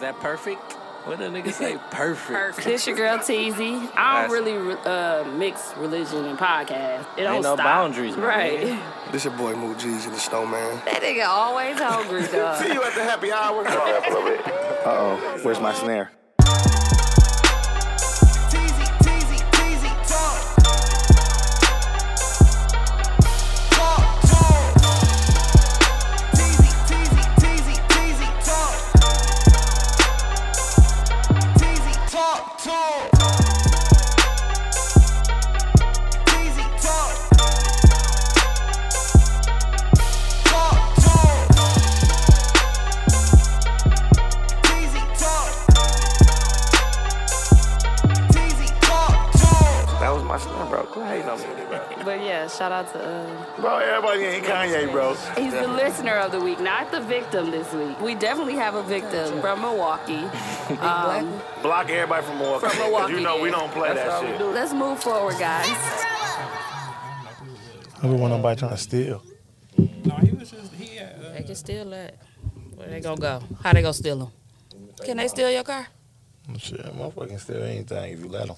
that perfect? What the nigga say? Perfect. Perfect. This your girl Teasy. I don't really uh, mix religion and podcast. It don't Ain't no stop. boundaries, my right? This your boy Moot G's and the Snowman. That nigga always hungry, dog. See you at the happy hour. Uh-oh, where's my snare? Teasy, teasy, teasy, talk. Talk, talk. Teasy, teasy, teasy, teasy, talk. Teasy, talk, talk. Teasy, talk. Talk, talk. Teasy, talk. Teasy, talk, talk. That was my son, bro. Quit hating on me, bro. But yeah, shout out to. Uh, Bro, everybody ain't Kanye, bro. he's the listener of the week, not the victim this week. We definitely have a victim from Milwaukee. Um, Block everybody from Milwaukee. From 'cause Milwaukee, You know we yeah. don't play That's all we that shit. do. let's move forward, guys. I don't want nobody trying to steal. No, he was just he. Had, uh, They can steal that. Where they gonna go? How they gonna steal them? Can they steal your car? Shit, motherfucking steal anything if you let them.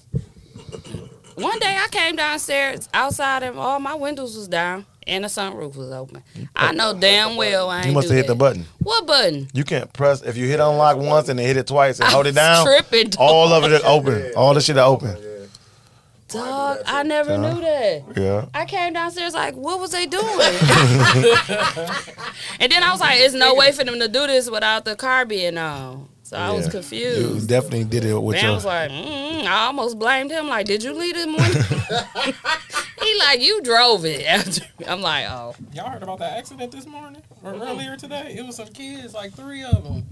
One day I came downstairs outside and all my windows was down and the sunroof was open. I know damn well I ain't You must do have hit the that. button. What button? You can't press if you hit unlock once and then hit it twice and hold it down. Tripping. All of it is open. All the shit is open. Dog, I never knew that. Yeah. I came downstairs like, what was they doing? and then I was like, it's no way for them to do this without the car being on. So I was Yeah. You confused. definitely did it with Then I your. was like, mm, I almost blamed him. Like, did you leave this morning? he like, you drove it. After I'm like, oh, y'all heard about that accident this morning or earlier today? It was some kids, like three of them.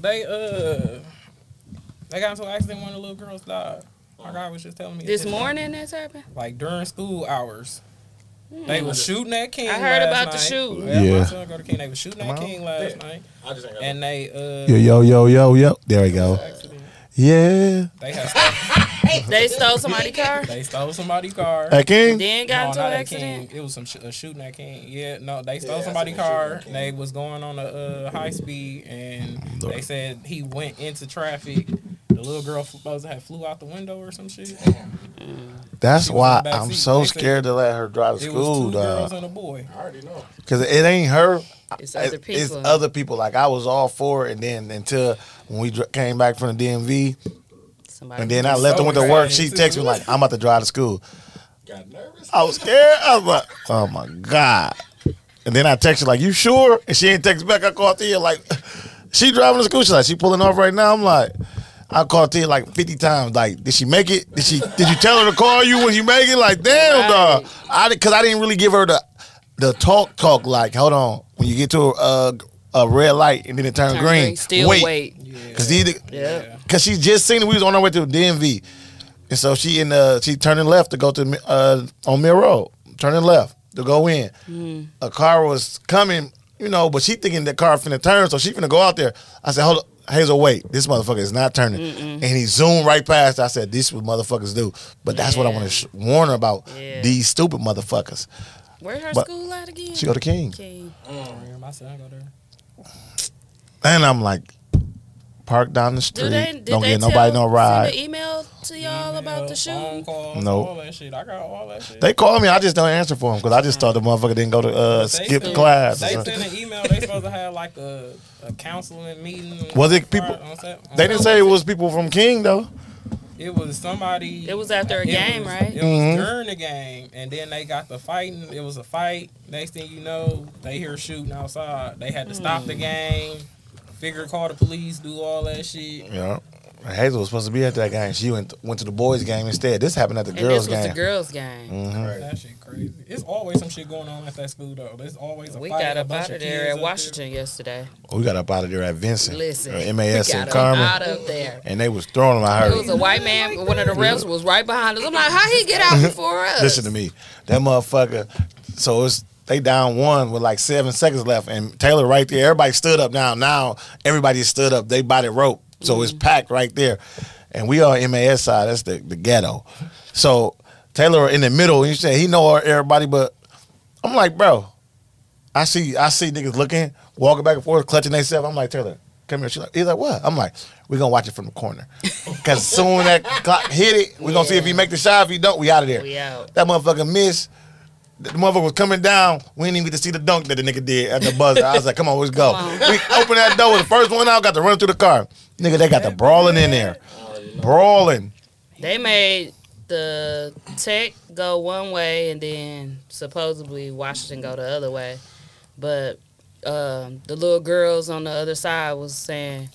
They uh, they got into an accident. One of the little girls died. My guy was just telling me this morning that's happened. like during school hours. They was shooting at King. Hmm. I heard last about the night. shooting. Yeah, Yeah. my son go to King. They was shooting at King last night, and they uh, Yo, yo, yo, yo, yo. There we go. Yeah. they had They stole somebody's car. they stole somebody's car. Hey, King. Then got into no, an not at accident. King. It was some sh- a shooting at King. Yeah, no, they stole somebody's car. They was going on a uh, high speed, and they said he went into traffic. The little girl supposed to have flew out the window or some shit. That's was why in the back I'm seat. so They said- scared to let her drive to It was school, two girls dog. and a boy. Because it ain't her. It's It's other people. it's other people. Like I was all for it, and then until when we dr- came back from the DMV, Somebody and then I left and went to work. She texted me like, "I'm about to drive to school." I was scared. I was like, "Oh my god!" And then I texted like, "You sure?" And she ain't text back. I called Tia like, "She driving to school." She's like, "She pulling off right now." I'm like. I called Tia like 50 times. Like, did she make it? Did she? Did you tell her to call you when you make it? Like, damn, Right. dog. I because I didn't really give her the the talk talk. Like, hold on. When you get to a, uh, a red light and then it turns Turn green, green. Still wait. Cause either, Yeah. cause she just seen it. We was on our way to DMV, and so she in uh she turning left to go to uh on Mill Road, turning left to go in. Hmm. A car was coming, you know, but she thinking the car finna turn, so she finna go out there. I said, hold up. Hazel, wait! This motherfucker is not turning, and he zoomed right past. I said, "This is what motherfuckers do," but that's what I Yeah. want to sh- warn her about. Yeah. These stupid motherfuckers. Where her But- school at again? She go to King, King. My son go there. and I'm like, park down the street. Do they, did Don't they get nobody tell, no ride. Send an email to y'all about the Phone shooting. calls, Nope. all that shit. I got all that shit. They called me. I just don't answer for them because I just thought the motherfucker didn't go to uh, They skip sent- class. or They something. sent an email. They supposed to have like a, a counseling meeting. Was it Fri- people- on Sat- They on- didn't say it was people from King though. It was somebody. It was after a It game, was- right? It was Mhm. during the game, and then they got the fighting. It was a fight. Next thing you know, they hear shooting outside. They had to stop Hmm. the game, figure call the police, do all that shit. Yeah. Hazel was supposed to be at that game. She went went to the boys' game instead. This happened at the And girls' Mm. this was game. the girls' game. That shit crazy. It's always some shit going on at that school though. There's always a We fight. got a up bunch out of kids there up at Washington yesterday. We got up out of there at Vincent, Listen, or we MAS got and up Carmen, out of there. and they was throwing them. I It was heard. a white man. One of the refs was right behind us. I'm like, how he get out before us? Listen to me, that motherfucker. So it's they down one with like seven seconds left, and Taylor right there. Everybody stood up now. Now everybody stood up. They body rope, so it's packed right there. And we are MAS side. That's the, the ghetto. So Taylor in the middle. And he said he know everybody, but I'm like, bro. I see I see niggas looking, walking back and forth, clutching themselves. I'm like Taylor. come here. She's like, he's like, what? I'm like, we're gonna watch it from the corner. Cause soon that clock hit it, we're gonna see if he make the shot. If he don't, we out of there. We out. That motherfucker missed. The motherfucker was coming down. We didn't even get to see the dunk that the nigga did at the buzzer. I was like, come on, let's go. on. We opened that door. The first one out got to run through the car. Nigga, they got the brawling in there. Brawling. They made the tech go one way and then supposedly Washington go the other way. But um, the little girls on the other side was saying,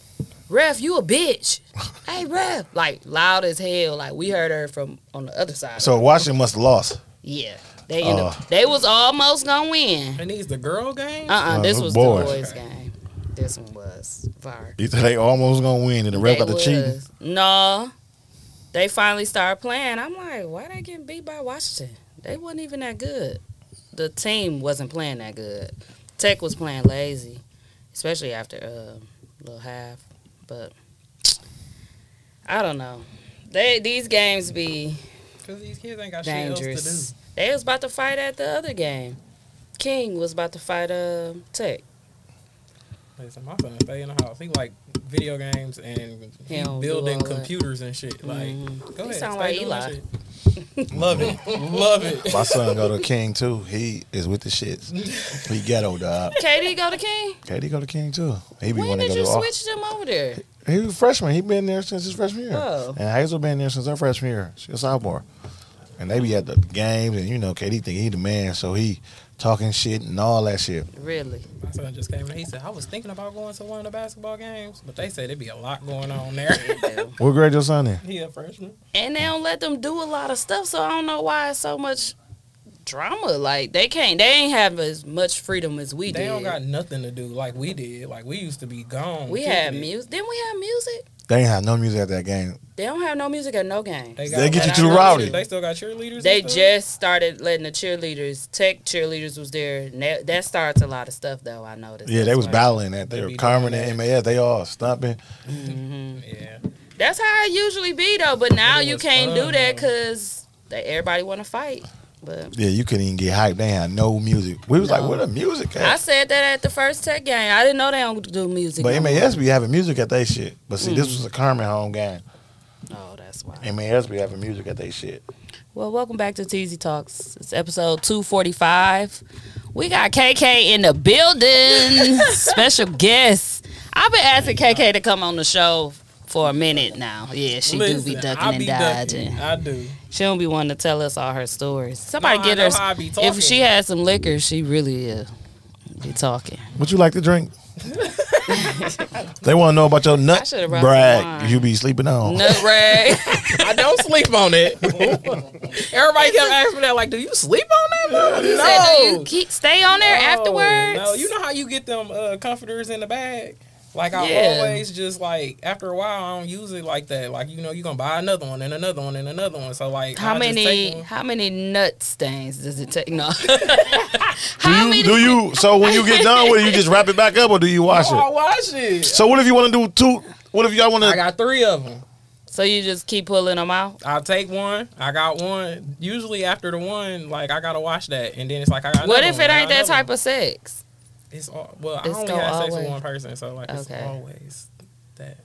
Ref, you a bitch. hey, Ref. Like loud as hell. Like we heard her from on the other side. So Washington must have lost. yeah. They end up, they was almost gonna win. And these the girl game. Uh uh Oh, this the was boys. the boys game. This one was VAR. He said they almost gonna win and the ref They got the cheating. was. No. They finally started playing. I'm like, why they getting beat by Washington? They wasn't even that good. The team wasn't playing that good. Tech was playing lazy, especially after a little half. But I don't know. They these games be Cause these kids ain't got shit else dangerous. They was about to fight at the other game. King was about to fight uh, Tech. to do. Listen, my son stay in the house. He like video games and he He don't do building all that. Mm-hmm. computers and shit. Like, go He ahead. sound stay like doing Eli. that shit. Love it. Love it. My son go to King too. He is with the shits. He ghetto dog. KD go to King. Katie go to King too. He be When wanting did to you go to all. switch them over there? He was a freshman. He been there since his freshman year. Oh. And Hazel been there since her freshman year. She a sophomore. And they be at the games and you know Katie think he the man, so he talking shit and all that shit. Really? My son just came in. He said, I was thinking about going to one of the basketball games, but they said there'd be a lot going on there. What grade your son in? he a freshman. and they don't let them do a lot of stuff. So I don't know why it's so much drama. Like they can't, they ain't have as much freedom as we They did. don't got nothing to do like we did. Like we used to be gone. we kicking had it. music. Didn't we have music? They ain't have no music at that game. They don't have no music at no game. They, They get like, you too cheer- rowdy. They still got cheerleaders. and stuff? just started letting the cheerleaders, tech cheerleaders, was there. And that, that starts a lot of stuff though. I noticed. Yeah, they That's was why- battling that. They They were be Carmen doing and MAS. They all stomping. Yeah. That's how it usually be though. But now It you was can't fun, do that though. because everybody want to fight. But Yeah, you couldn't even get hyped. They had no music. We was like, where the music I at? said that at the first tech game. I didn't know they don't do music. But no more. MAS be having music at they shit. But see, this was a Carmen home game. Oh, that's why. MAS be having music at they shit. Well, welcome back to Teasy Talks. It's episode 245. We got KK in the building. Special guest. I've been asking KK to come on the show for a minute now. Yeah, she do be Listen, ducking I and be dodging. ducking. I do. She don't be wanting to tell us all her stories. Somebody No, I get know her. I be talking. If she had some liquor, she really uh, be talking. What you like to drink? they want to know about your nut should've brought some brag. wine. You be sleeping on. Nut rag. I don't sleep on it. Everybody kept asking me that, like, do you sleep on that? You said, do you keep, stay on there afterwards? No, you know how you get them uh, comforters in the bag? Like I Yeah. always just like after a while I don't use it like that. Like you know you gonna buy another one and another one and another one. So like How I just take many one. how many nut stains does it take? No. Do you, do you? So when you get done with it, you just wrap it back up, or do you wash Oh, I it? wash it. So what if you want to do two? What if y'all want I to? got three of them. So you just keep pulling them out. I'll take one. I got one. Usually after the one, like I gotta wash that, and then it's like I got. what another if one, it I ain't got that another type one. of sex? It's all, well, It's I only gonna had sex with always- one person, so like it's Okay. always that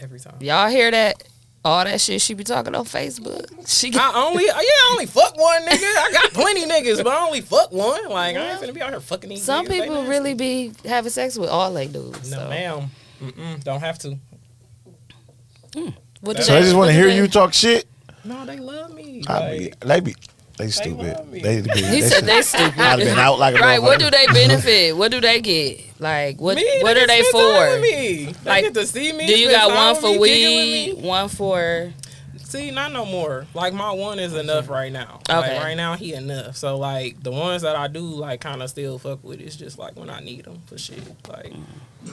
every time. Y'all hear that? All that shit she be talking on Facebook. She get, I only, yeah, I only fuck one nigga. I got plenty niggas, but I only fuck one. Like I ain't finna be out here fucking these. some niggas. They people nasty. really be having sex with all they dudes. No, so. ma'am. Mm-mm, don't have to. What do So they just what want to do hear they- you talk shit. No, they love me. I Like, be, they be, they stupid. love me. They, be, He they said should, they stupid. I'd have been out like a Right? What do motherfucker. they benefit? What do they get? Like what? me, what are get they spend time with for? Me. They Like, get to see me. Do you spend got time one with for me, giggle with me. weed, one for? See, not no more. Like my one is enough right now. Okay. Like right now he enough. So like the ones that I do like kind of still fuck with is just like when I need them for shit. Like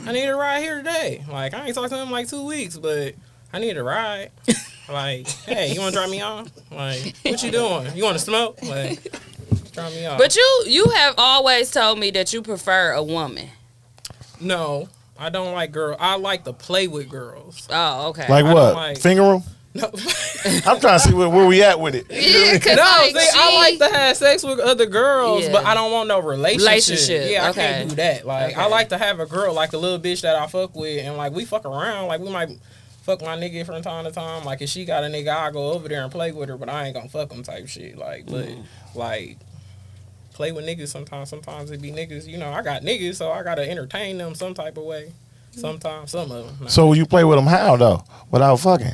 I need a ride here today. Like I ain't talked to him in, like two weeks, but I need a ride. Like hey, you want to drop me off? Like what you doing? You want to smoke? Like drop me off. But you you have always told me that you prefer a woman. no, I don't like girl. I like to play with girls. Oh, okay. Like I don't what? like- Finger 'em? No, I'm trying to see where, where we at with it. Yeah, 'cause, no like, see, I she- like to have sex with other girls, Yeah. but I don't want no relationship. Relationship, Yeah, I okay. can't do that. Like, I Okay. like to have a girl, like the little bitch that I fuck with, and like we fuck around. Like, we might fuck my nigga from time to time. Like, if she got a nigga, I go over there and play with her, but I ain't gonna fuck him type shit. Like, but Mm. like. Play with niggas sometimes. Sometimes it be niggas. You know, I got niggas, so I gotta entertain them some type of way. Mm. Sometimes, some of them. Nah, So you play with them how though? Without fucking.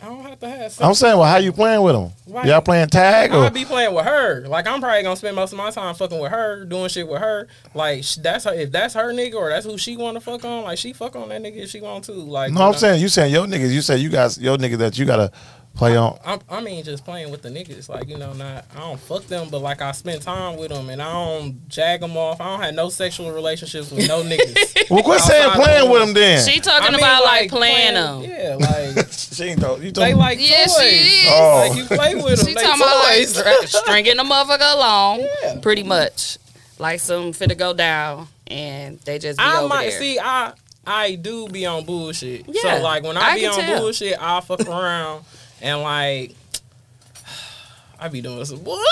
I don't have to have. Sex. I'm saying, well, how you playing with them? Right. Y'all playing tag or? I'd be playing with her. Like I'm probably gonna spend most of my time fucking with her, doing shit with her. Like sh- that's her. If that's her nigga or that's who she want to fuck on, like she fuck on that nigga if she want to. Like no, you I'm know, saying you saying your niggas. You say you guys your nigga that you gotta play on. I'm, I mean, just playing with the niggas. Like you know, not I don't fuck them, but like I spend time with them and I don't jag them off. I don't have no sexual relationships with no niggas. Well, quit saying Outside playing the- with them then. She I talking mean, about like, playing them. Yeah, like She ain't though. You they talking? like Yeah, toys. she is. Oh. Like you play with them. She they talking about like toys. stra- stringing the motherfucker along, Yeah. pretty much. Like some finna go down, and they just be I over might there. see. I I do be on bullshit. Yeah, so like when I I, be can on tell. bullshit, I fuck around and like I be doing some bullshit.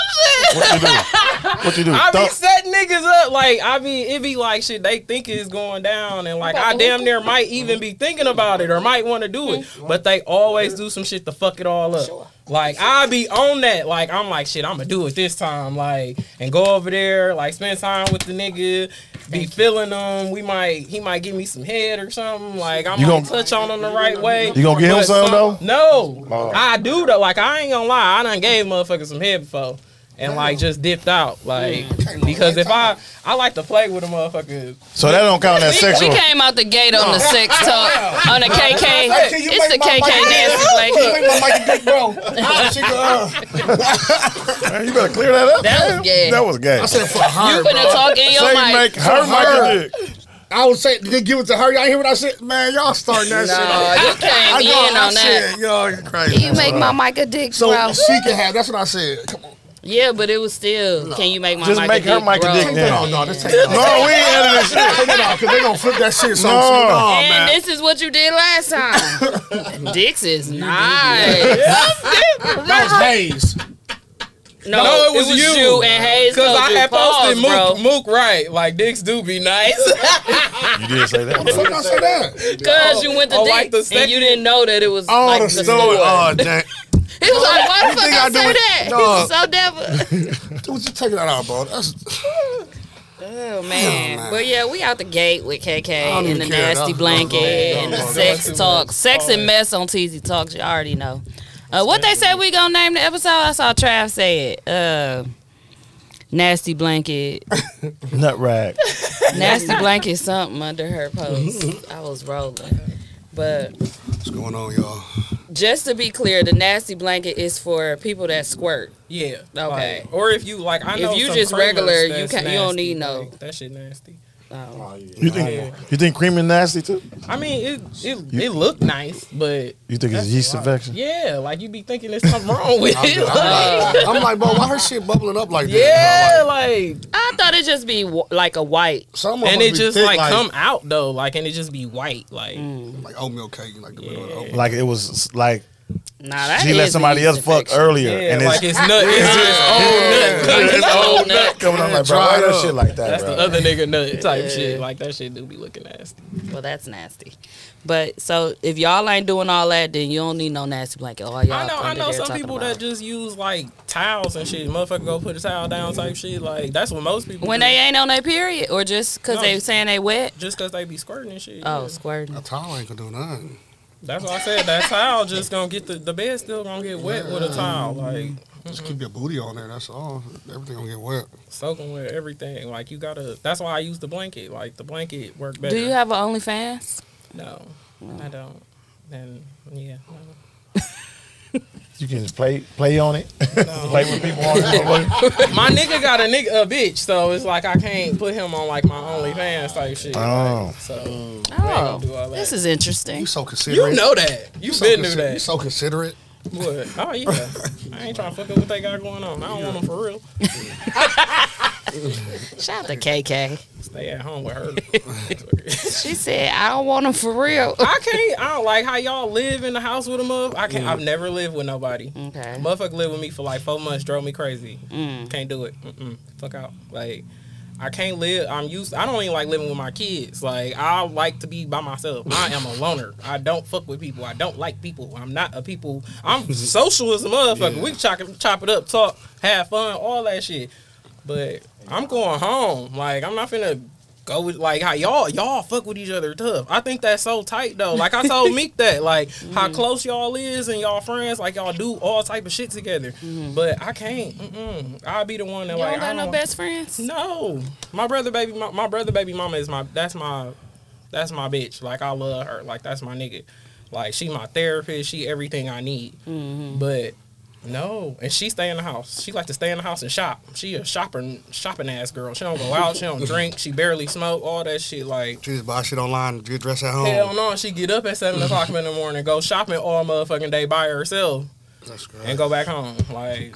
What you do? What you do? I be Thump- setting niggas up like I be it be like shit they think is going down and like I damn near might even be thinking about it or might want to do it, but they always do some shit to fuck it all up. Like I be on that like I'm like shit I'm gonna do it this time like and go over there like spend time with the nigga. Be feeling them. We might he might give me some head or something. Like I'm You gonna gonna- touch on him the right way. You gonna give him But some, though? No, Oh. I do though. Like I ain't gonna lie, I done gave motherfuckers some head before, and like just dipped out. Like because if I I like to play with a motherfucker. so that don't count as We sexual. came out the gate on the sex talk on the KK. Can you It's the make my mic- KK Nancy You Blake. make my mic a dick, bro. She go, uh, Man, you better clear that up. That man. was gay. That was gay. I said for her, You bro. finna talk in your Say mic. make her her. mic a dick. I would say, did they give it to her? Y'all hear what I said? Man, y'all starting that shit Nah, off. you came I in I on that. said, Y'all you crazy. You make my mic a dick, So bro. she can have, that's what I said. Come on. Yeah, but it was still. Can you make my Just mic make a her dick, mic a bro? dick Take that then. off, dog. Just take that off. No, we ain't editing shit. Take that off, because they going to flip that shit so No. soon. Nah, And man. this is what you did last time. Dicks is nice. That was Hayes. No, No, it was, you. and Hayes. Cause told I you, had posted pause, bro. Mook, Mook right. Like dicks do be nice. You did say that. What the fuck I say that? Cause you went to Oh, dick like the and you second- didn't know that it was Oh, like the the story. Oh, dang. He was like, "Why the fuck Oh, think I, I do say it? that?" Dog. So devil. Dude, you take that out, bro. That's, Oh man. But yeah, we out the gate with don't KK and the even care. nasty That's- blanket and the that's sex too talk, much. sex and mess on TZ Talks. You already know. Uh, what they said we gonna name the episode? I saw Trav say it. Uh, nasty blanket, Nut rag. nasty blanket, something under her post. Mm-hmm. I was rolling, but what's going on, y'all? just to be clear, the nasty blanket is for people that squirt. yeah. Okay. Like, or if you like, I If know you some just creamers regular, you that's can't- you don't nasty, need no- like, that shit nasty. Um, You think you think cream and nasty too? I mean, it it it looked nice, but You think it's yeast infection? yeah, like you be thinking there's something wrong with I'm, it. just- I'm like, I'm like, bro, why her shit bubbling up like that? yeah, like I thought it just be wh- like a white. Bro? Like, some and motherfuckers it be just thick like, come out though, like and it just be white, like Like oatmeal cake, like the middle of the oatmeal. Like it was like Nah, that she let is somebody yeast else fuck infection. earlier, yeah, and it's, like it's nut, it's just it's, old nut, it's old nut. nut coming. I'm like, bro, Dry why that up. shit like that, that's bro? the other nigga nut type shit. Like that shit do be looking nasty. Well, that's nasty. But so if y'all ain't doing all that, then you don't need no nasty blanket. All y'all I know, I under know there some talking people about. that just use like towels and shit. Motherfucker, go put a towel down type shit. Like that's what most people when do. they ain't on their period, or just because No. they saying they wet. just cause they be squirting and shit. Oh, yeah. squirting. A towel ain't gonna do nothing. that's why I said that towel just gonna get the the bed still gonna get wet with a towel. Like Just keep your booty on there. That's all. Everything gonna get wet. soaking with everything. Like you gotta. That's why I use the blanket. Like the blanket work better. Do you have an OnlyFans? No, I don't. And yeah, no. You can just play play on it, play with people on it. my nigga got a nigga a bitch, so it's like I can't put him on like my OnlyFans type shit. Oh. Like, so Oh, do all that. this is You interesting. so considerate. you know that you so been knew consi- You that. so considerate. What? Oh yeah, I ain't trying to fuck up what they got going on. I don't want them for real. Shout out to KK. Stay at home with her. She said, I don't want him for real. I can't. I don't like how y'all live in the house with a mother. I can't. I've never lived with nobody. Okay. Motherfucker lived with me for like four months, drove me crazy. Can't do it. Mm-mm. Fuck out. Like, I can't live. I'm used. I don't even like living with my kids. Like, I like to be by myself. I am a loner. I don't fuck with people. I don't like people. I'm not a people. I'm social as a motherfucker. We can chop, it- chop it up, talk, have fun, all that shit. But I'm going home. Like, I'm not finna go with like how y'all y'all fuck with each other tough. I think that's so tight though. Like I told Meek that like how Mm-hmm. close y'all is and y'all friends like y'all do all type of shit together. But I can't. Mm-mm. I'll be the one that Mm-hmm. You like don't I got no don't- best friends? No, my brother baby my, my brother baby mama is my that's my that's my bitch. Like I love her. Like that's my nigga. Like she my therapist. She everything I need. But no, and she stay in the house. She like to stay in the house and shop. She a shopping shopping ass girl. She don't go out. she don't drink. She barely smoke. All that shit. Like She just buy shit online, get dressed at home. hell no, she get up at seven o'clock in the morning, go shopping all motherfucking day by herself, That's great. and go back home. Like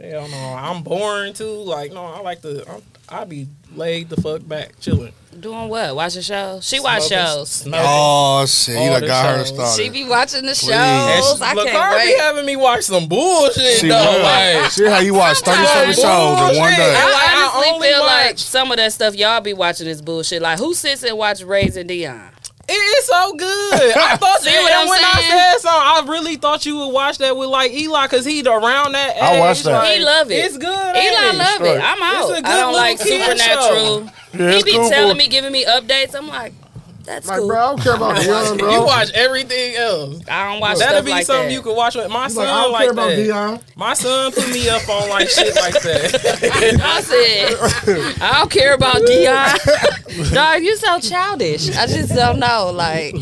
hell no, I'm boring too. Like no, I like to. I'm, I be laid the fuck back chilling. Doing what? Watching shows? She watch Smoking- shows. smoking. Oh shit, you All done the got her shows. She started. be watching the shows. And she- Oh, I look, can't her be wait. having me watch some bullshit She though. will. Like, Shit, how you watch thirty seven shows in one Bullshit. day? Like, I I honestly only feel like watch- some of that stuff y'all be watching is bullshit. Like who sits and watch Raising Dion? It is so good. I thought See that what and I'm when saying? I said something, I really thought you would watch that with like Eli because he around that. Age. I watched that. He love it. It's good. Eli ain't it? love it. I'm out. a I good don't like little kid Supernatural. Yeah, he it's be cool, telling boy. me, giving me updates. I'm like, that's Like, cool. bro, I don't care about Dion, bro. You watch everything else. I don't watch That'll stuff be like something that. you could watch with my like, I son don't like, care about that. Dion. My son put me up on like shit like that. I said, I don't care about Dion. Dog, you so childish. I just don't know. Like,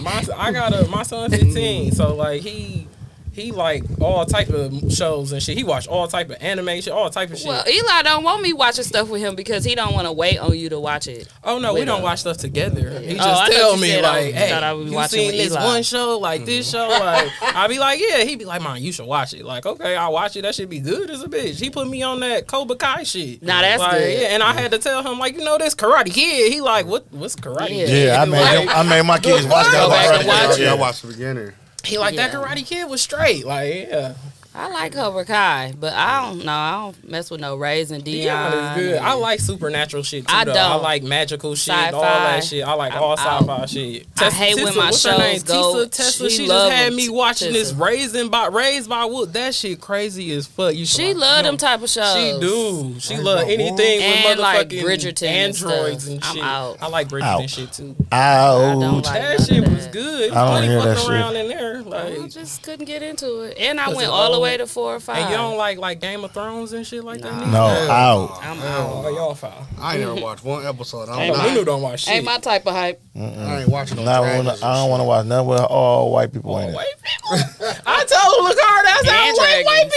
my I got a my son 15, so like he he like all type of shows and shit. He watch all type of animation, all type of shit. well, Eli don't want me watching stuff with him because he don't want to wait on you to watch it. Oh no, we don't watch stuff together. He just Oh, I thought tell you me said I like, was- "Hey, thought I was you watching seen with this Eli." Mm-hmm. one show, like this show?" Like, I be like, "Yeah." He be like, "Man, you should watch it." Like, okay, I watch it. That should be good as a bitch. He put me on that Cobra Kai shit. Nah, that's like, good. Yeah, and I had to tell him like, you know, this Karate Kid. He like, what? What's Karate? Yeah. Kid? Yeah, I made them- I made my kids watch that. Go back already. and watch Yeah, I Yeah. watched the beginning. He like that Yeah. Karate Kid was straight. Like, yeah, I like Cobra Kai, but I don't know. I don't mess with no Raising Dion. yeah, it's good. I like supernatural shit too. I though. I don't. like magical shit, Sci-fi. all that shit. I like I'm all out. sci-fi shit. I hate when my what's her shows name? go- Tisa Tesla, she she, love just had them. me watching this Tisa. raising by raised by Wolf. That shit crazy as fuck. You She love them type of shows. She do. She love anything And, with like, motherfucking Bridgerton and stuff. androids and I'm shit. out. I like Bridgerton Out. and shit too. I don't Ouch. like That none shit of was that. good. I don't Funny hear that fucking shit. around in there, like. I just couldn't get into it, and I Cause went it all the old. way to four or five. And you don't like like Game of Thrones and shit like that. No, out. I'm out. Oh, y'all foul. I ain't never watched one episode. I'm Hey, not. Lulu don't watch shit. Ain't my type of hype. I ain't watching no Not wanna, dragons. I don't want to watch nothing with all white people in it. White people. I told Lakar that's And not white, dragons.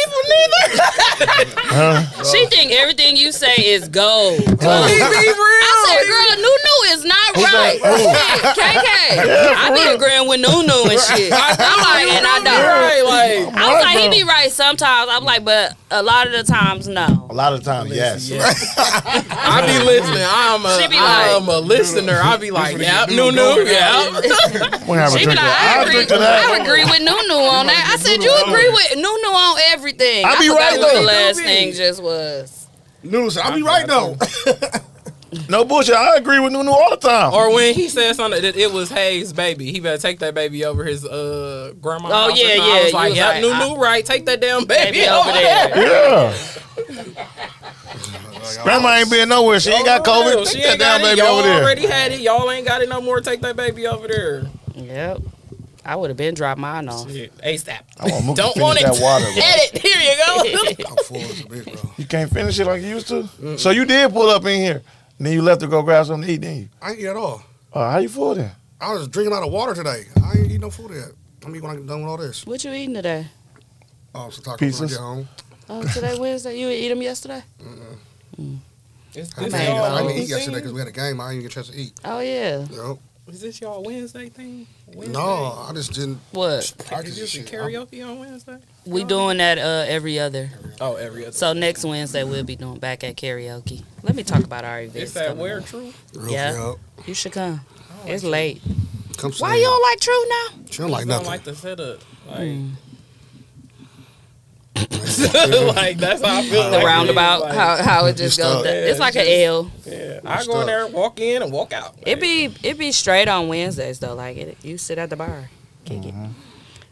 white people neither. She think everything you say is gold. Be real. I said, girl, Nunu is not right. Shit, KK. I be agreeing with Nunu and shit. I'm like, and I don't. Right, like I was like, he be right sometimes. I'm like, but a lot of the times, no. A lot of times, yes. I be listening. I'm a, She be I'm a listener. I be like, yep, no, no, yeah. We have a She be like, drink. of- I I'll agree, drink to that. I agree with Nunu on that. I said, you agree with Nunu on everything. I be forgot right, what though. the last thing just was. News. I'll be right though. No bullshit. I agree with Nunu all the time. Or when he said something that it was Hayes' baby, he better take that baby over his uh grandma. Oh, house or yeah, something. yeah, I was you like, was yep, like, no, I- no, right. Take that damn baby, Baby over there. yeah. Grandma ain't been nowhere. She ain't got COVID. Oh, She Take ain't that damn got it. baby Y'all over there. already had it. Y'all ain't got it no more. Take that baby over there. Yep. I would have been dropped mine off. Yeah, ASAP. I want Mook Don't to want Oh, finish that it. water. Bro. Edit. Here you go. I'm full as a bitch, bro. You can't finish it like you used to. So you did pull up in here. And then you left to go grab something to eat, didn't you? I ain't eat at all. Uh, how you full then? I was drinking a lot of water today. I ain't eat no food yet. I'm eating when I get done with all this. What you eating today? Oh, some tacos when I Pizzas? get home. Oh, today Wednesday. You ate them yesterday? It's, I it's didn't eat- I y'all didn't eat yesterday thing. because we had a game. I didn't get a chance to eat. Oh yeah. You know? Is this y'all Wednesday thing? Wednesday? No, I just didn't What? practice You this do shit. karaoke on Wednesday? We doing that uh, every other. Oh, every other. So next Wednesday we'll be doing back at karaoke. Let me talk about our events. It's that coming where up. true? I'm real Yeah. proud. You should come. It's late. Come Why you don't like True now? She don't like nothing. Nothing. like the setup. Like, like that's how I feel. The like roundabout, Like, how, how it just You're goes. stuck. down. it's Yeah, like just- an L. yeah, I go in there, walk in, and walk out. It be it be straight on Wednesdays though. Like it, you sit at the bar, kick Mm-hmm.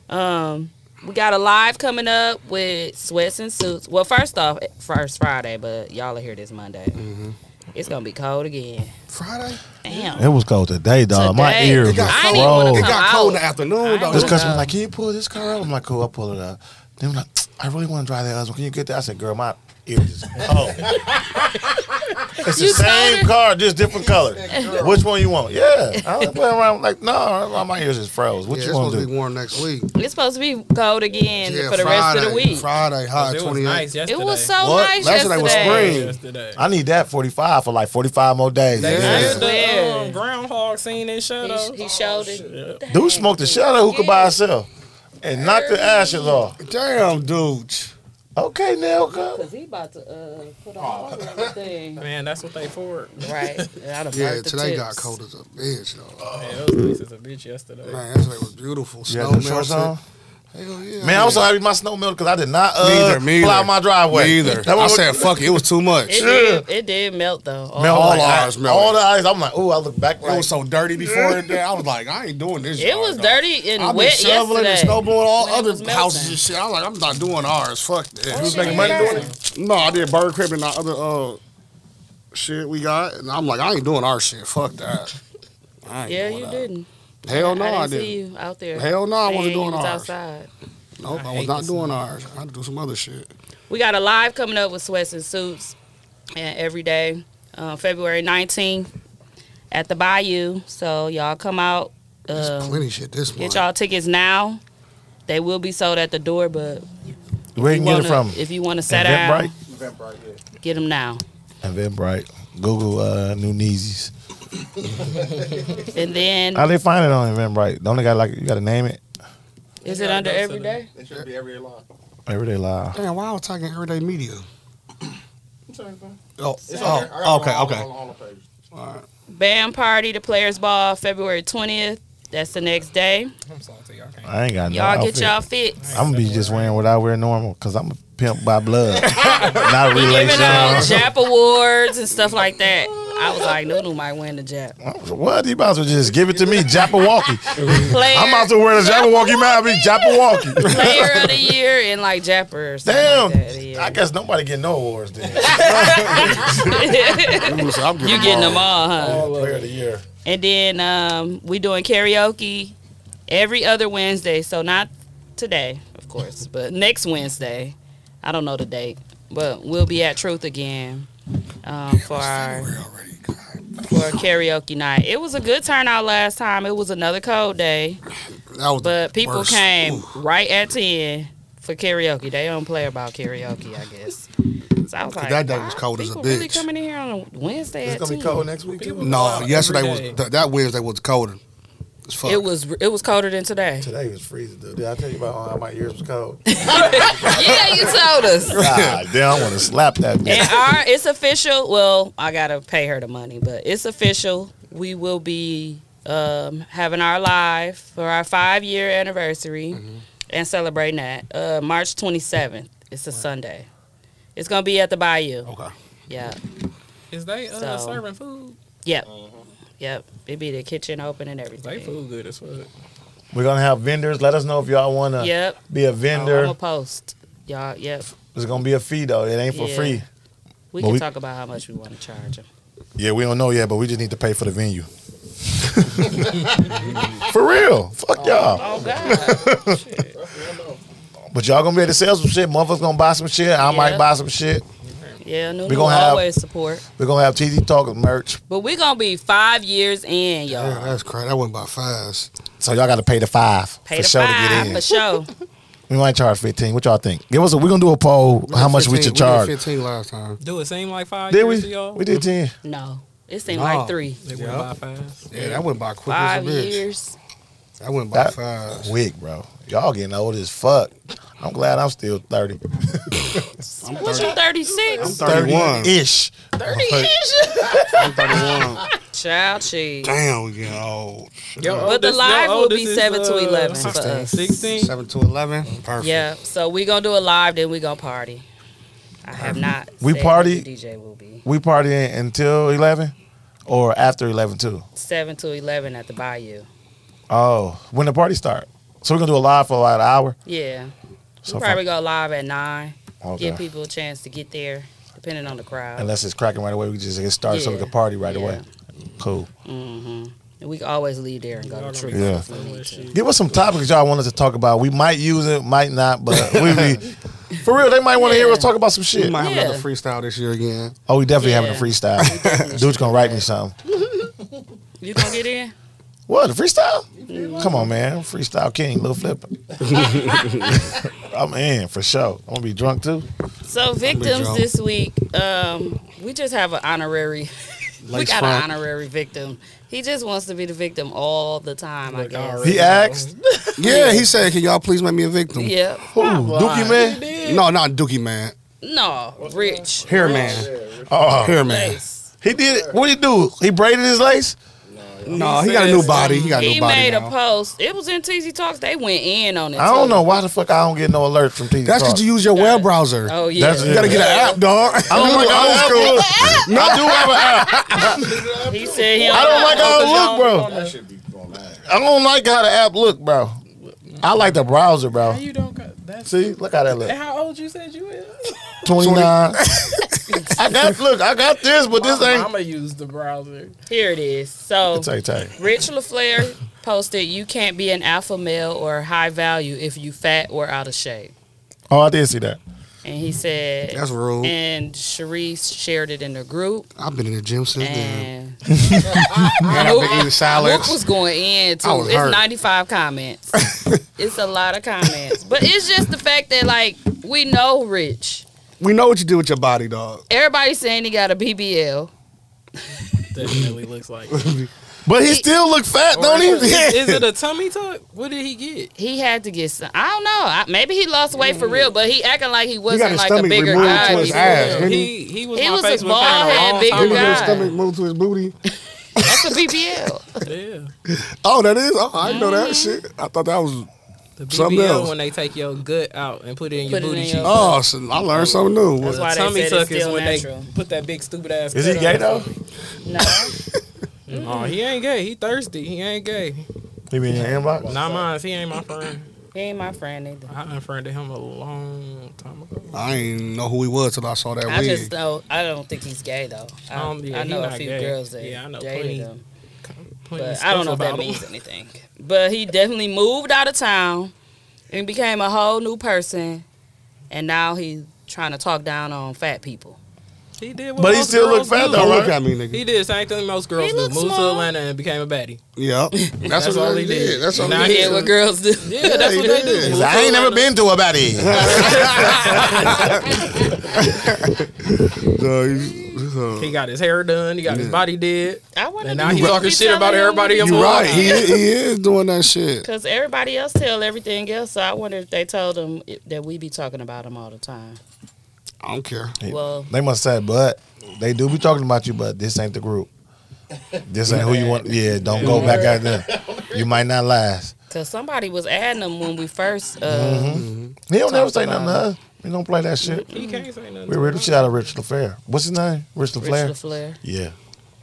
it. Um, we got a live coming up with sweats and suits. Well, first off, eh, first Friday, but y'all are here this Monday. Mm-hmm. It's gonna be cold again. Friday? Damn. It was cold today, dog. My Today. ear It was got cold. froze. It Come got cold in the out. afternoon, I though. This Hold customer up. was like, "Can you pull this car up?" I'm like, "Cool, I'll pull it up." Then like, "I really want to drive that husband. Can you get that?" I said, "Girl, my ears is cold." it's the You same told her? car, just different color. Which one you want? Yeah, I was playing around. Like, no, nah, my ears is froze. What Yeah, you it's want supposed to to be do? warm next week. It's supposed to be cold again yeah, for the Friday, rest of the week. Friday, high It was 28. nice yesterday. It was so What? nice Last night yesterday. was spring. yesterday. I need that 45 for like 45 more days. They Yeah. said Yeah. the um, groundhog scene in shadow. He, he showed it. Dude smoked the shadow hookah by himself and knocked the ashes off. Damn, dude. Okay, Nelka. Cause he about to uh, put on everything. Man, that's what they for. Right. And I'd have Yeah, burnt the today got tips. cold as a bitch, though. Man, those places a bitch yesterday. Man, yesterday was beautiful. You Snow got them shorts melted. on? Hell yeah. Man, Mm. I'm so happy my snow melted because I did not uh, Neither, me plow either. my driveway. Me either. That I was- said, fuck it. It was too much. It did, it did melt though. Oh, Melt, All like, eyes I- melted. All the eyes. I'm like, ooh, I look back. It Like, was so dirty before it. I was like, I ain't doing this. It yard, was dog. dirty and I've been wet shoveling yesterday. and snowballing all when it was other melting. houses and shit. I'm like, I'm not doing ours. Fuck that. was making money doing it. No, I did bird crib and the other uh shit we got, and I'm like, I ain't doing our shit. Fuck that. I ain't Yeah, doing you that. didn't. Hell no, I didn't I see didn't. you out there. Hell no, I wasn't And you doing was ours. outside. Nope, I hate was not this doing ours. I had to do some other shit. We got a live coming up with sweats and suits, and every day, uh, February nineteenth, at the Bayou. So y'all come out. There's Uh, plenty of shit this get month. y'all tickets now. They will be sold at the door, but Where you you can get it wanna, from? if you want to set out, Eventbrite. get them now. Eventbrite. Google uh, new Neesies. And then How they find it on Eventbrite? Don't they got like you got to name it is it under every day? It should be every line. everyday live. Damn, why I was talking everyday media? Oh, Oh, okay, okay. Band party, the Players Ball, February twentieth. That's the next day. I'm sorry to y'all. Can't. I ain't got no Y'all outfit. get y'all fits. I'm gonna be just wearing what I wear normal because I'm a pimp by blood, not a giving out relation. Jap awards and stuff like that. I was like, Nunu might win the Jap. What? You might as well just give it to me, Japawalkie. Player, I'm about to wear the Japawalkie mouth. Be Japawalkie. player of the year and like Japper or something Damn. like that. yeah. I guess nobody get no awards then. you getting them all, huh? Player of the year. And then um, we doing karaoke every other Wednesday. So not today, of course, but next Wednesday. I don't know the date, but we'll be at Truth again um, for our for a karaoke night. It was a good turnout last time. It was another cold day. That was But the people worst. came Ooh. right at ten for karaoke. They don't play about karaoke, I guess. So I was like, That day was "Wow, cold as a people Really bitch." coming in here on a Wednesday It's at gonna 10. be cold next week too. No, yesterday every was day. th- that Wednesday was colder. As fuck. It was it was colder than today. Today was freezing. Dude. Did I tell you about how my ears was cold? yeah, you told us. God damn, I want to slap that bitch. And our it's official. Well, I gotta pay her the money, but it's official. We will be um, having our live for our five year anniversary Mm-hmm. and celebrating that uh, March twenty seventh. It's a Sunday. It's gonna be at the Bayou. Okay. Yeah. Is they uh, So- serving food? Yep. Mm-hmm. Yep. It'd be the kitchen open and They everything. food good as fuck. We're gonna have vendors. Let us know if y'all wanna Yep. be a I'm vendor. gonna post. Y'all, yep. It's gonna be a fee though. It ain't for Yeah. free. We But can we- talk about how much we want to charge them. Yeah, we don't know yet, but we just need to pay for the venue. for real. Fuck y'all. Oh God. But y'all gonna be able to sell some shit. Motherfuckers gonna buy some shit. I might Yeah. buy some shit. yeah, no, We we gonna have- always support. We're gonna have TZ Talk merch. But we're gonna be five years in, y'all. Yeah, that's crazy. That went by fast. So y'all gotta pay the five Pay for the sure five to get in. for sure. We might charge fifteen. What y'all think? Give us a. We're gonna do a poll. We how did much we 15 should charge? did Fifteen last time. Do it seem like five Did years to we? y'all? We did ten. No. It seemed No. like three. They went by fast. Yeah, that went by quick Five as a bitch. years. That went by That fast. quick, bro. Y'all getting old as fuck. I'm glad I'm still 30. I'm, What 30, you, 36? I'm 31. ish. 30 I'm 31. Child cheese. Damn, we getting old. oh, But the live will be 7 uh, to 11 for us. 16. 7 to 11. Perfect. Yeah, so we going to do a live, then we going to party. I have not. Uh, We said party? what the DJ will be We partying until 11 or after 11 too. 7 to 11 at the Bayou. Oh, when the party start. So we're gonna do a live for about an hour. Yeah. So We'll fuck- probably go live at 9. okay. Give people a chance to get there, depending on the crowd. Unless it's cracking right away, we just get started so we Yeah. can party right Yeah. away. Cool. Mm-hmm. And we can always leave there and go to Tree. Yeah. if we need to. Give us some topics y'all want us to talk about. We might use it, might not, but we be for real. They might want to hear Yeah. us talk about some We shit. might have Yeah. another freestyle this year again. Oh, we definitely having a Yeah. freestyle. Dude's gonna write me something. You gonna get in? What the freestyle? Come on, man, freestyle king, little flipper. I'm in for sure. I'm gonna be drunk too. So victims this week, um, we just have an honorary. we Lace got front. an honorary victim. He just wants to be the victim all the time. I guess. He asked, Yeah, he said, can y'all please make me a victim? Yeah. "Who, Dookie man?" No, not Dookie Man. No, Rich. Hair Man. Oh, Hair Man. He did it. What did he do? He braided his lace. No, he got a new body. He got a new He body made now. a post. It was in TZ Talks. They went in on it. I don't too. know why the fuck I don't get no alerts from TV. That's because you use your web browser. Oh yeah. That's- You gotta get an app, dog. I don't like how old school. I do have an app. He said he. I don't like how it look, bro. That should be going live. I don't like how the app look, bro. I like the browser, How bro. you don't got that? See, look how that look. And how old you said you is? Twenty nine. I got look. I got this, but this I'm ain't. gonna use the browser. Here it is. So Take take. Rich LaFleur posted, "You can't be an alpha male or high value if you fat or out of shape." Oh, I did see that. And he said, That's rude. and Sharice shared it in the group. I've been in the gym since then. And Man, I've been eating Luke salads. was going in too. I was it's hurt. 95 comments. it's a lot of comments. But it's just the fact that, like, we know Rich. We know what you do with your body, dog. Everybody's saying he got a BBL. Definitely looks like. But he still look fat, don't he? Is, is Yeah. it a tummy tuck? What did he get? He had to get some. I don't know. I, maybe he lost weight for real, but he acting like he wasn't like a stomach bigger removed guy. to his before. ass, nigga. He he was He my was a Facebook fan bald head, a long big time Look at guy. his stomach move to his booty. That's a BBL. Yeah. Oh, that is. Oh, I didn't know that shit. I thought that was. The Something BBL else. when they take your gut out and put it in Put it your booty in cheek. your- Oh, so I learned something new. That's The why they tummy said tuck it's is still when natural. they put that big stupid ass. Is he cut gay on. though? No, Oh, he ain't gay. He thirsty. He ain't gay. He be in your inbox. Not mine. He ain't my friend. he ain't my friend either. I unfriended him a long time ago. I didn't know who he was till I saw that I wig. just don't. I don't think he's gay though. I, Um, yeah, I he know a not few gay. girls that Yeah, I know dated plenty him, Plenty but I stuff don't know if that about him. means anything. But he definitely moved out of town and became a whole new person, and now he's trying to talk down on fat people. He did what But he most still look girls fat do. though, don't look right? at me, He nigga. did the same thing most girls He do. looked Moved to small. Atlanta and became a baddie. Yep. That's, That's what all he did. That's all Nah, he he Yeah, did. what girls do. Yeah, that's what they do. Cause I ain't never been to a body. Dog, he- uh, He got his hair done. He got his body did. I wonder. And now he talking shit about everybody. You right. He, is- he is doing that shit. Because everybody else tell everything else, so I wonder if they told him i- that we be talking about him all the time. I don't care. Well, They must say, but they do be talking about you, but this ain't the group. This ain't who you want. Yeah, don't go back out there. You might not last. because somebody was adding him when we first. Uh, Mm-hmm. He don't ever say nothing to us. We don't play that shit. He can't say nothing. We ready to shit out of Rich LaFleur. What's his name? Rich Rich LaFleur? LaFleur. yeah.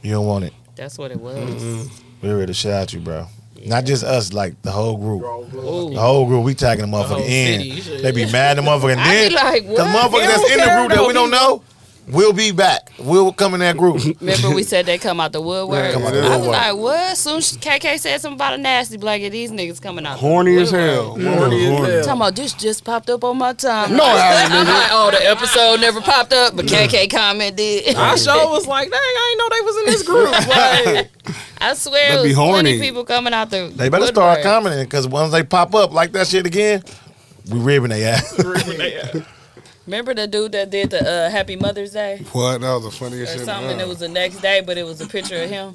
You don't want it. That's what it was. Mm-hmm. We ready to shit out you, bro. Not just us, like the whole group. Ooh. The whole group, we tagging the motherfucker whole in. city. They be mad at the motherfucker. And I then be like, the what? motherfucker They that's don't in the care group that we about don't me. know, we'll be back. We'll come in that group. Remember we said they come out the woodwork. Come out the I was woodwork. like, what? Soon as KK said something about a nasty blanket. These niggas coming out. the Horny as woodwork. hell. Horny as hell. Talking about this just popped up on my time. No, it hasn't, I'm like, oh, the episode never popped up, but KK comment did. I sure was like, dang, I ain't know they was in this group. Like, I swear, it That'd was be horny. horny. people coming out the. They better start commenting because once they pop up like that shit again, we ribbing their ass. group when they- Remember the dude that did the uh, Happy Mother's Day What? That was the or funniest shit. in the something? It world. was the next day, but it was a picture of him.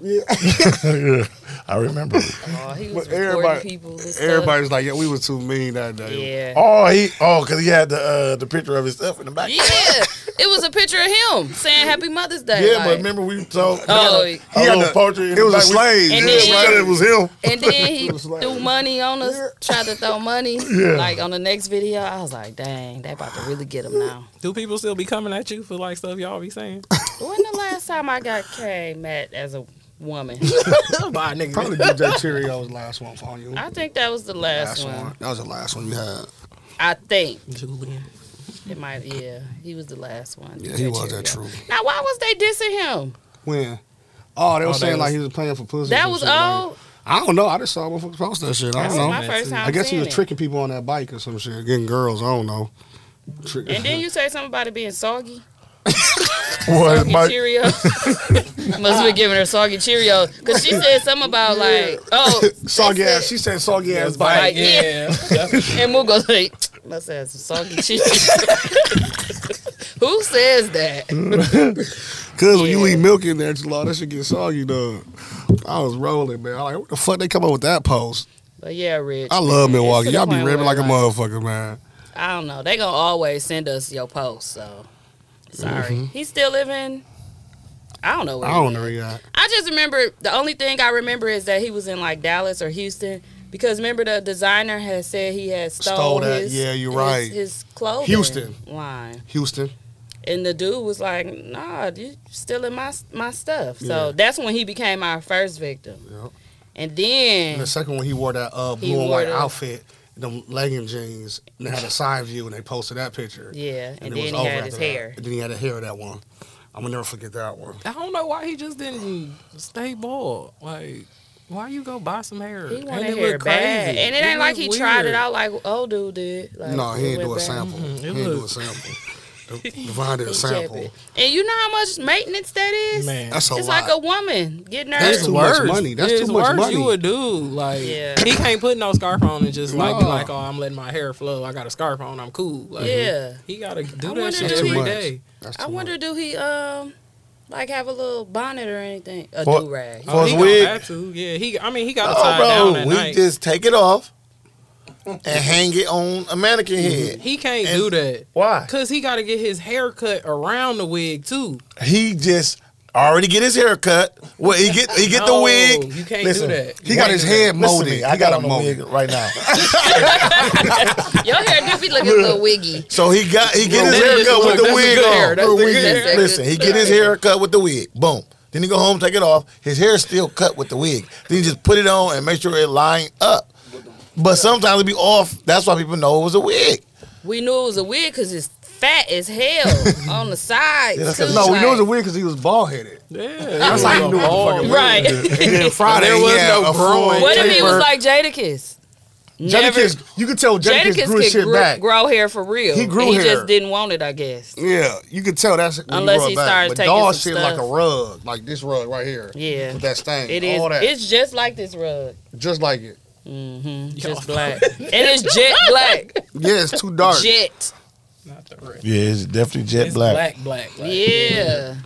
yeah, I remember. Oh, he was But recording everybody- people. and stuff. Everybody's like, yeah, we was too mean that day. Yeah. Oh, he oh, cause he had the uh, the picture of himself in the back. Yeah, it was a picture of him saying Happy Mother's Day. Yeah, like- but remember we told Oh, he had a little portrait. in It the was a back. We- slave. And Yeah, then- right, It was him. And then he was like- threw money on us, tried to throw money. Like on the next video, I was like, dang, they about to really get him now. Do people still be coming at you for like stuff y'all be saying? when the last time I got came at as a woman? Bye, nigga. Probably DJ Cheerios last one on you. I think that was the last, Last one. one. That was the last one you had. I think Julian. it might. Yeah, he was the last one. Yeah, he was that true. Now, why was they dissing him? When? Oh, they were Oh, saying that like was- he was playing for pussy. That and was shit like- old. I don't know. I just saw motherfuckers post that shit. I That was don't know. my first time. I guess he seeing was it. tricking people on that bike or some shit, getting girls. I don't know. Trick- And then you say something about it being soggy. What, soggy Mike? Cheerios. Must have been giving her soggy Cheerios because she said something about like, oh, soggy that's ass. it. She said soggy ass bike. Like, yeah. That's- And Mook goes like, must have some soggy Cheerios. Who says that? Cause when you leave milk in there too long, that shit get soggy, dog. I was rolling, man. I'm like, what the fuck they come up with that post? But yeah, Rich. I love man, it's Milwaukee. to the Y'all be point where, ripping like a motherfucker, man. I don't know. They gonna always send us your post, so sorry. He still living. I don't know. Where Mm-hmm. I he don't is. know yeah. I just remember the only thing I remember is that he was in like Dallas or Houston because remember the designer had said he had stole, Stole that. his Yeah, you're his- right. his clothing Houston. line Houston. and the dude was like nah you stealing my my stuff Yeah. so that's when he became our first victim Yep. and then And the second one, he wore that uh, He blue and wore white the- outfit, them legging jeans, and they had a side view, and they posted that picture. yeah and, then it was he over had after his that. hair And then he had a hair that one. I'm gonna never forget that one. I don't know why he just didn't stay bald. Like, why you go buy some hair? he And wanted it hair look bad crazy. and it ain't like he look tried it weird. out like old dude did like, Mm-hmm. no, he it ain't went do a back. sample. Mhm, it He ain't do a was- sample. Devon did a He sample. kept it. and you know how much maintenance that is Man. That's a it's lot. like a woman getting her That's It's too much worse. money. That's It's too much worse money. You a dude, like Yeah. he can't put no scarf on and just like be No. like, oh, I'm letting my hair flow. I got a scarf on. I'm cool. Like, yeah. He gotta do wonder that shit if he- every day. Much. That's too I wonder, Much. do he um like have a little bonnet or anything? A For- do rag. for Oh, his he gonna wig. have to. Yeah, he. I mean, he got to tie it Oh, down at bro, we night. just take it off and hang it on a mannequin head. he can't and- do that Why? because he got to get his hair cut around the wig too. He just already get his hair cut. Well, he get he get the No, wig. You can't Listen, do that. He got his head Listen to molded. me, I He got a on a wig right now. Your hair do be looking a little wiggy. So he got he get That his is- hair cut look, with the that's a wig good hair. on. That's a good That's hair. a good- Listen, he get his hair cut with the wig. Boom. Then he go home, take it off. His hair is still cut with the wig. Then he just put it on and make sure it line up. But sometimes it be off. That's why people know it was a wig. We knew it was a wig because it's fat as hell on the side. Yeah, that's too, a- No, we knew it was a like- wig because he was bald headed. Yeah, That's how you knew it was a fucking Right. And then Friday, There was yeah, no a full growing. What if he was taper. like Jadakiss? Never- Jadakiss, you could tell Jadakiss, Jadakiss grew his could shit grow, back. grow hair for real. He grew and he hair. just didn't want it, I guess. Yeah, you could tell that's when you Unless grow he it back. started but taking dog some shit stuff. like a rug, like this rug right here. Yeah. with that stain, It all is. that, It's just like this rug. just like it. Mm-hmm. Just black. and it's jet black. Yeah, it's too dark. Jet. Not the red. Yeah, it's definitely jet It's black. black, black, black. Yeah.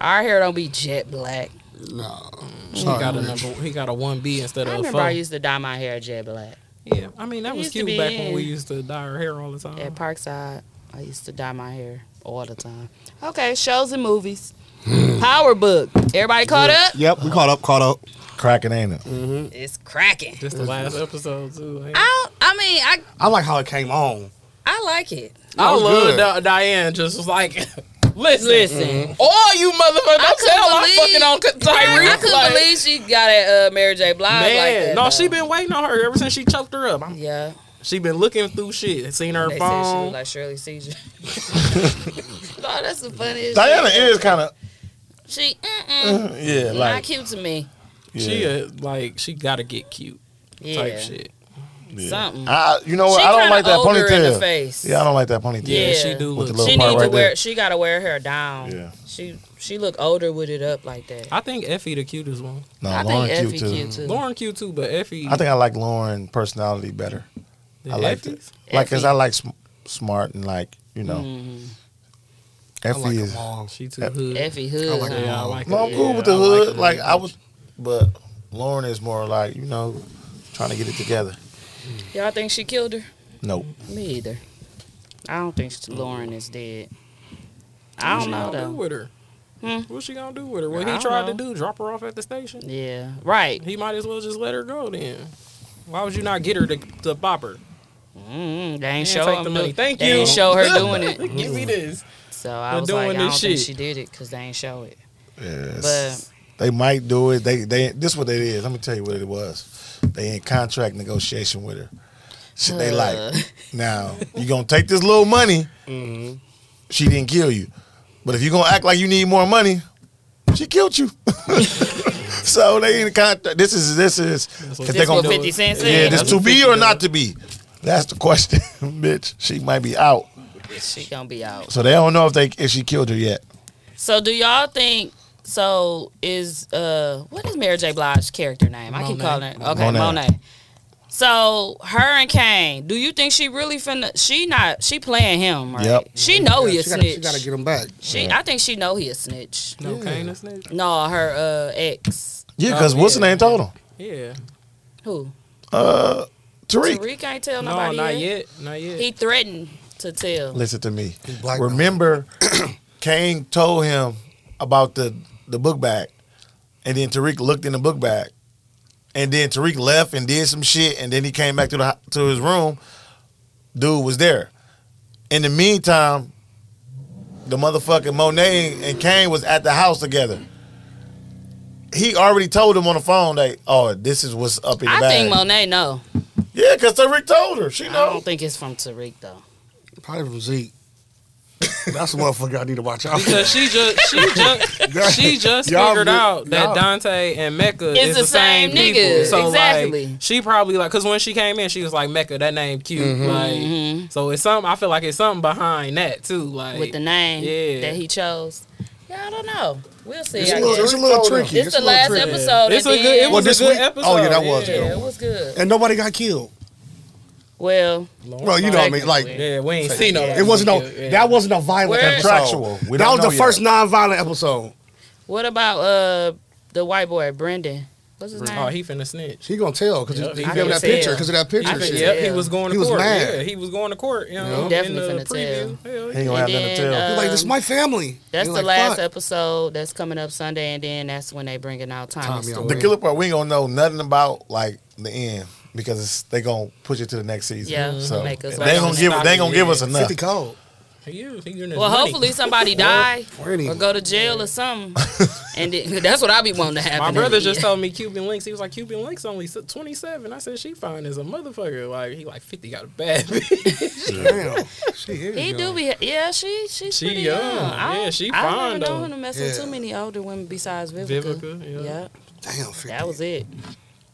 Our hair don't be jet black. No, He got a number. He got a one B I instead of a remember four. I used to dye my hair jet black. yeah, I mean that It was used to cute be back when we in. used to dye our hair all the time. At Parkside, I used to dye my hair all the time. Okay, shows and movies. Power book. Everybody caught up? Yep, we caught up. Caught up. Cracking, ain't it? It's cracking. This the last episode too. ain't it? I don't, I mean, I I like how it came on. I like it. I was love good. Di- Diane. Just was like, listen, Mm-hmm. Listen. all you motherfuckers, I don't tell couldn't my fucking on Tyrese. I couldn't like, believe she got at uh, Mary J. Blige Man, like that. no, though. she been waiting on her ever since she choked her up. I'm, Yeah. she been looking through shit, seen her They said she phone. was like Shirley Caesar. no, that's the funniest Diana shit. is kind of She, mm-mm, yeah, not like cute to me. She uh, like she gotta get cute Yeah. type shit. yeah. Something. I, you know what? She I don't kinda like that older in the ponytail. face. Yeah, I don't like that ponytail. Yeah, Yeah. she do With the little look. She part need to right wear. there. She gotta wear her down. Yeah. She she look older with it up like that. I think Effie the cutest one. No, I Lauren think cute Effie too. cute too. Lauren cute too, but Effie. I think I like Lauren personality better. than I liked it. Effie's? Like, cause Effie. Mm-hmm. I like sm- smart and like you know. I Effie like is. them all. She too hood. Effie Hood. like huh? them Yeah, I all. like Um, No, I'm it. cool Yeah, with the I hood. it. Like I was, but Lauren is more like you know, trying to get it together. Y'all think she killed her? Nope. Me either. I don't think she- Lauren is dead. I What don't she know gonna do though. with her? Hmm? What she gonna do with her? What I he don't tried to know. do, drop her off at the station. Yeah, right. He might as well just let her go then. Why would you not get her to, to bop her? Mm, they ain't Man, show take him the do- money. Thank they you. ain't show her doing it. Give me this. So I They're was like, I doing don't this think shit. she did it because they ain't show it. Yes. But They might do it. They they this what it is. Let me tell you what it was. They in contract negotiation with her. Shit, they Uh. like now you gonna take this little money. She didn't kill you, but if you gonna act like you need more money, she killed you. so they in contract. This is this is what- if they this what gonna Fifty Cent said. yeah. This that's to what be Fifty or does. not to be. That's the question, bitch. She might be out, she gonna be out. so they don't know if they if she killed her yet. So do y'all think? So is uh what is Mary J. Blige's character name? I keep Monet. calling her okay Monet. Monet. So her and Kane, do you think she really finna? She not she playing him, right? Yep. She know Yeah, he a she Oh, gotta, snitch. she gotta get him back. She- I think she know he a snitch. No cane or snitch. No, her uh ex. Yeah, because Wilson ain't told him. Yeah. Who? Uh, Tariq. Tariq ain't tell No, nobody. not yet. yet. Not yet. He threatened to tell. Listen to me. blackmailed. Remember, Kane told him about the the book bag, and then Tariq looked in the book bag, and then Tariq left and did some shit, and then he came back to the to his room. Dude was there. In the meantime, the motherfucking Monet and Kane was at the house together. He already told him on the phone that, oh, this is what's up in the I bag. think Monet know. yeah, because Tariq told her. She I knows. don't think it's from Tariq though. Probably from Zeke. That's the motherfucker I need to watch out for. Because she just she just she just Y'all figured re- out that y'all- Dante and Mecca is, the, same, nigga. people. So Exactly. like she probably like because when she came in she was like Mecca that name cute Mm-hmm. like so it's something I feel like it's something behind that too like with the name yeah. that he chose. Yeah, I don't know. We'll see. It's a I little, guess. it's a little tricky. It's the a little last tricky. episode. It's It's a good. It was this a good week? episode. Oh, yeah, that was yeah. a good yeah, it was good. And nobody got killed. Well, Well, you know what I mean. Like Yeah, we ain't seen no. it wasn't no. Yeah. That wasn't a violent Where- episode. Contractual. We That don't was the know yet. first non-violent episode. what about uh the white boy Brendan? What's his name? Oh, he finna snitch. He gonna tell because Yup, he, he gave him finna that picture tell. because of that I picture. think, finna shit. tell. yep, he was going to He was court. mad. Yeah, he was going to court. You know, He definitely in the finna tell. preview. Hell yeah. He ain't And gonna have nothing to then, tell. uh, He's like, this is my family. that's He the like, last fuck. episode that's coming up Sunday, and then that's when they bringing out Tommy's Tommy, story. The killer part, we ain't gonna know nothing about like the end because it's, they gonna push it to the next season. Yeah, so make us they ain't gonna watch give it. they ain't gonna give us enough. Fifty cold. He is. He getting his Well, money. hopefully somebody die Or any- or go to jail or something, and then, that's what I be wanting to happen. My at brother the just end. told me Cuban Links. He was like, Cuban Links only s- 27. I said, she fine as a motherfucker. Like, he like 50 got a bad bitch. Damn. She is He young. do be, yeah. She she's She pretty young. young. I Yeah, don't- she I fine, never though. know him to mess with Yeah. too many older women besides Vivica. Vivica, yeah. yeah. Damn. 50. that was it.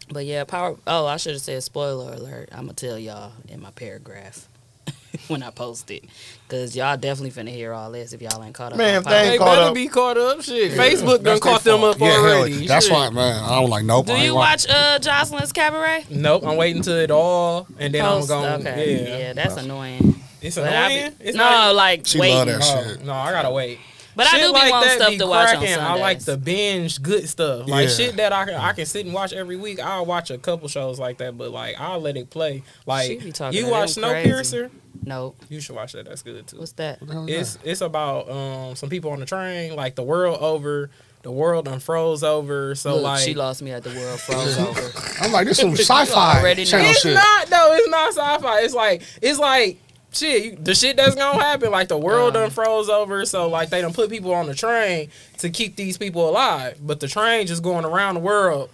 But yeah, power. Oh, I should have said spoiler alert. I'm gonna tell y'all in my paragraph when I post it, cause y'all definitely finna hear all this if y'all ain't caught up. Man, on if they power. They ain't caught better up. be caught up. Shit. Facebook done That's their caught them fault. up yeah, hell, already. that's Shit. why, man. I don't like nope. I Do ain't you watch- watch uh Jocelyn's Cabaret? Nope, I'm waiting till it all, and then Post? I'm going. okay, Yeah. yeah, that's annoying. it's But I be- annoying. it's no, not- like She waiting. love that Oh, shit. no, I gotta wait. But I Shit do be like wanting that stuff be to watch on cracking. Sundays. I like to binge good stuff, like Yeah. shit that I can I can sit and watch every week. I'll watch a couple shows like that, but like I'll let it play. She Like be talking you to watch them crazy. Snowpiercer, No, you should watch that. That's good too. what's that? It's it's about um some people on the train, like the world over, the world unfroze over. So Look, like she lost me at the world froze over. I'm like, this some sci-fi already know. channel it's Oh, shit. not though. It's not sci-fi. It's like it's like shit. You, the shit that's gonna happen. Like the world done froze over. So like they done put people on the train to keep these people alive. But the train just going around the world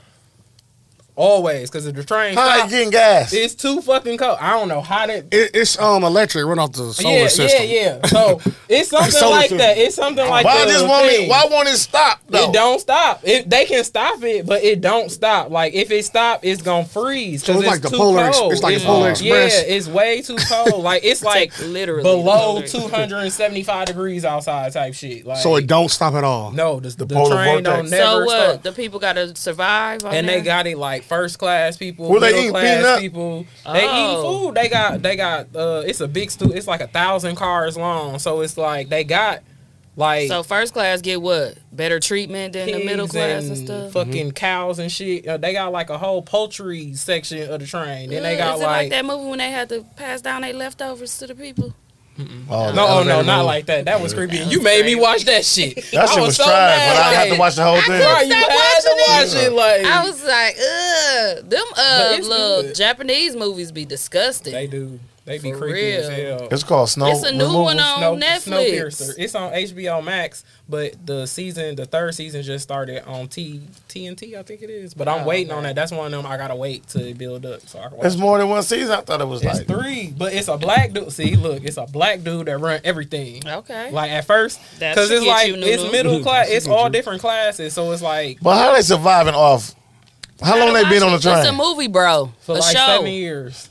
always because if the train How you stops, getting gas? it's too fucking cold. I don't know how that. It, it's um electric. Run off the solar yeah, system. yeah, yeah. So it's something Solar like system. that. It's something like why the this woman? thing. Why won't it stop? Though? It don't stop. It, they can stop it, but it don't stop. Like if it stop, it's gonna freeze. So 'cause it's like the too Polar Ex- cold. it's like the Polar Express. Yeah, it's way too cold. like it's like literally below literally. 275 degrees outside type shit. Like So it don't stop at all. No, the, the, polar train vortex. don't never So what? stop. The people gotta survive. on and they there? got it like like first class people, Where they middle eat class peanut? people. They Oh. eat food. They got they got uh it's a big stu it's like a thousand cars long. So it's like they got like So first class get what? Better treatment than the middle pigs class and stuff. Fucking cows and shit. Uh, they got like a whole poultry section of the train. Then they Ugh, got Is it like that movie when they had to pass down their leftovers to the people? Oh, no, oh, no, elevator not move. like that. That was creepy. you made me watch that shit. That I shit was, so trash, mad. but I had to Like, watch the whole Bro, thing. you had to watch it. Like I was like, ugh, them uh it's little good. Japanese movies be disgusting. they do. They be For creepy as real. hell. It's called Snow. It's a new Removal. one on Snowpiercer. Netflix. It's on HBO Max, but the season, the third season, just started on T TNT. I think it is, but Oh, I'm waiting on that. That's one of them I gotta wait to build up so I can watch. It's more than one season. I thought it was It's like three, but it's a black dude. See, look, it's a black dude that run everything. Okay. Like at first, That because should it's get like you, Nunu. it's middle Mhm. class. It's all different classes, so it's like But how they surviving off? How long they been on the It's a train? movie, bro. for a like show. seven years.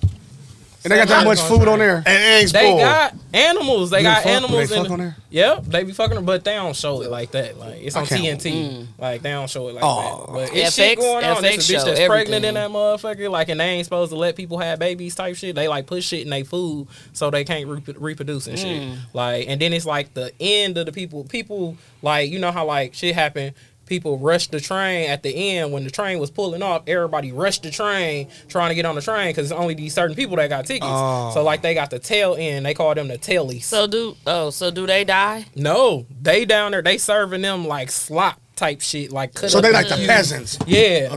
And they got that much food on there. And it ain't They spoiled. got animals. They Do got fuck- do they animals in fuck the- on there? Yep, they be fucking, her, but they don't show it like that. Like it's on can't- TNT. Like they don't show it like Oh. that. But it's FX shit going on. It's a show bitch that's everything. pregnant in that motherfucker. Like and they ain't supposed to let people have babies type shit. They like put shit in they food so they can't re- reproduce and shit. Mm. Like and then it's like the end of the people. People like you know how like shit happened. People rushed the train at the end when the train was pulling off. Everybody rushed the train trying to get on the train because it's only these certain people that got tickets. So like they got the tail end. They call them the tailies. So do oh, so do they die? No, they down there. They serving them like slop type shit, like cut So up they like and the used. peasants. Yeah,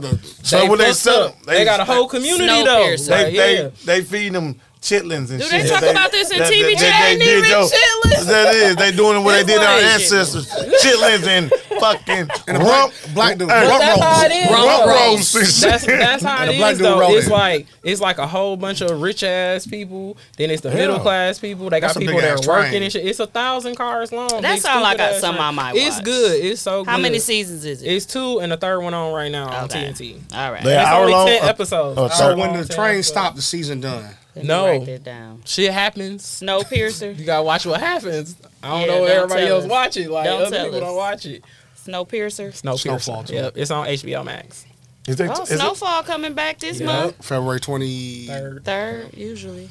So what they fucked sell- up. They, they- got a whole community Snow though. piercer. They Like, they yeah. they feeding them chitlins and Do shit. they talk about this in TV? They need did, rich yo. chitlins. That is, they doing what they did to our like- ancestors. chitlins and fucking rump, black dude. Hey, Rump that's roast. how it is. Rump though. roast and shit. That's, that's how And it a black is dude though. rolling. It's like it's like a whole bunch of rich ass people. Then it's the middle class people. They got That's a people big that ass are working train. and shit. It's a thousand cars long. That big sound like stupid I- ass something I train. might It's watch. good. It's so good. How many seasons is it? It's two and the third one on right now on Okay. TNT. All right. They It's hour only long. ten Uh, episodes. uh, so Hour So when long, the 10 train episodes. stopped, the season done. Let me No. Write that down. shit happens. Snowpiercer. You gotta watch what happens. I don't Yeah, know if don't everybody tell else us. watch it. Like Don't other tell people us. don't watch it. Snowpiercer. Snowfall, Snowpiercer. too. Yep, it's on HBO Max. Is they, Oh, is it- Snowfall coming back this Yeah. month. February 20. Third. Third, usually.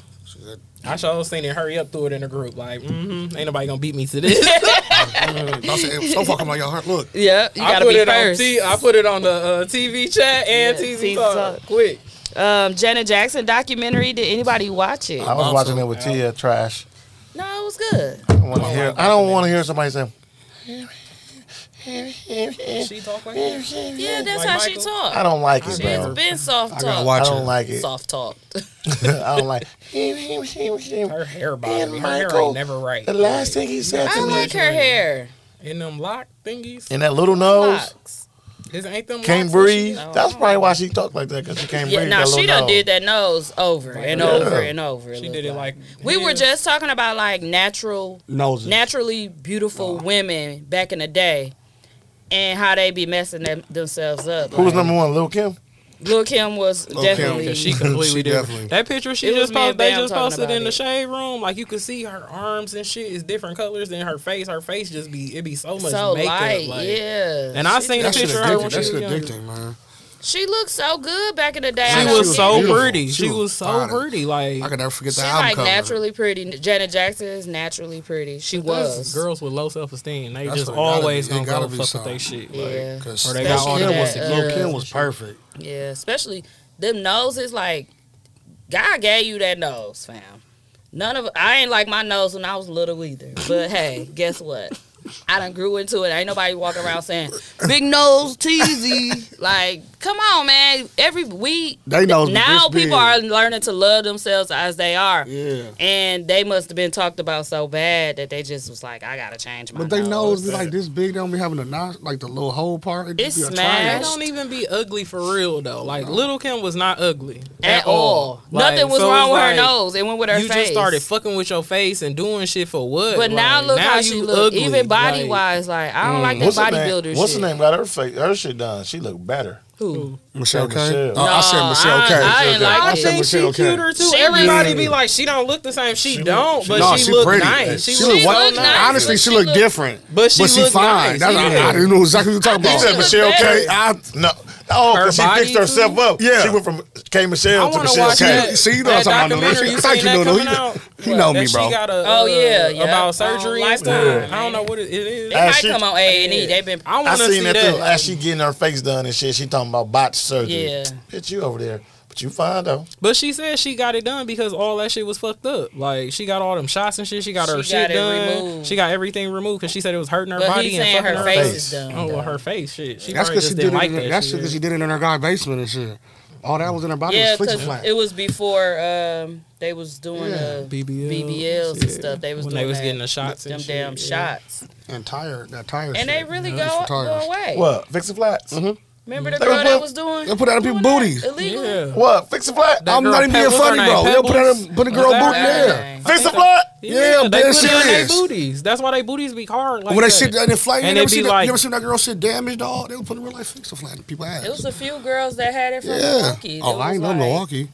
I sure seen it. Hurry up through it in the group. Like, mm-hmm, ain't nobody gonna beat me to this. I said, so far, come on, y'all heart. Look, Yeah, you I gotta put be it first. on. T- I put it on the uh, TV chat and Yeah, TV TV talk. talk. Quick. um, Janet Jackson documentary. Did anybody watch it? I was watching it with Tia Trash. No, it was good. I don't want to hear. I don't want to hear somebody say. She talk like that. Yeah, that's Like how she Michael? talked. I don't like it, She's bro. been soft gotta talked. watch I don't like it. Soft talked. I don't like. Her hair bothered me. Her hair Michael, ain't never right. The last thing he said I to me. like her hair. And them lock thingies. And that little nose Locks. Is ain't them can't locks and breathe. No. That's probably why she talked like that because she can't Yeah, breathe. now that she little done nose. did that nose over and Yeah. over and over. shit? She looked did it like We were his. just talking about like natural, noses. naturally beautiful women back in the day, and how they be messing them, themselves up. Who was like, number one? Lil Kim. Lil Kim was definitely. Yeah, she completely She different. definitely- That picture she It was just me and posted, they Bam just talking posted about in the it. shade room. Like you could see her arms and shit is different colors than her face. Her face just be it be so much so makeup. light, like, yeah. And I She- seen a that shit picture of her when addicting. she That was shit addicting, younger. man. She looked so good back in the day. I She don't was get so it. beautiful. pretty. She She was was so fine. pretty. Like I could never forget She the album like cover. naturally pretty. Janet Jackson is naturally pretty. She that's was. girls with low self esteem. They That's just what it gotta always be. It gonna gotta go be fuck with something. their shit. Like, Yeah. Because Or they got all Especially that that, Lil uh, Kim was perfect. Yeah, especially them noses. Like God gave you that nose, fam. None of I ain't like my nose when I was little either. But hey, guess what? I done grew into it. Ain't nobody walking around saying big nose teasy. like, come on, man. Every we They know now this people are learning to love themselves as they are. Yeah. And they must have been talked about so bad that they just was like, I gotta change my. But they nose. nose be like this big. They don't be having a nose, like the little hole part. It It's just be a They smashed. triangle. don't even be ugly for real though. Like Little Kim was not ugly at, all. Nothing Like, was so wrong it's with her like, nose. It went with her you face. just started fucking with your face and doing shit for what? But now Like, look how she you look. ugly. Even body Like, mm. wise, like I don't like that What's her bodybuilder name? What's her shit. name? Got her face, her shit done. She looked better. Who? Michelle Say K. Michelle. Oh, I said No, Michelle I- K. I ain't like I it. said think she Michelle K. cuter too. She Everybody is. be like, she don't look the same. She, don't, but she, look nice. She, She look, look white. white. look nice. Honestly, She she look look- different. But she but she look fine. nice. That's, I, Yeah. I didn't know exactly what you talking You about. said She look Michelle better. K. I, No, Oh, 'cause Her she fixed body, herself too? up. Yeah. She went from K Michelle to I wanna Michelle watch K. that. See, you know that what I'm talking about, documentary though. you I thought seen you that knew, though. coming He- out? he What, know that me, she bro. got a, Oh, uh, yeah, yeah. about On surgery. and stuff. Lifetime, I don't know what it, it is. They might she- come on A and E. They've been. I I want to see seen that. that, too. As she getting her face done and shit, she talking about botched surgery. Yeah. Bitch, you over there. But you fine though. But she said she got it done because all that shit was fucked up. Like she got all them shots and shit. She got her She shit got it done. removed. She got everything removed because she said it was hurting her But body he's and saying fucking her her face face. is done. Oh, though. well, her face shit. She That's probably because just she did didn't it. like in- that. that's shit. because she did it in her guy's basement and shit. All that was in her body Yeah, was flicker because flat. it was before um, they was doing the BBLs, BBLs and yeah. stuff. They was When they doing was that, getting the shots them and shit, damn yeah. shots, and tire, that tire. and they really yeah, go, that's go for tires. away. What? Fixing flats? Remember the They girl put- that was doing? they put out in doing that people's booties. Illegally. Yeah. What? Fix a flat? That I'm girl not even being Pebbles, her funny, name bro. They'll put Pebbles. out a, put a Was girl that booty her in there. name? Uh, Fix a flat? Yeah, they dead put it on their serious. booties. That's why they booties be hard. Like When they that. sit and they fly, you And ever they be seen that- like- you ever seen that girl shit damaged, dog? They would put a real life fixer flat in people's ass. It was a few girls that had it from Yeah. Milwaukee. Oh, It I was ain't know like- Milwaukee.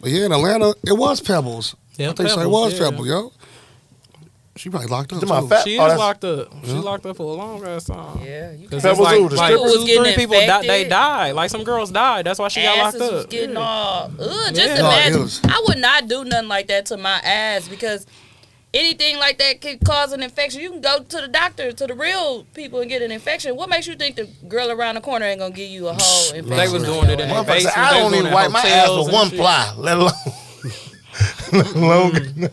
But yeah, in Atlanta, it was Pebbles. Yeah, I think so. It was Pebbles, yeah. Pebbles, yo. She probably locked up. Them my too. fat- She Oh, is that's- locked up. She locked up for a long ass time. Yeah, you Cause can't- it's Pebbles like, who? The like strippers? two, Getting three people died. They infected? died. Like some girls died. That's why she got locked asses was up. getting Yeah. all ugh, just Yeah. No, Oh, it imagine. was- I would not do nothing like that to my ass because anything like that could cause an infection. You can go to the doctor, to the real people, and get an infection. What makes you think the girl around the corner ain't gonna give you a whole infection? They was doing it in their Motherfucker said, basement. I don't even wipe my ass with one fly. fly, let alone. let alone. Mm-hmm.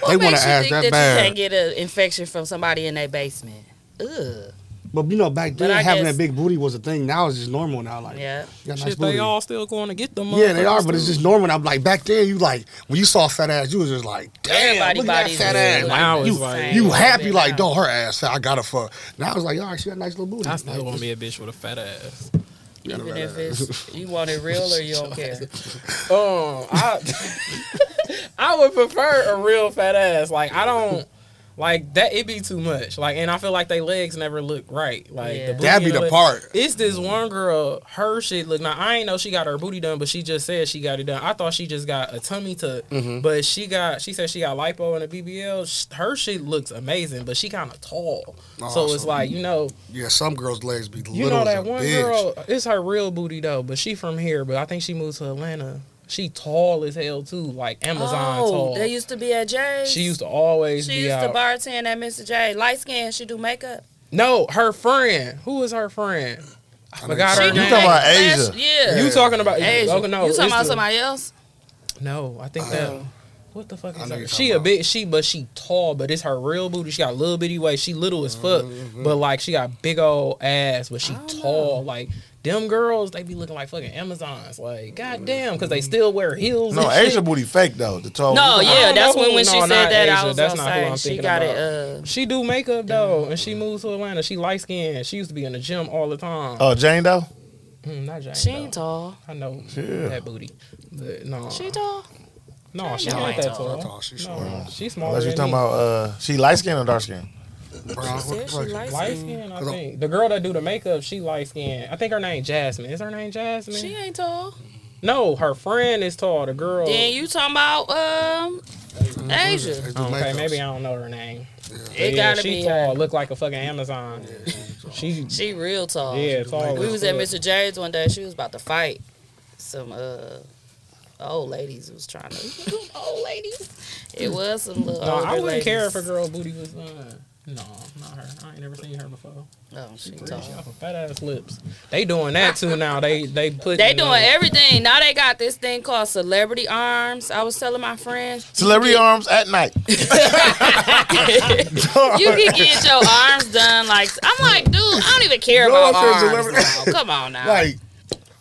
What They wanna makes you ask think that that bad. you can't get an infection from somebody in their basement? Ugh. But you know, back But then I having guess- that big booty was a thing. Now it's just normal now. Like, Yeah. you got a nice Shit, booty. they all still going to get them. yeah, they are, motherfuckers, but it's too. just normal. I'm like, back then, you like when you saw fat ass, you was just like, damn, Everybody look at that bodies fat was ass. like Now Like, it's you, like- you Yeah. happy? Like, Yeah. don't her ass fat. I gotta fuck. Now I was like, all right, she got a nice little booty. I still Like, want to be a bitch with a fat ass. Even if it's you want it real or you don't care. Um, I I would prefer a real fat ass. Like I don't like that. It be too much. Like, and I feel like they legs never look right. Like Yeah. the booty That'd be and the leg- part. It's this one girl. Her shit look. Now I ain't know she got her booty done, but she just said she got it done. I thought she just got a tummy tuck, Mm-hmm. but she got. She said she got lipo and a BBL. Sh- Her shit looks amazing, but she kind of tall. so it's Awesome. like you know. Yeah, some girls' legs be little. You know as that a one bitch. girl, it's her real booty though, but she from here, but I think she moved to Atlanta. She tall as hell too, like Amazon Oh, tall. they used to be at Jay's. she used to always She be used to out. bartend at Mr. J. Light skin, she do makeup. no, her friend. Who is her friend? I forgot She her do name. talking about makeup. Asia. Yeah. you talking about Asia. Oh, no, you it's talking about the- somebody else? No, I think that what the fuck I is know her? you're She talking a about. bit she but she tall, but it's her real booty. She got a little bitty waist. She little as fuck. But like she got big old ass, but she tall. Like them girls, they be looking like fucking Amazons. Like, goddamn, because they still wear heels. No, and shit. Asia booty fake though. The tall. No, I yeah, don't that's know when who- when she Oh, no, said not that I Asia. was That's gonna not who say I'm she thinking got about. it. Uh, She do makeup though, and she moved to Atlanta. She light skinned. She used to be in the gym all the time. Oh, Jane though. Mm, not Jane. she though. ain't tall. I know Yeah. that booty, but no, She tall. no, she Jane ain't ain't that tall. tall. Not tall, she short. No, she's smaller. Unless you're than talking me. about uh, she light skin or dark skin. Brown, what the Said she fuck? light Light skin. skin, I 'Cause I'm- think. The girl that do the makeup, she light skin. I think her name Jasmine. Is her name Jasmine? She ain't tall. no, her friend is tall. The girl. Then you talking about um Asia. They do okay, makeups. maybe I don't know her name. But It yeah, gotta she be tall. her. Look like a fucking Amazon. she. She real tall. Yeah, tall. We as was at fuck. Mr. J's one day. She was about to fight some uh old ladies. who Was trying to old ladies. It was some little. No, older I wouldn't ladies. care if a girl booty was done. No, not her. I ain't never seen her before. Oh, she She tall. got some fat ass lips. They doing that too now. They they put. They doing everything. Now they got this thing called celebrity arms. I was telling my friends. Celebrity arms at night. You can get your arms done like I'm like, dude, I don't even care No, about I said arms. celebrity- now. Come on now. Like,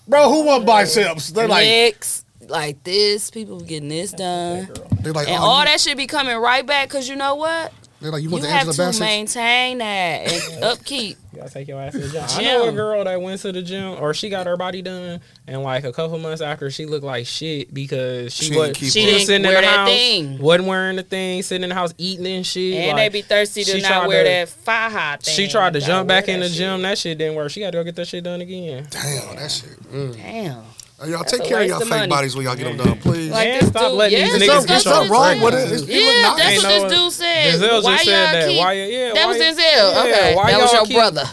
bro, who want biceps? They like, Legs, like this, people getting this done. they like, And oh, all you- that should be coming right back because you know what? They like, you You want the have Angela to Bassett? maintain that and upkeep. You gotta take your ass to the gym. I know a Gym. girl that went to the gym, or she got her body done, and like a couple months after, she looked like shit because she, She didn't was keep she up. was sitting Wear in the that house, thing. wasn't wearing the thing, sitting in the house eating and shit. And like, they be thirsty to she not tried wear to- that fire hot thing. She tried to Gotta jump back wear in that the shit. gym. That shit didn't work. She got to go get that shit done again. Damn, that shit. Mm. Damn. Hey, Y'all That's take a care of waste y'all of fake money. bodies when y'all get them done, please. Like Man, this stop dude- letting yeah, these There's niggas something- get there's that's y'all something wrong with it. pregnant. It's, it Yeah, look nice. that's Ain't what no- this dude said. Denzel why y'all just said that. keep? Why- yeah, that why- was Denzel. yeah, okay, why that was y'all your keep- brother.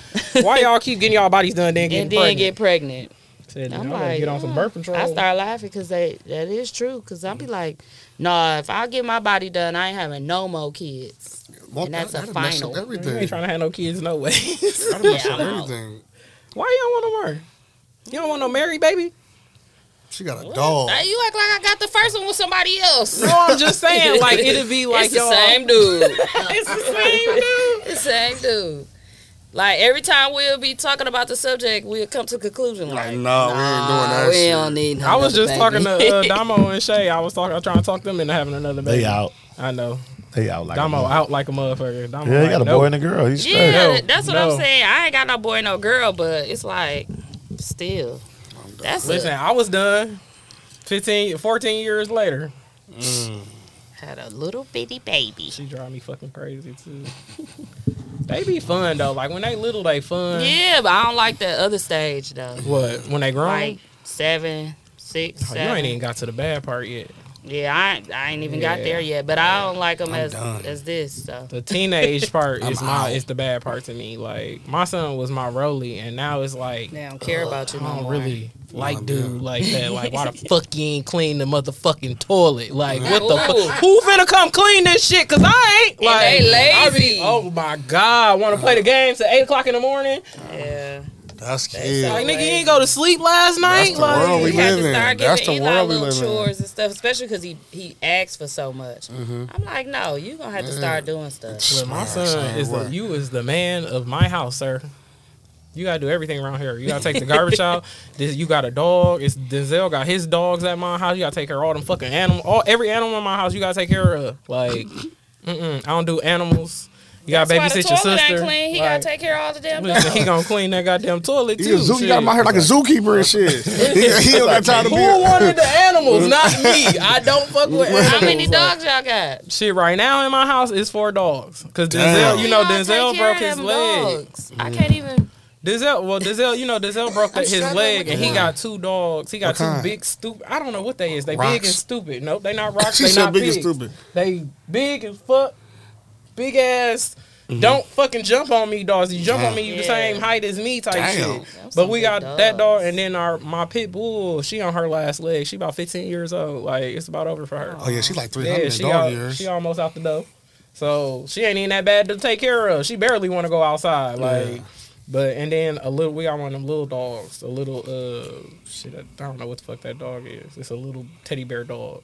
Why y'all keep getting y'all bodies done then getting and then pregnant? get pregnant. Said, you I'm know, like, get on some "Mm." birth control. I start laughing because they that is true. Because I'll be like, nah, if I get my body done, I ain't having no more kids. And that's a that'd mess final. Up You ain't everything. trying to have no kids, no way. That'd mess Yeah, up I'm out. everything. Why you don't want no more? You don't want no married baby? She got a dog. Hey, you act like I got the first one with somebody else. No, I'm just saying, like it'd be like it's the y'all- same dude. It's the same dude. It's the same dude. Like every time we'll be talking about the subject, we'll come to a conclusion. Like, Like, no, we ain't doing that we shit. don't need. No I was just another talking baby. to uh, Damo and Shay. I was talking, I was trying to talk them into having another baby. They out. I know. They out like Damo a mother- out like a motherfucker. Damo Yeah, he like, got a nope. boy and a girl. He's Yeah, straight. No, that- that's what no. I'm saying. I ain't got no boy, no girl, but it's like still. That's Listen, a, I was done 15, 14 years later. had a little bitty baby. She drive me fucking crazy too. they be fun though. Like when they little, they fun. Yeah, but I don't like that other stage though. What? When they grown? Like seven, six, Oh, you seven. ain't even got to the bad part yet. yeah, I ain't, I ain't even got Yeah. there yet. But I don't like them as done. as this. So The teenage part is my out. is the bad part to me. Like my son was my roly, and now it's like they don't care about you I no don't more. really like dude like that. Like why the fuck you ain't clean the motherfucking toilet? Like what the Ooh. fuck? Who finna come clean this shit? Cause I ain't like they I be- lazy. oh my god, want to play the game till eight o'clock in the morning? Yeah, That's kid. Like nigga, you ain't go to sleep last night. the like world we we had to live in. start That's the giving Eli world we little live in. chores and stuff, especially because he he asks for so much. Mm-hmm. I'm like, no, you gonna have to start doing stuff. But my Smart, son son, Uh, is the, what? you is the man of my house, sir. You gotta do everything around here. You gotta take the garbage out. This, you got a dog. It's Denzel got his dogs at my house. You gotta take care of all them fucking animal. All every animal in my house. You gotta take care of. Like, mm-mm, I don't do animals. You gotta That's why the babysit your toilet sister. ain't clean. He Like, gotta take care of all the damn listen, dogs. he gonna clean that goddamn toilet He, a too. zoo, he shit. got him out here like a zookeeper and shit. he, he don't got time to Who be. a- wanted the animals? Not me. I don't fuck with animals. How many dogs y'all got? Shit, right now in my house is four dogs. Cause Damn. Denzel, you know, Y'all take Denzel care broke of his them leg. dogs. Mm-hmm. I can't even. Denzel, well, Denzel, you know, Denzel broke his struggling leg, with and he that. got two dogs. He got What two kind? big stupid. I don't know what they is. They big Rocks. and stupid. Nope, they not rocks. She they said not big and pigs. stupid. They big as fuck, big ass. Mm-hmm. Don't fucking jump on me, dogs. You jump on me, you the Yeah. same height as me, type Damn. shit. Them But some we big got that dog, dogs. and then our my pit bull. She on her last leg. She about 15 years old. Like it's about over for her. Oh yeah, she like three hundred Yeah, in she dog al- years. she almost out the door. So she ain't even that bad to take care of. She barely want to go outside. Like, but and then a little we got one of them little dogs. A little uh shit. I I don't know what the fuck that dog is. It's a little teddy bear dog.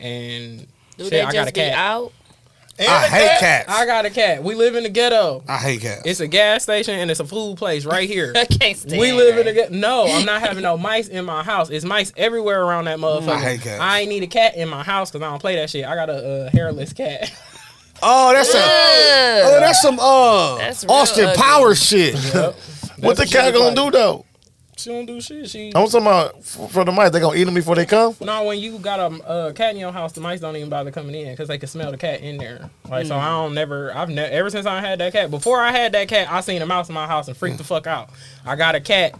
And Do shit, they I just got a be cat. out? I hate cats. I got a cat. We live in the ghetto. I hate cats. It's a gas station and it's a food place right here. I can't stand. We live in that. a ghetto. No, I'm not having no mice in my house. It's mice everywhere around that motherfucker. I hate cats. I ain't need a cat in my house because I don't play that shit. I got a uh, hairless cat. Oh, that's a. Oh, that's some uh That's real Austin ugly. Powers shit. What the That's what cat she gonna look do though? She don't do shit. She I'm talking about f- for the mice. They gonna eat them before they come. no. When you got a uh, cat in your house, the mice don't even bother coming in because they can smell the cat in there. Like so, I don't never. I've never ever since I had that cat. Before I had that cat, I seen a mouse in my house and freaked the fuck out. I got a cat.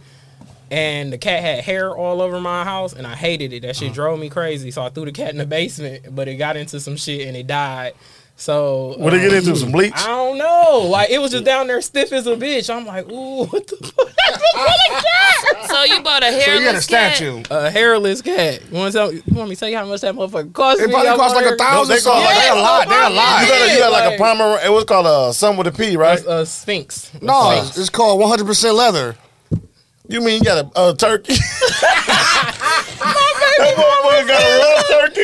And the cat had hair all over my house, and I hated it. That shit drove me crazy. So I threw the cat in the basement, but it got into some shit and it died. So What they um, get into? Some bleach? I don't know. Like it was just down there stiff as a bitch. I'm like, ooh, what the fuck? So you bought a hairless You got a cat? statue. a hairless cat. You want, to tell, you want me to tell you how much that motherfucker cost? It me? probably I'm costs like wondering- a No, thousand. they call something. like- They a lot. They're a You lot. got, a, you got like a Like- Pomeran. It was called a something with a P, right? A, a sphinx. No, it's called one hundred percent leather. You mean you got a, a turkey? that motherfucker got a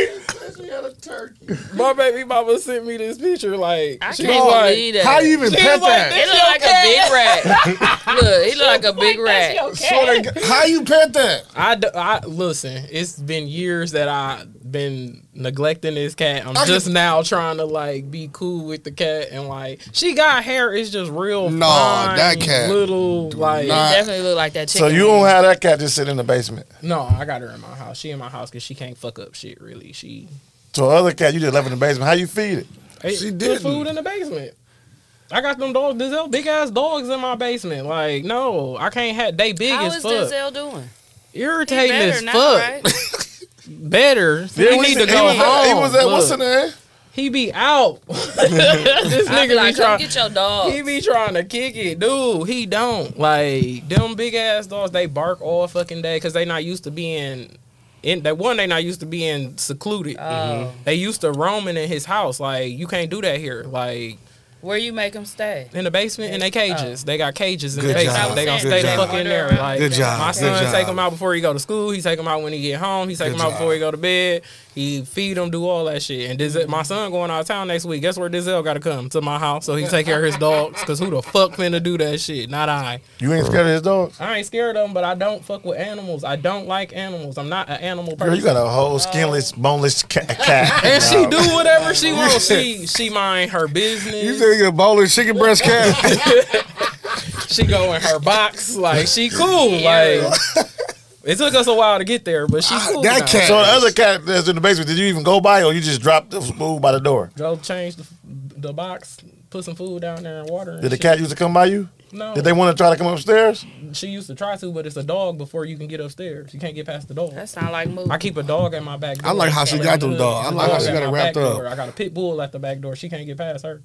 real turkey. My baby mama sent me this picture. Like I she can't was like, believe that. How you even She pet was like that? He look That's like your a big rat. look, he look like a big rat. So they, how you pet that? I, d- I listen. It's been years that I've been neglecting this cat. I'm I just can- now trying to like be cool with the cat and like she got hair. It's just real. No, fine, that cat little like not- He definitely look like that chicken. So you don't have that cat just sitting in the basement. no. I got her in my house. She in my house because she can't fuck up shit. Really, she So other cat you just left in the basement. How you feed it? She She didn't. did food in the basement. I got them dogs, Denzel, big ass dogs in my basement. Like, no, I can't have. They big How as is fuck, Denzel doing? He irritating better as now, fuck. right? Better. Yeah, he was- need to he go was at- home. He was at what's in Look, there? He be out. this I be nigga be like, come trying. get your dog. He be trying to kick it, dude. He don't like them big ass dogs. They bark all fucking day because they not used to being in. That one, they not used to being secluded. Oh. They used to roaming in his house. Like you can't do that here. Like Where you make him stay? in the basement, in they cages. They got cages in Good the basement. job. They gonna Good stay the job. fuck in there. Like Good job. my Good son job. take him out before he go to school. He take him out when he get home. He take Good him out job. before he go to bed. He feed him, do all that shit. And Dizel, my son going out of town next week. Guess where Dizel got to come to my house so he take care of his dogs. Cause who the fuck finna do that shit? Not I. You ain't scared of his dogs? I ain't scared of them, but I don't fuck with animals. I don't like animals. I'm not an animal person. Girl, you got a whole skinless, boneless ca- cat. and she do whatever she wants. said- She she mind her business. You said you a bowl of chicken breast cat. she go in her box. Like she cool. Like it took us a while to get there, but she cool. Ah, that now. cat- So the other cat that's in the basement, did you even go by or you just dropped the food by the door? Go change the, the box, put some food down there and water. And Did the shit. cat used to come by you? No, Did they want to try to come upstairs? she used to try to, but it's a dog before you can get upstairs. You can't get past the dog. That sound like movie. I keep a dog at my back. Door. I like how she Like, got them look, dog. I the like how she at got it my wrapped back up. door. I got a pit bull at the back door. She can't get past her.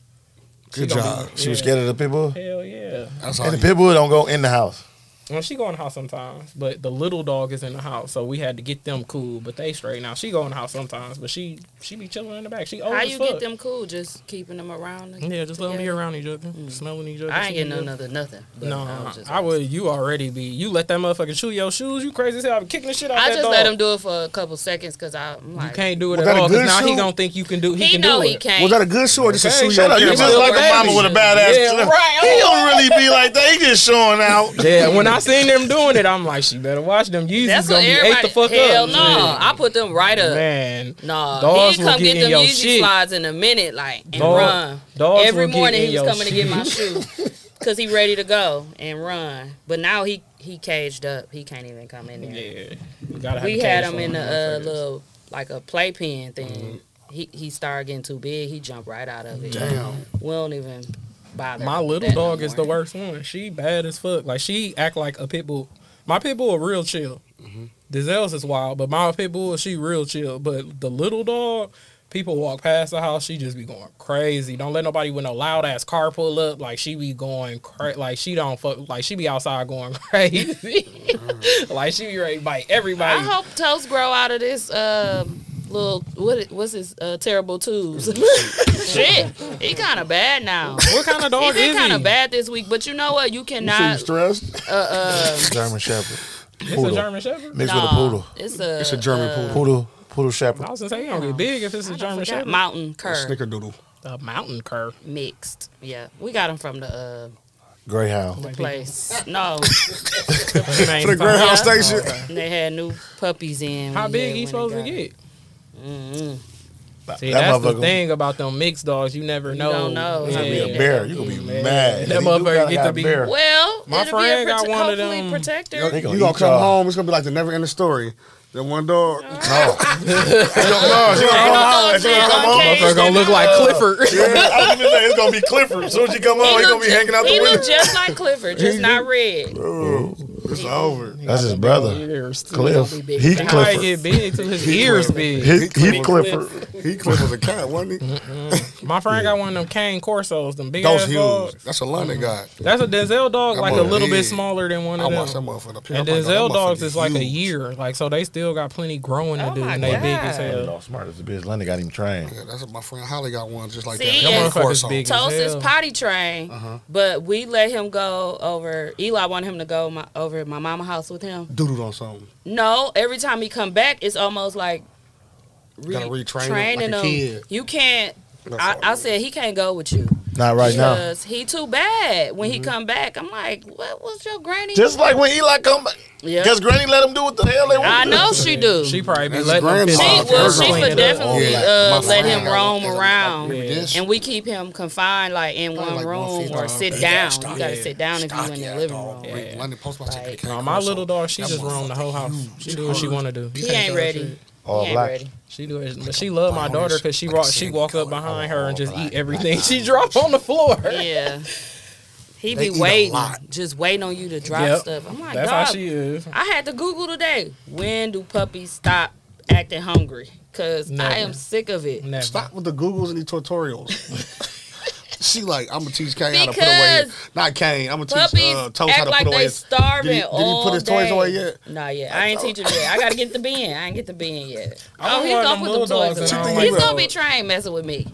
Good gonna job. She was scared of the pit bull? Hell yeah. That's all. And the You, pit bull don't go in the house. Well, she go in the house sometimes, but the little dog is in the house, so we had to get them cool. But they straight now. She go in the house sometimes, but she she be chilling in the back. She old How as you fuck. get them cool? Just keeping them around. and- Yeah, just let them be together? around each other, smelling each other. Mm. I ain't seeing getting each no other. nothing, nothing. but No, I I, was just- would. You already be. You let that motherfucker chew your shoes. You crazy as hell. I'm kicking the shit out I that just dog. let him do it for a couple seconds because I'm like, You can't do it Was at that a all. 'cause good now he shoe? gonna think you can do. He, he can know do he it. can't. was that a good shoe or just a Okay, shoe? Shut up. You Yeah, just my like baby. a mama with a badass. Yeah, right. He don't really be like that. He just showing out. Yeah, when I seen them doing it, I'm like, she better watch them. Yeezys That's gonna what be ate everybody. the fuck hell up. no, I put them right up. man. Nah, Dogs he will come get get, in them your music shit. slides in a minute, like and Dog- run. dogs Every will get morning in he your was coming to get my shoe because he ready to go and run. But now he he caged up. He can't even come in there. Yeah, you gotta have we a had cage him for in them the uh, motherfuckers. little like a playpen thing. He he started getting too big. He jumped right out of it. Damn. We don't even bother. My with little that no dog is the more. worst one. She bad as fuck. Like she act like a pit bull. My pit bull real chill. Dizelle's is wild, but my pit bull she real chill. But the little dog, people walk past the house, she just be going crazy. Don't let nobody with no loud ass car pull up. Like she be going crazy. Like she don't fuck. Like she be outside going crazy. like she be ready to bite I everybody. hope toes grow out of this um little what it- what's his uh, terrible twos. Shit, he kind of bad now. what kind of He dog did is kind he? of bad this week, but you know what? You seem cannot. stressed. uh, German Shepherd. It's a Poodle. German Shepherd. Mixed with a Nah, poodle. It's a It's a German uh, poodle. Poodle. Poodle I Shepherd. was gonna say he don't get big if it's a I German forgot, Shepherd. mountain cur Snickerdoodle. a mountain cur. mixed. Yeah, we got him from the uh, Greyhound. the place. No, For the Greyhound Station. and they had new puppies in. How when- yeah, big he when supposed to they got get? Mm-hmm. Mm-mm. See, That that's the motherfucker- thing about them mixed dogs. You never know. don't know. Yeah. Be a bear. You gonna be mad. That He do motherfucker gotta get got to a be- bear. Well, My it'll be friend a got prote- one of hopefully them- protector. They You eat gonna come y'all. home? It's gonna be like the never ending story. That one dog. No. no, she gonna come home. and She gonna come home. Motherfucker Motherfucker gonna look like Clifford. Yeah, I was gonna say, it's gonna be Clifford. As soon as she come home, he's gonna be hanging out he the look window. just like Clifford, just not red. It's over. That's his brother, Ears, too. Cliff. He He might Clifford. get big till his ears big. He, he Clifford. He clipped was a cat, wasn't he? My friend got one of them cane corsos, them big Those ass huge. dogs. That's a London guy. That's a Denzel dog, That like a motherfucker little bit big. smaller than Mm-hmm. one I of watched that them. motherfucker. play. And I'm like, that Denzel motherfucker dogs is like a huge. year, like so they still got plenty growing to Oh do, my and they big as God. hell. Lost smart as a bitch. London got him trained. Yeah, that's what my friend Holly got one just like See, that. That That yeah. motherfucker's corso. big. Toast is hell. potty trained, Uh-huh. but we let him go over. Eli wanted him to go my, over at my mama house with him. Doodled on something. No, every time he come back, it's almost like re- Gotta retrain him training like a kid. You can't. That's I, all I it said he can't go with you Not right now. because he too bad. When Mm-hmm. he come back, I'm like, what was your granny? Just like when Eli come back, Yeah. guess Granny let him do what the hell they want. I to know she do. She probably be That's letting them grandma. She, Oh, piss well, off, she Virgil clean would it up. definitely Yeah. uh, My let friend him got roam one. around, Remember this? and we keep him confined, like in Probably one like room 150 or or sit something. down. Yeah, you gotta sit down if you in the Stocky-ass living dog. room. Rick London Post about Like- No, my little dog, she just roam the whole house. She do what she want to do. You He can't ain't tell her ready. shit. All he ain't black. ready. She do it, but she love my Like daughter a because she cinnamon walk, she walk up color. behind her and just eat everything she drop on the floor. Yeah. He They be eat a waiting, lot. just waiting on you to drop Yep. stuff. I'm like, That's how dog, she is. I had to Google today. When do puppies stop acting hungry because I Never. am sick of it. Never. Stop with the Googles and the tutorials. she like, I'm gonna teach Kane how to put away. Because Not Kane. I'm gonna teach Puppies uh, Toast how act to like put away. they his- starving Did he, did he all put his day. toys away yet? Nah, yeah, I ain't teaching yet. I gotta get the bin. I ain't get the bin yet. Oh, I want he's one gonna of them put them bulldogs toys and I away. don't He's like gonna be bulldogs. trained messing with me.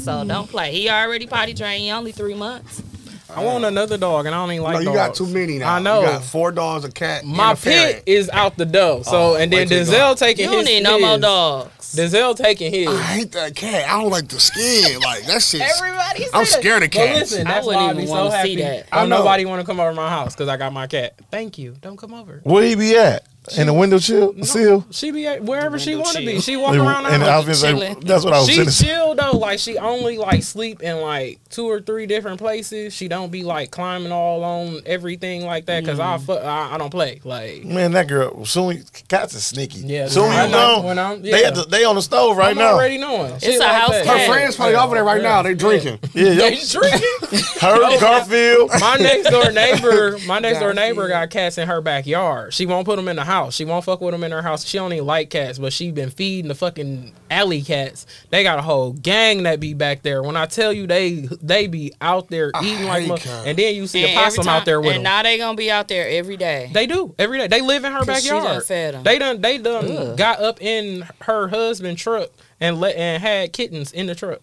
So don't play. He already potty trained. He only three months. I want another dog, and I don't even like no, you got dogs. too many now. I know. You got four dogs, a cat. My and a parrot. Oh, pit is out the door. So and wait then till you Denzel taking You don't his. need no more his. dogs. Denzel taking his. I hate that cat. I don't like the skin. Like that shit. Everybody's I'm scared of But cats. listen, I that's wouldn't why I even be so wanna happy. see that. I I know. nobody want to come over to my house because I got my cat. Thank you. Don't come over. Where he be at? In the window chill? Seal? She be at wherever she window want to be. chill. She walk around the And I house. was gonna say, Chilling. that's what I was She saying. chill though. Like she only like sleep in like two or three different places. She don't be like climbing all on everything like that because Mm. I, fu- I I don't play like. Man, that girl. Soon cats is sneaky. Yeah, soon when you I'm- know. when I'm- They yeah. at the, they on the stove right I'm now. already knowing. It's a house Her cat. friends probably over there right now. They drinking. Yeah, yo, They drinking. Herb Garfield. my next door neighbor, my next door neighbor got cats in her backyard. She won't put them in the house. She won't fuck with them in her house. She don't even like cats, but she been feeding the fucking alley cats. They got a whole gang that be back there. When I tell you they they be out there eating like, hate mo- cats. and then you see a every possum out time- there with And them. now they gonna be out there every day. They do every day. They live in her 'Cause she backyard. done fed 'em. They done they done Ugh. got up in her husband truck and let and had kittens in the truck.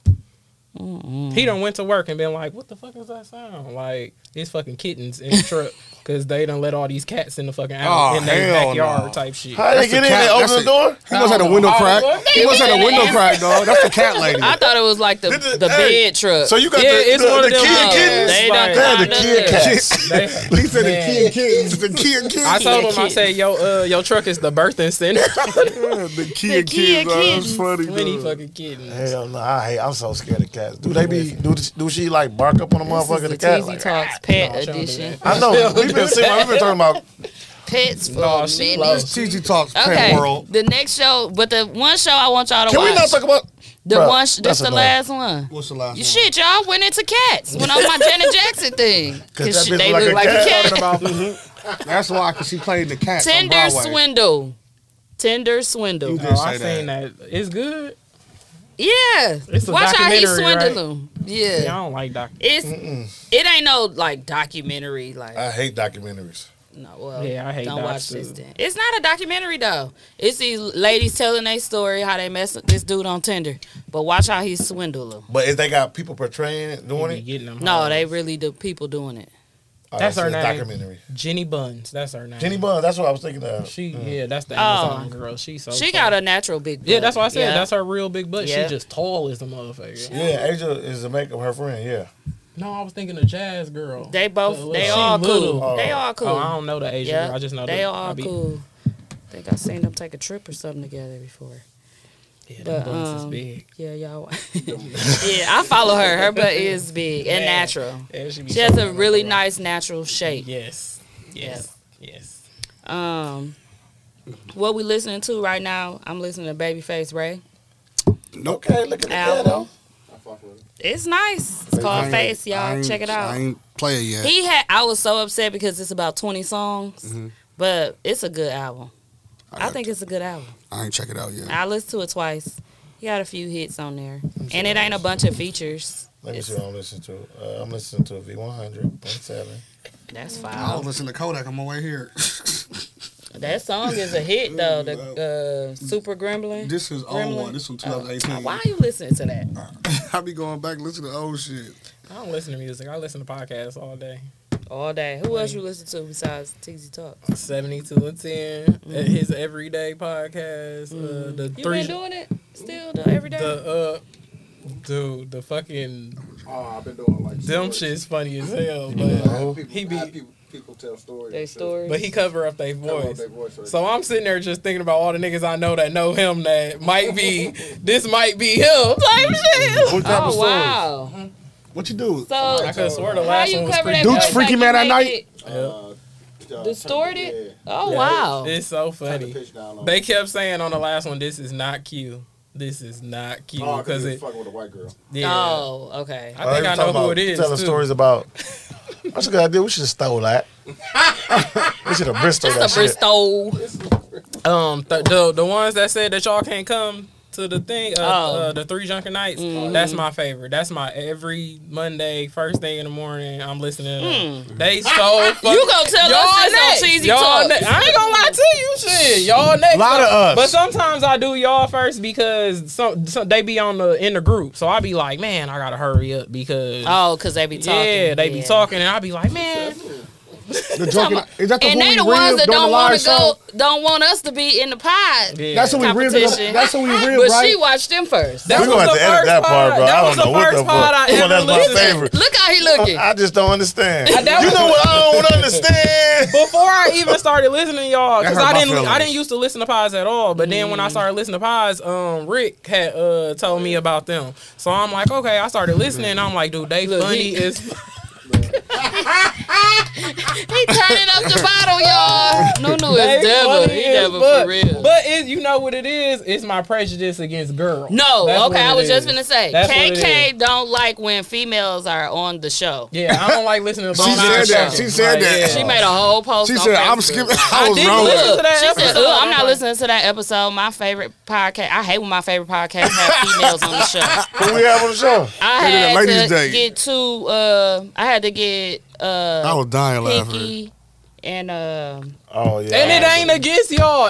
He done went to work and been like, "What the fuck is that sound? Like it's fucking kittens in the truck because they done let all these cats in the fucking out Oh, in their hell backyard no. type shit." How they That's the get in cat. and open That's the it. door? He must have a window Oh, crack. what? He must have a window crack, dog. That's the cat lady. I thought it was like the Did it- the hey, bed truck. So you got Yeah, the, it's the, one the of them, kid uh, kids? they done They had the climbed kid up cats. They- He said Man. the kid kids. The kid kids. I told him, I kittens. said, "Yo, uh, your truck is the birthing center." Yeah, the kid Kia kids. uh, dog. That's kids. funny. Many dog. fucking kittens. Hell no, I hate. I'm so scared of cats. Do they be? Do do she like bark up on a this motherfucker? is The the cat. Teasy Like, Talks pet Nah, I don't do edition. I know. We've been sitting. We've been talking about. Pets for Nah, she many. loves- TG Talks Okay, Pet World. the next show, but the one show I want y'all to Can watch. we not talk about? the Bruh, one, sh- this that's the enough. last one. What's the last You one? shit, y'all went into cats when I was my Janet Jackson thing. 'Cause Cause that she- bitch they look look like a cat. Mm-hmm. That's why, because she played the cat. on Tender Broadway. swindle. Tender swindle. You Oh, did I say seen that. that. It's good. Yeah. It's a Watch how he documentary, right? swindled him. Yeah. Yeah, I don't like doc. It's it ain't no like documentary like I hate documentaries. no well Yeah, I hate don't docs, watch this too. then. It's not a documentary though. It's these ladies telling their story how they messed up this dude on Tinder. But watch how he swindled him. But if they got people portraying it, doing Be it, Getting them No, hoes. they really the people doing it. oh, That's her a name. Documentary. Jenny Buns. That's her name. Jenny Bun. That's what I was thinking of. She yeah, that's the Oh. Amazon girl. She so She tall. got a natural big butt. yeah. That's why I said Yeah. that's her real big butt. Yeah. She just tall as a motherfucker. Yeah, Angel is the makeup her friend. Yeah. No, I was thinking the jazz girl. They Uh, both they she all little. cool. They all cool. Oh, I don't know the Asian Yeah, girl. I just know they the, all I be- cool. think I seen them take a trip or something together before. Yeah, But, but, buns is um, big. Yeah, y'all. yeah, I follow her. Her butt is big and Yeah. natural. Yeah, she, be She has so a nice. really nice natural shape. Yes. Yes. Yes. Um, what we listening to right now? I'm listening to Babyface Ray Nope. Okay, look at that. album. though. It's nice. It's I called ain't- Face. I Y'all ain't- check it I out. ain't play it yet. He had. I was so upset because it's about 20 songs, but it's a good album. I, Mm-hmm. got think it's a good album. I ain't check it out yet. I listened to it twice. He got a few hits on there, and it ain't a bunch of features. Let me It's- see what I'm listening to. Uh, I'm listening to V100.7. That's I fine. don't listen to Kodak on my way here. That song is a hit though. The uh, Super Gremlin. this is old one. This from Oh, 2018. why are you listening to that? I be going back and listen to old shit. I don't listen to music. I listen to podcasts all day. All day. Who else you listen to besides TZ Talk? 72 and 10, uh, his everyday podcast, uh, the Mm-hmm. You three been doing it still though, every day? the uh dude, the fucking Oh, I've been doing like Them stories. shit's funny as hell, but People, He be- I have people, people tell stories. they and shit. stories. but he cover up their Tell about voice. their voice right So I'm sitting there just thinking about all the niggas I know that know him that might be this might be him. Same shit. What type of Oh stories? wow. What you do? I So could have swore the how last you one was cover that pretty. Dude's voice freaky you man at make night? it Uh, uh, Distorted? Yeah. Oh wow. It's Turn so the funny. pitch down on They kept saying on the last one, "This is not Q. This is not Q." Oh, Because it, fucking with a white girl. yeah. Oh, okay. I think I know who it is. Telling too. stories about. That's a good idea. We should have stole that. we should have Bristol That's that a shit. Bristol. Um, th- the the ones that said that y'all can't come to the thing, uh, Oh. Mm-hmm. uh, the three junker nights. That's my favorite. That's my every Monday, first thing in the morning. I'm listening. to them. They so fuck- Hmm. You gonna tell us this on Cheesy y'all Talk. next. I ain't gonna lie to you, shit. Y'all next. Lot of us. But sometimes I do y'all first because some, some they be on the in the group, so I be like, man, I gotta hurry up because Oh, because they be talking. yeah, they be talking, and I be like, man, The drunken, is that the And one they we the reeled ones that during the don't want live to show? go, don't want us to be in the pod. Yeah. That's who we ripped. Competition. That's who we But she ripped, right? watched them first. That We're was gonna have the to edit first that part, pod- bro. that I was don't know the what first the pod fuck. I Come on, ever that's my listened to. favorite. Look how he looking. I just don't understand. I- that You was- know what I don't understand? before I even started listening to y'all, because hurt I my didn't feelings. I didn't used to listen to pods at all. But then when Mm. I started listening to pods, um, Rick had uh told me about them. So I'm like, okay, I started listening. and I'm like, dude, they funny Mm. he- as He turning up the bottle, y'all. No, no, it's they devil. funny He as devil fuck. for real. But it, you know what it is? It's my prejudice against girls. No, That's okay, what I it was just is. gonna say That's what it KK don't like when females are on the show. Yeah, I don't like listening to. She Bone Iron said that. Show. She said Like, that. yeah. She made a whole post. She on said, "I'm Facebook. skipping." I was didn't wrong. listen with to that She said, episode. "Ugh, I'm not listening to that episode. My favorite podcast. I hate when my favorite podcast have females on the show. Who we have on the show? I They did a had ladies' to day. get two. Uh, I had to get uh, I was dying laughing. Pinky and uh, Oh yeah. And it ain't against y'all.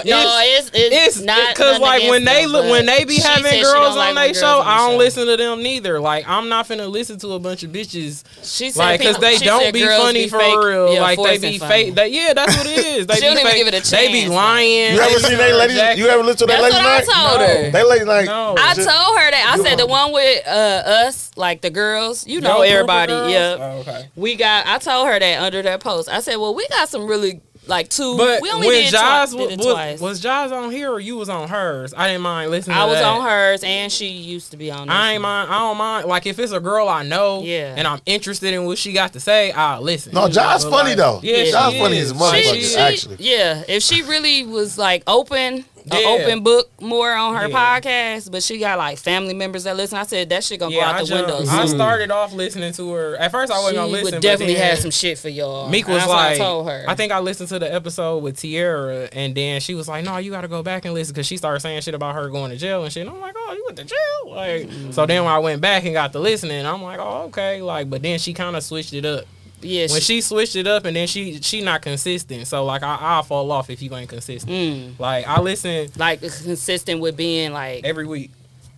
no, um, it's It's- it's it's, not because nothing like when against they them, look when but they be she said having she girls don't like on when their girls show, on the I don't show. listen to them neither. Like I'm not finna listen to a bunch of bitches She said like because people- they she don't said be girls funny be for fake- real. yeah, like they forced and be funny. fake. They, yeah, that's what it is. They She be don't even fake. give it a They be chance. lying. You They ever be seen they ladies? reject- You ever listen to That's they ladies what I night? told her. They ladies night. No. I Just- told her that. I said the one with uh, us, like the girls. You Y'all know purple everybody. girls? Yep. Oh, okay. We got. I told her that under that post. I said, "Well, we got some really like two. But we only when did, twi- Jaws did it was, twice. was, was Jaws on here or you was on hers? I didn't mind listening. I to was that. on hers, and she used to be on. This I ain't one. mind. I don't mind. Like if it's a girl I know, Yeah. and I'm interested in what she got to say, I'll listen. No, John's But, funny like, though. Yeah, John's she funny as is. a motherfucker. She- she- actually, Yeah, if she really was like open, a Yeah. open book more on her Yeah. podcast, but she got like family members that listen. I said that shit gonna Yeah, go I, out the jumped- window. I So started off listening to her. At first, I wasn't she gonna listen. would but definitely then have some shit for y'all. Meek And was that's what like, I told her. I think I listened to the episode with Tierra, and then she was like, "No, you got to go back and listen," because she started saying shit about her going to jail and shit. And I'm like, "Oh, you went to jail?" Like, Mm-hmm. so then when I went back and got to listening, I'm like, "Oh, okay." Like, but then she kind of switched it up. yeah, When she switched it up, and then she she not consistent. So like, I I fall off if you ain't consistent. Mm. Like, I listen like consistent with being like every week.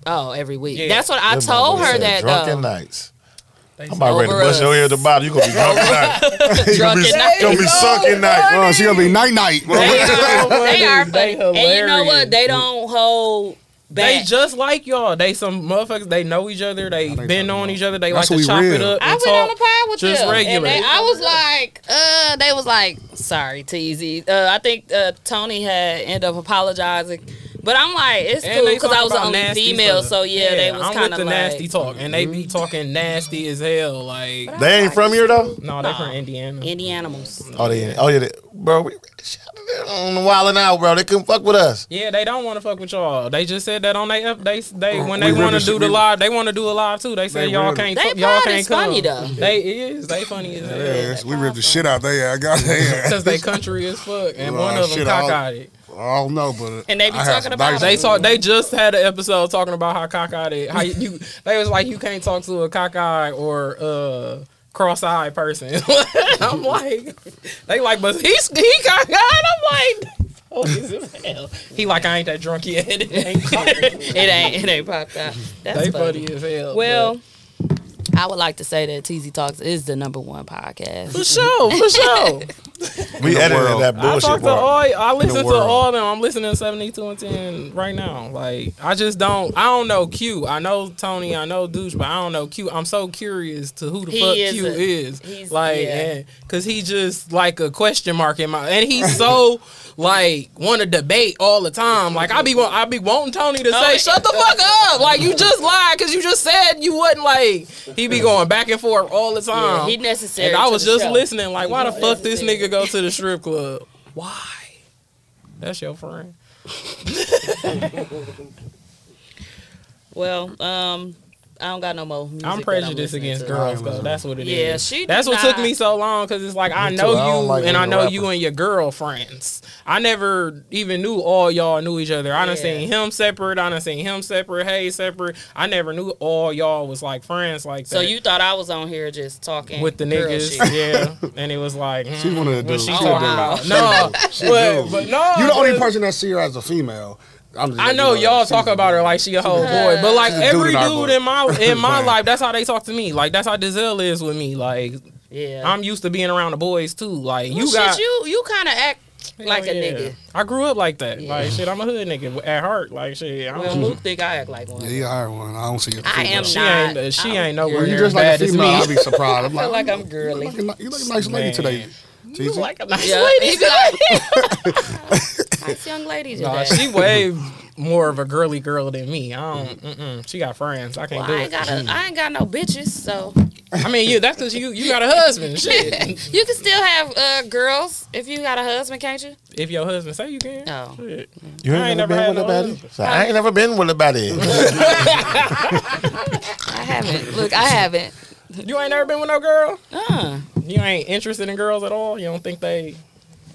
oh every week. Yeah. That's what I Them told motherfuckers her said that Drunken though. nights. I'm about ready to Over bust us. your ear at the bottom. You gonna be drunk tonight. You gonna be, Drunken nights. gonna be sunken night. Oh, she gonna be night night. They are They are funny. funny, and you know what? They don't hold They back. just like y'all. They some motherfuckers. They know each other. They they been talking on about- each other. They That's like what to we chop it real. up. I and went talk. on the pod with just them, regular. and they, I was like, uh, they was like, sorry, Teasy. Uh, I think uh, Tony had ended up apologizing, but I'm like, it's And cool they because I talk was the about only nasty female, stuff. so yeah, they was I'm kind with of the like, nasty talk, and they be Mm-hmm. talking nasty as hell. Like, They ain't from here though. no, they from Indiana. any animals. Oh, they. Oh yeah, they, bro. We shouted it on the wild and out, bro. They couldn't fuck with us. Yeah, they don't want to fuck with y'all. They just said that on they up. They they when We they really want to do should- the we- live, they want to do a live too. They say They y'all really- can't. They fuck- y'all pod can't is come. funny, though. They it is. They funny as hell. Yes, we ripped the shit out there. I got there. Cause they country as fuck, and Well, one of them shit, I'll- cockeyed. I don't know, but uh, And they be I had talking some about nice- it. They talk. They just had an episode talking about how cockeyed it. How you, you they was like you can't talk to a cockeyed or uh cross-eyed person. I'm like, they like, but he's he cockeyed. I'm like. Oh, he's in hell. He like I ain't that drunk yet. It ain't cockeyed. It ain't, it ain't popped out. That's they funny. funny as hell. Well, I would like to say that Teasy Talks is the number one podcast. but- for sure, for sure. We edited world. that I bullshit talk to part. all. I listen to world. all of them. I'm listening to 72 and 10 right now. Like I just don't. I don't know Q. I know Tony. I know Douche, but I don't know Q. I'm so curious to who the He fuck is Q a- is. he's- Like, yeah. and- cause he just like a question mark in my. And he's so like want to debate all the time. Like I be want. I be wanting Tony to say, "Shut the fuck up!" Like you just lied because you just said you wasn't like. He be going back and forth all the time. he necessary. Uh-huh. and I to was the just show. listening, like, why the Yeah, fuck that's this it. nigga go to the strip club? Why? That's your friend. Well, um, I don't got no more. Music I'm that prejudiced listening against to. girls though. That's what it is. Yeah, she do That's what not- took me so long because it's like I Me know too. I don't you like and being I a know you rapper. and your girlfriends. I never even knew all y'all knew each other. I done Yeah. seen him separate. I done seen him separate. Hey, separate. I never knew all y'all was like friends like So that you thought I was on here just talking with the girl niggas, shit. yeah. And it was like She mm, one of the what dudes. she She a talking dude. about? No, She a but, dude. but no, You the only but- person that see her as a female. I'm just I letting know you y'all that. talk She's a about her dude. like she a whole Yeah. boy, but like She's a dude every in our dude book. in my in my Right. life, that's how they talk to me. Like that's how Dizelle is with me. Like Yeah, I'm used to being around the boys too. Like Well, you got shit, you you kind of act Hell like a yeah. nigga. I grew up like that. Yeah. Like shit, I'm a hood nigga at heart. Like shit, I Well, don't. Luke think I act like one. Yeah, you hired one. I don't see it. I am she not. ain't. uh, She I- ain't nowhere you near just as like a bad as female. me. I'd be surprised. I'm I feel like, like I'm girly. you look, you look a nice lady Man. today. You Jeezy. like a nice Yeah, lady. he be like, nice young lady today. Nah, she way more of a girly girl than me. I don't. Mm-mm, she got friends. I Well, can't I ain't do it. got a, I ain't got no bitches, so I mean, you. That's because you. You got a husband. Shit. you can still have uh, girls if you got a husband, can't you? if your husband say you can. No. Shit. You I ain't never had no husband. So I ain't never been with a baddie. I haven't. Look, I haven't. You ain't never been with no girl. Uh, You ain't interested in girls at all. You don't think they.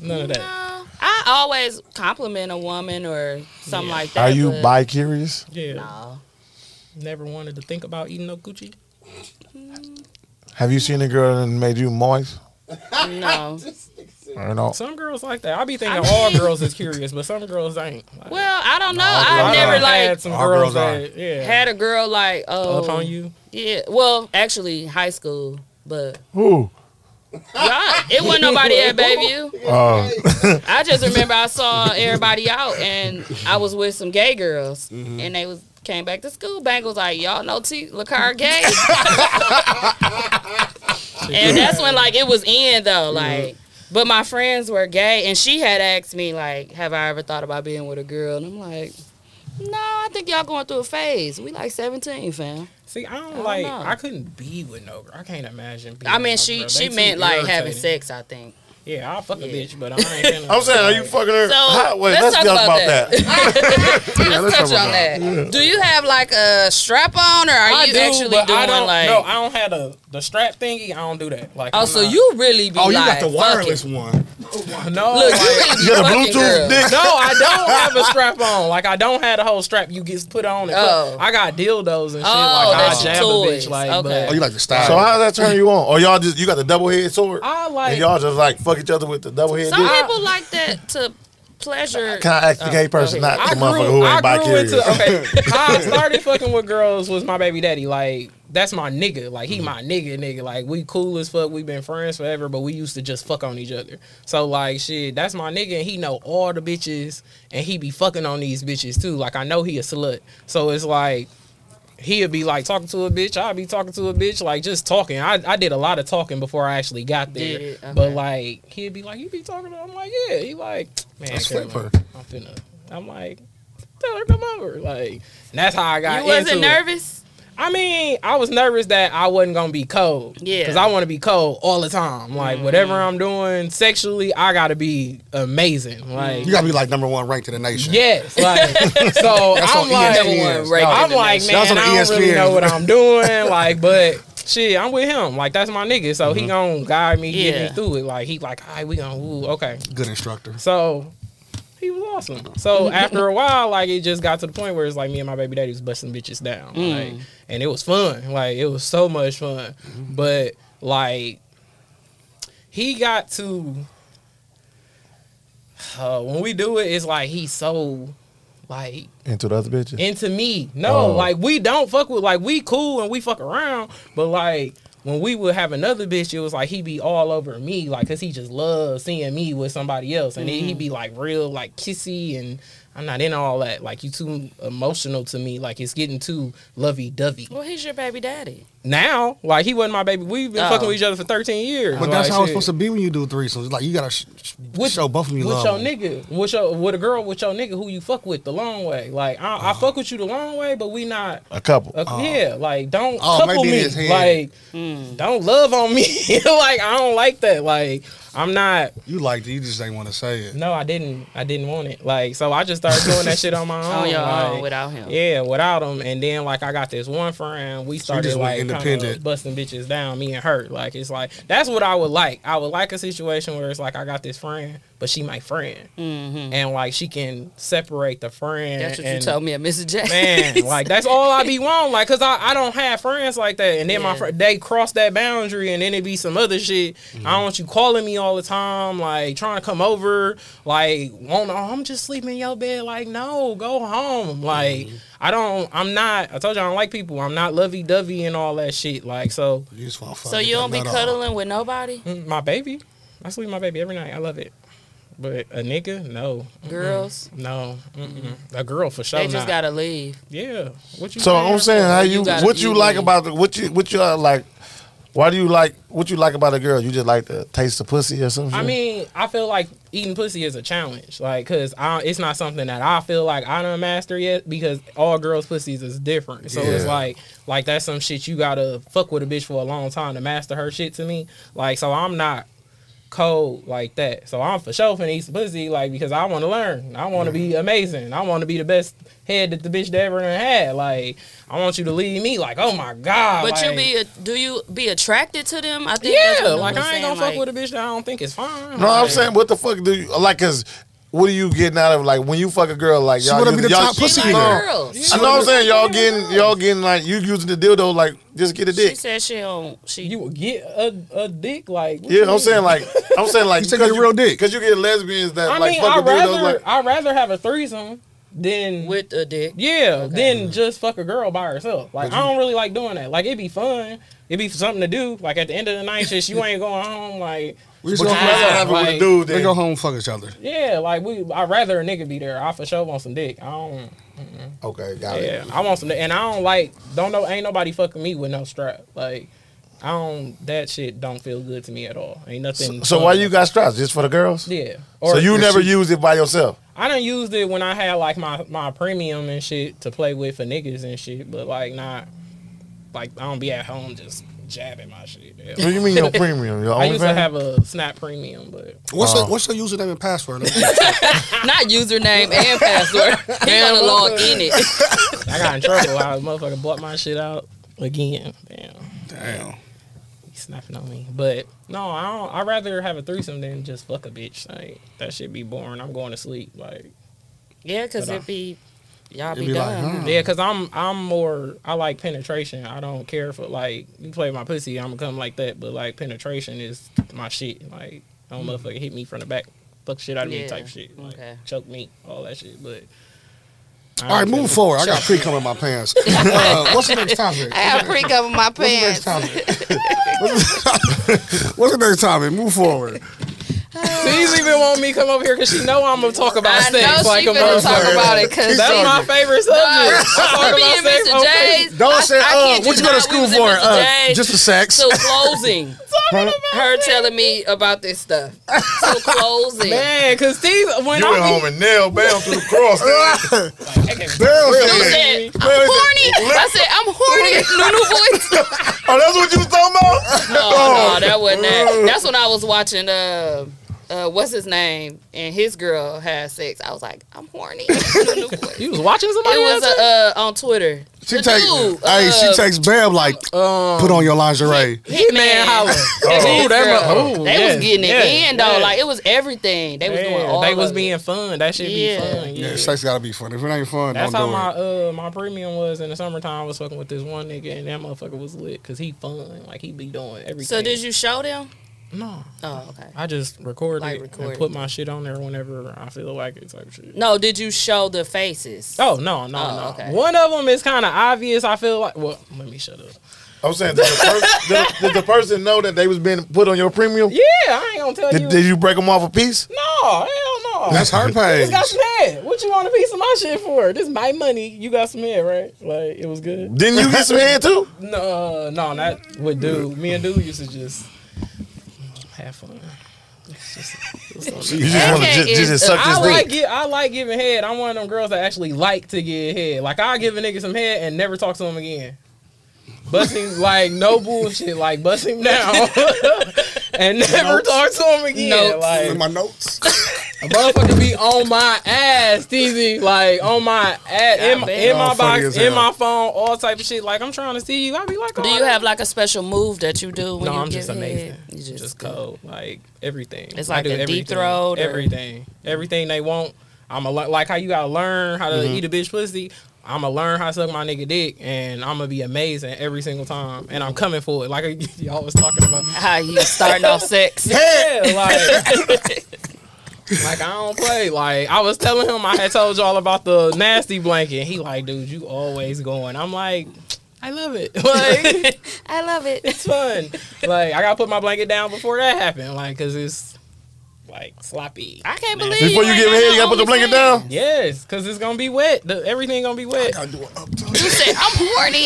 None of no, that. I always compliment a woman or something Yeah. like that. Are you but bi curious? Yeah. No. Never wanted to think about eating no Gucci. Have you seen a girl that made you moist? No. Or no? Some girls like that. I be thinking I all mean- girls is curious, but some girls ain't. Like, Well, I don't know. I I've don't never know. like had some All girls, girls are. that yeah had a girl like oh up on you. yeah. Well, actually, high school, but Who? y'all, it wasn't nobody at Bayview. Uh, I just remember I saw everybody out, and I was with some gay girls, Mm-hmm. and they was came back to school. Bang was like, y'all know T. Lacar gay, and that's when like it was in though, like. But my friends were gay, and she had asked me like, "Have I ever thought about being with a girl?" And I'm like, "No, I think y'all going through a phase. We like 17, fam." See, I don't don't like. know. I couldn't be with no girl. I can't imagine. Being I with no mean, she girl. she They meant too like having irritating. sex. I think. Yeah, I fuck a Yeah. bitch, but I ain't. finna- I'm saying, are you like, fucking her? So, Hot- Wait, let's let's, talk talk about about that. Let's touch on that. Do you have like a strap on, or are I you do, actually but doing I don't, like? No, I don't have the the strap thingy. I don't do that. Like, oh, I'm so not- you really be Oh, you like, got the wireless one. no. Look, like- you really be You got a fucking girl. Bluetooth dick? no, I don't have a strap on. Like I don't have the whole strap you get put on. And Oh. I got dildos and shit. Oh, like I that's jab toys. a bitch. Like, Okay. Oh, you like the style. So how does that turn you on? Or y'all just you got the double head sword? but I and like. y'all just like fuck each other with the double head Some dick? people like that to pleasure. Can I ask the gay person, okay. not Uh, I the grew, motherfucker who I ain't bi grew curious? into okay. how I started fucking with girls was my baby daddy. Like that's my nigga. Like Mm-hmm. he my nigga, nigga. Like we cool as fuck. We been friends forever, but we used to just fuck on each other. So like shit, that's my nigga, and he know all the bitches, and he be fucking on these bitches too. Like I know he a slut, so it's like. He'll be like talking to a bitch. I'll be talking to a bitch, like just talking. I, I did a lot of talking before I actually got there. Did it, But okay. like he'd be like, "You be talking?" to her?" I'm like, "Yeah." He like, "Man, That's Cameron, flipper. I'm finna. I'm like, tell her come over. Like, and that's how I got You wasn't into it. nervous. I mean, I was nervous that I wasn't gonna be cold. Yeah. Mm-hmm. Cause I want to be cold all the time. Like whatever I'm doing sexually, I gotta be amazing. Mm-hmm. Like. You gotta be like number one ranked in the nation. Yes, like so. That's I'm on E like, ESPN. Number one ranked I'm in the like, nation. man, That's on E I don't really ESPN. know what I'm doing. Like, but shit, I'm with him. Like, that's my nigga. So Mm-hmm. he gonna guide me, get Yeah. me through it. Like, he like, all right, we gonna, ooh, okay. Good instructor. So he was awesome. So after a while, like it just got to the point where it's like me and my baby daddy was busting bitches down, like, and it was fun. Like it was so much fun. But like he got to uh, when we do it, it's like he's so like Into the other bitches? into me. No, Oh. like we don't fuck with like we cool and we fuck around, but like when we would have another bitch, it was like he be all over me, like cause he just loves seeing me with somebody else, and Mm-hmm. then he be like real like kissy and. I'm not in all that. Like you too emotional to me. Like it's getting too lovey dovey. Well, he's your baby daddy. Now, like he wasn't my baby. We've been Oh. fucking with each other for 13 years. But that's Like, how it's shit. supposed to be when you do threesomes. Like you gotta sh- sh- With- show both of you with love. your nigga, with your with a girl, with your nigga who you fuck with the long way. Like I, Oh. I fuck with you the long way, but we not A couple. Uh, yeah, like don't Oh, couple maybe me. it is him. Like Hmm. don't love on me. like I don't like that. Like I'm not. You liked it. You just ain't want to say it. No, I didn't. I didn't want it. Like so, I just started doing that shit on my own. on your like, own without him. Yeah, Oh, without him. And then like I got this one friend, we started just went like kinda independent. busting bitches down, me and her. Like it's like that's what I would like. I would like a situation where it's like I got this friend, but she my friend. And like she can separate the friend. Mm-hmm. That's what you and- told me at Mrs. J. Man, like that's all I be wanting, like, cause I, I don't have friends like that, and then my Yeah. fr- they cross that boundary, and then it be some other shit. Mm-hmm. I don't want you calling me all the time, like trying to come over, like, want oh, I'm just sleeping in your bed, like, no, go home, like, Mm-hmm. I don't, I'm not, I told you I don't like people, I'm not lovey dovey and all that shit, like, so You just want to so you don't be cuddling with nobody, mm, my baby, I sleep with my baby every night, I love it, but a nigga, no, girls. no, mm-mm. a girl for sure, They just not. gotta leave. yeah. What you So I'm saying how you, You gotta- what you you like need- about the, what you what you uh, like. Why do you like what you like about a girl? You just like the taste of pussy or something? I mean, I feel like eating pussy is a challenge, like, cause I, it's not something that I feel like I don't master yet, because all girls' pussies is different. So it's Yeah. like, like that's some shit you gotta fuck with a bitch for a long time to master her shit to me. Like, so I'm not cold like that. So I'm for sure finna eat some pussy, like, because I want to learn. I want to be amazing. I want to be the best head that the bitch ever done had. Like, I want you to leave me like, oh my god. But you like- be a, do you be attracted to them? I think that's yeah, what like Noah's I ain't saying, gonna like, fuck with a bitch that I don't think is fine. no, I'm saying what the fuck do you like? Cause what are you getting out of like when you fuck a girl? Like She y'all, wanna be using- the y'all- top she pussy like like- eater. girls. I know what I'm saying y'all getting y'all getting like you using the dildo like just get a She dick. said she don't. She you would get a, a dick like what you Yeah, I'm mean? saying like I'm saying like You said get a real dick. because you get lesbians that I like mean, fuck I'd a dildo rather like I'd rather have a threesome than with a dick. yeah than just fuck a girl by herself. Like I don't really like doing that. Like it'd be fun. It'd be something to do. Like at the end of the night, shit, you ain't going home. Like We just But you go rather home, have it with a like- dude we go than home and fuck each other. yeah, like we. I'd rather a nigga be there. I for sure want some dick. I don't. okay, got it. Yeah, I want some, and I don't like. Don't know. Ain't nobody fucking me with no strap. Like I don't. That shit don't feel good to me at all. Ain't nothing. So fun. why you got straps just for the girls? Yeah. So you if never use it by yourself. I done used it when I had like my my premium and shit to play with for niggas and shit, but like not like I don't be at home just jabbing my shit. What do you mean your premium? Your I used to OnlyFans? have a Snap Premium, but What's your, what's your username and password? Not username and password. He gotta log in it. I got in trouble. I motherfucker bought my shit out again. Damn, Damn. he snapping on me. But no, I don't. I'd rather have a threesome than just fuck a bitch. Like that should be boring. I'm going to sleep. Like Yeah, cause But, uh, it be y'all It'd be, be like, done. huh? Yeah, cause I'm I'm more I like penetration. I don't care for like you play my pussy, I'm gonna come like that. But like penetration is my shit. Like don't motherfucker hit me from the back, fuck shit out of me Mm. Yeah, type shit. Like, okay. choke me, all that shit. But I All right, don't moving feel- forward. I got pre cum in my pants. Uh, what's the next topic? I have pre cover my What's pants. the next topic? What's the next topic? Move forward. She's even want me to come over here because she know I'm gonna talk about I sex. know like she a finna talk motherfucker. about it because That's my favorite subject. I talk Me about and sex on Mr. J's. Don't I say, uh, kid what you not, go we to school was at for? Mr. Uh, J's just the sex. till closing. Her telling me about this stuff. Till closing. Man, cause Steve when You I went be- home and nailed down through the cross. Damn, Said, son. Really? I'm Really? horny. I said, I'm horny. Nunu voice. Oh, that's what you was talking about? No, Oh, Oh. no, that wasn't Mm. that. That's when I was watching uh uh, what's his name? And his girl had sex. I was like, I'm horny. Nunu voice. you was watching somebody. It was else? uh, uh, on Twitter. She The takes, dude, hey, uh, she takes Bam like, put on your lingerie. Hitman hollering. Oh, that mu- oh, they yes, was getting it yes, in though. yes. Like it was everything. They was doing Yeah, all. they was of being It. fun. That should be Yeah. fun. Yeah, Yeah. sex gotta be fun. If it ain't fun, That's how don't do my it. uh my premium was in the summertime. I was fucking with this one nigga and that motherfucker was lit because he fun. Like he be doing everything. So did you show them? No, Oh, okay. I just recorded Like it and recorded. put my shit on there whenever I feel like it type shit. No, did you show the faces? Oh no no Oh, no! okay. One of them is kind of obvious. I feel like well, let me shut up. I'm saying, did the, pers- did- did the person know that they was being put on your premium? Yeah, I ain't gonna tell you. Did, did you break them off a piece? no, hell no. That's her page. It's got some head. What you want a piece of my shit for? This my money. You got some head, right? Like it was good. Didn't you get some head too? No, no, not with dude. Me and dude used to just have fun. It's just- it's all- You just want to Okay, just, is- just suck I this like dick. gi- I like giving head. I'm one of them girls that actually like to get head. Like I give a nigga some head and never talk to him again. Bust him like no bullshit. Like bust him down and never talk to him again. Notes. Like In my notes. A motherfucker be on my ass, TZ. Like on my ass, in, my- in my Y'all funny box, as in hell. my phone, all type of shit. Like I'm trying to see you. I be like, Do oh, you have like a special move that you do when No, you I'm get just hit? amazing. You Just, just, cold, like everything. It's I like do a deep everything, throat or- Everything, everything they want. I'm a like how you gotta learn how to eat a bitch pussy. I'm gonna learn how to suck my nigga dick, and I'm gonna be amazing every single time. And I'm coming for it, like y'all was talking about. How you starting off sex? Yeah, like, like I don't play. Like I was telling him, I had told y'all about the nasty blanket. and He like, dude, you always going. I'm like, I love it. Like I love it. it's fun. Like I gotta put my blanket down before that happened. Like cause it's like sloppy. I can't believe Before you ain't get got hit, no you gotta put the OnlyFans. blanket down. Yes, cause it's gonna be wet. The, everything gonna be wet. You said I'm horny.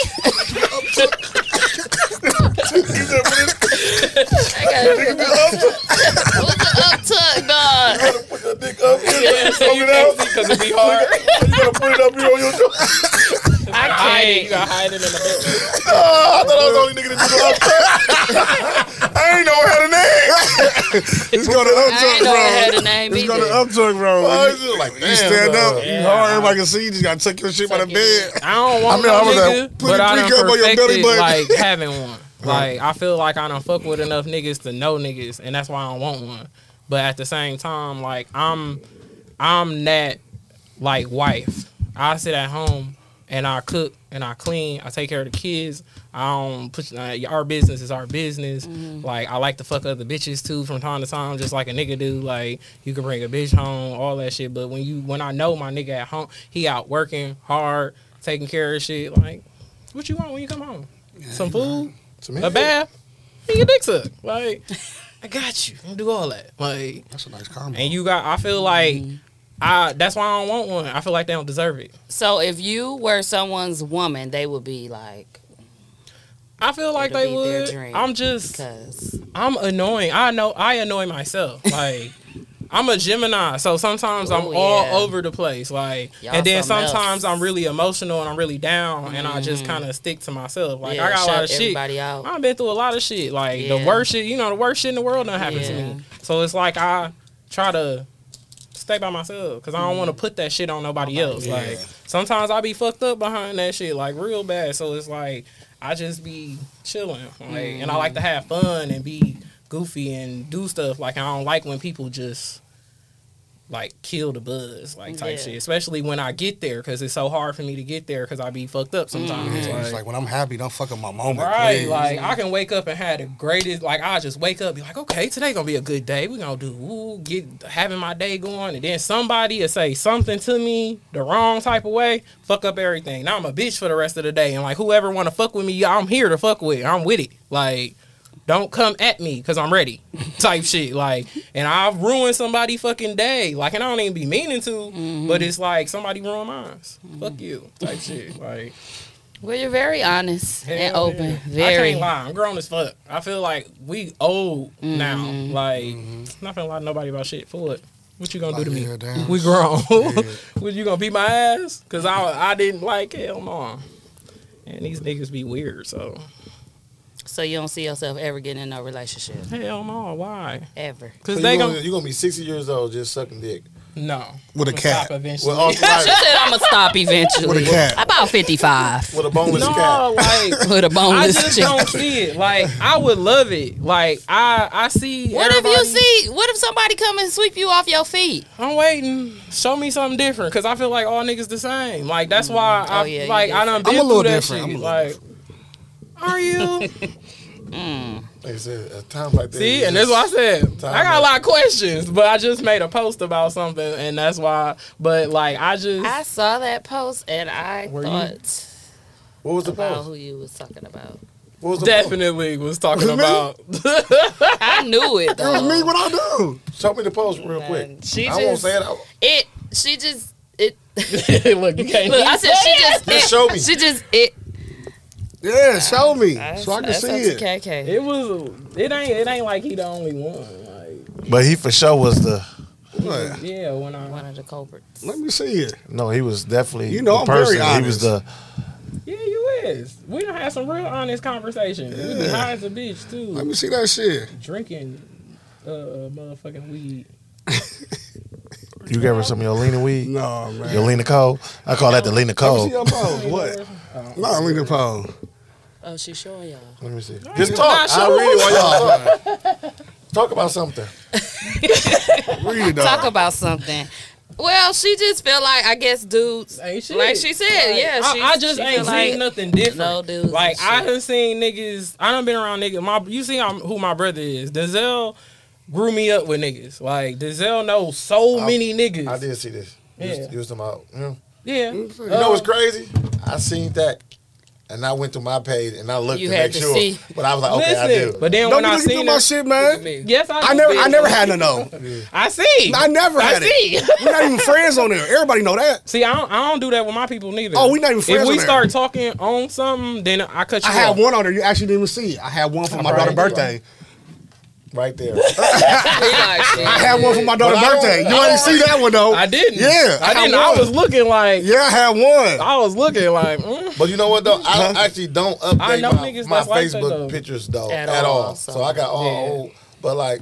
I got What's the uptuck, dog? Yeah, so you can't see cause it be hard. I can't. You gotta hide it in the bed. Ah, I ain't know how to name. It's going to I ain't know I uptuck had wrong. a name It's going to either. uptuck wrong. I was Like, You stand up, you Yeah. hard, everybody can see you. Just gotta tuck your shit by the Tuck it bed. I don't want I mean, I was no like, nigga, put but a I drink done up on your perfected belly button. like having one. Like I feel like I don't fuck with enough niggas to know niggas, and that's why I don't want one. But at the same time, like I'm, I'm that like wife. I sit at home and I cook and I clean. I take care of the kids. I don't put uh, our business is our business. Like I like to fuck other bitches too from time to time, just like a nigga do. Like you can bring a bitch home, all that shit. But when you when I know my nigga at home, he out working hard, taking care of shit. Like what you want when you come home? Some food, a bath, and your dick sucked. Like I got you. do all that. Like That's a nice combo. and you got. I feel like I. That's why I don't want one. I feel like they don't deserve it. So if you were someone's woman, they would be like, I feel like It'll they be their would. dream, I'm just. because I'm annoying. I know. I annoy myself. Like. I'm a Gemini, so sometimes I'm Ooh, yeah. all over the place. Like, Y'all and then something sometimes else. Mm-hmm. I'm really emotional and I'm really down, and I just kind of stick to myself. Like, yeah, I got a shut lot of shit. everybody out. I've been through a lot of shit. Like the Yeah. worst shit, you know, the worst shit in the world done happened to me. So it's like I try to stay by myself because I don't Mm-hmm. want to put that shit on nobody else. Like sometimes I be fucked up behind that shit, like real bad. So it's like I just be chilling, like, and I like Mm-hmm. to have fun and be goofy and do stuff. Like I don't like when people just like kill the buzz, like type Yeah. shit. Especially when I get there because it's so hard for me to get there because I be fucked up sometimes. Mm-hmm. It's like when I'm happy, don't fuck up my moment. Right, please. like I can wake up and have the greatest. Like I just wake up, be like, okay, today gonna be a good day. We gonna do ooh, get having my day going, and then somebody will say something to me the wrong type of way, fuck up everything. Now I'm a bitch for the rest of the day, and like whoever wanna fuck with me, I'm here to fuck with. I'm with it. Like, don't come at me because I'm ready, type shit. Like, and I've ruined somebody fucking day. Like, and I don't even be meaning to, but it's like somebody ruined mine. Fuck you, type shit. Like. Well, you're very honest and Hell open. yeah. I Very. can't lie. I'm grown as fuck. I feel like we old Mm-hmm. now. Like, not gonna lie to nobody about shit. For what? What you gonna do to me? Yeah, damn. We grown. What, you gonna beat my ass? Cause I I didn't like hell no. And these niggas be weird. So So you don't see yourself ever getting in no relationship hell no. Why? ever. Cause you they gonna, gonna you gonna be 60 years old just sucking dick. no With a I'ma cat. stop Eventually. With, also, like, She said I'm gonna stop eventually. With a cat. About 55 with a boneless cat. no, like. with a I boneless just chick. don't see it. Like I would love it. Like I, I see. What if you everybody- see? What if somebody come and sweep you off your feet? I'm waiting. Show me something different, cause I feel like all niggas the same. Like that's why I Oh, yeah, you like I done I'm been a little through that different. shit. I'm a little like, are you? Like I said, at times like that. see, you and that's just- what I said. I got a lot of questions, but I just made a post about something, and that's why. But like I just I saw that post and I Were you- thought What was the about post? who you was talking about. What was the post? definitely was talking about. I knew it though. Me, what I do? Show me the post real quick. And she I won't just say it. I- it. She just it. Look, you can't. Look, I said she just it. Just show me. She just it. Yeah, show me so I can That's see up it. to KK. It was. It ain't. It ain't like he the only one. Like But he for sure was the. What? yeah, when I One of the culprits. Let me see it. No, he was definitely. You know, the I'm very person. He was honest. the. yeah you is. We done had some real honest conversations. We be Yeah. high as a bitch too. Let me see that shit. drinking uh motherfucking weed. You gave her some of your Lena weed? No, man. Your Lena Cole? I call that the Lena Let me see Cole. your pole. What? No, lean the pole. Oh, she's showing y'all. Let me see. Just talk. I really want y'all to talk. Talk about something. Read it, Talk dog. about something. Well, she just felt like I guess dudes, Ain't shit. like she said, yeah. I, she, I just she ain't feel seen like, nothing different. No dudes Like and I shit. done seen niggas. I done been around niggas. My you see I'm, who my brother is. Dazelle grew me up with niggas. Like Dazelle knows so I- many niggas. I did see this. You was- Yeah. You was talking about. You know, Yeah. You Oh, know Uh, what's crazy? I seen that. And I went to my page and I looked You to had make to sure. see. But I was like, okay, I do. But then Don't when be I looking through seen my her, shit, man. yes, I, I do, never, bitch. I never had none of them. I see. I never I had see. it. We're not even friends on there. Everybody know that. See, I don't, I don't do that with my people neither. Oh, we not even If friends we on there. start talking on something, then I cut you I had off. one on there. You actually didn't even see. it. I had one for my Right. daughter's birthday. Right there. I had one for my daughter's But I don't- birthday. You I ain't see that one though. I didn't. Yeah, I, I had didn't. I was one. looking like. Yeah, I had one. I was looking like. mm. But you know what though? Huh? I actually don't update I know my, niggas my that's like that, Facebook though. pictures though at, At all. all, So. so- I got all Yeah. old. But like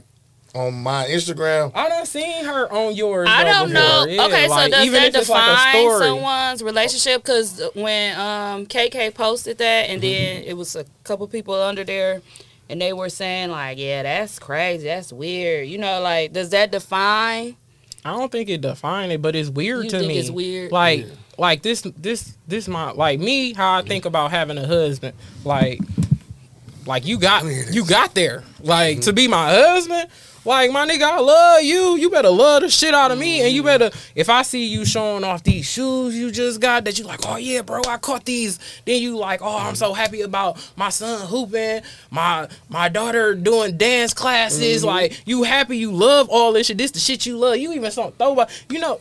on my Instagram, I done seen her on yours. I though, don't before. know. Yeah, okay, like, so does even that if it's like a define story. someone's relationship? Because when um, KK posted that, and Mm-hmm. then it was a couple people under there, and they were saying like, "Yeah, that's crazy. That's weird." You know, like, does that define? I don't think it define it, but it's weird You to think me. it's weird? Like, like this, this, this. My like me, how I think about having a husband. Like, like you got, you got there. Like to be my husband. Like my nigga, I love you. You better love the shit out of me, and you better. If I see you showing off these shoes you just got, that you like, oh yeah, bro, I caught these. Then you like, oh, I'm so happy about my son hooping, my my daughter doing dance classes. Like you happy, you love all this shit. This the shit you love. You even saw throwback. You know,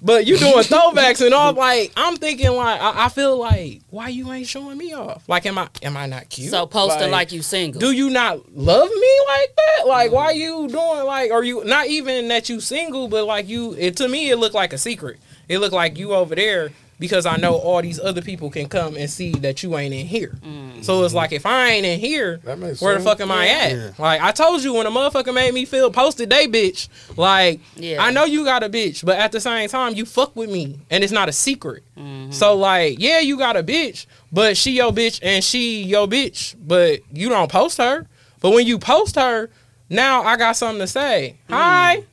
but you doing throwbacks and all. Like I'm thinking, like I, I feel like, why you ain't showing me off? Like am I am I not cute? So posting like, you single. Do you not love me like that? Like, why you doing like? Are you not even that you single? But like you, it to me, it looked like a secret. It looked like you over there because I know all these other people can come and see that you ain't in here. Mm. So it's like if I ain't in here, That makes where sense. the fuck am I at? Like I told you when a motherfucker made me feel posted day bitch. Like Yeah. I know you got a bitch, but at the same time you fuck with me and it's not a secret. So like yeah, you got a bitch, but she your bitch and she your bitch, but you don't post her. But when you post her, now I got something to say. Hi.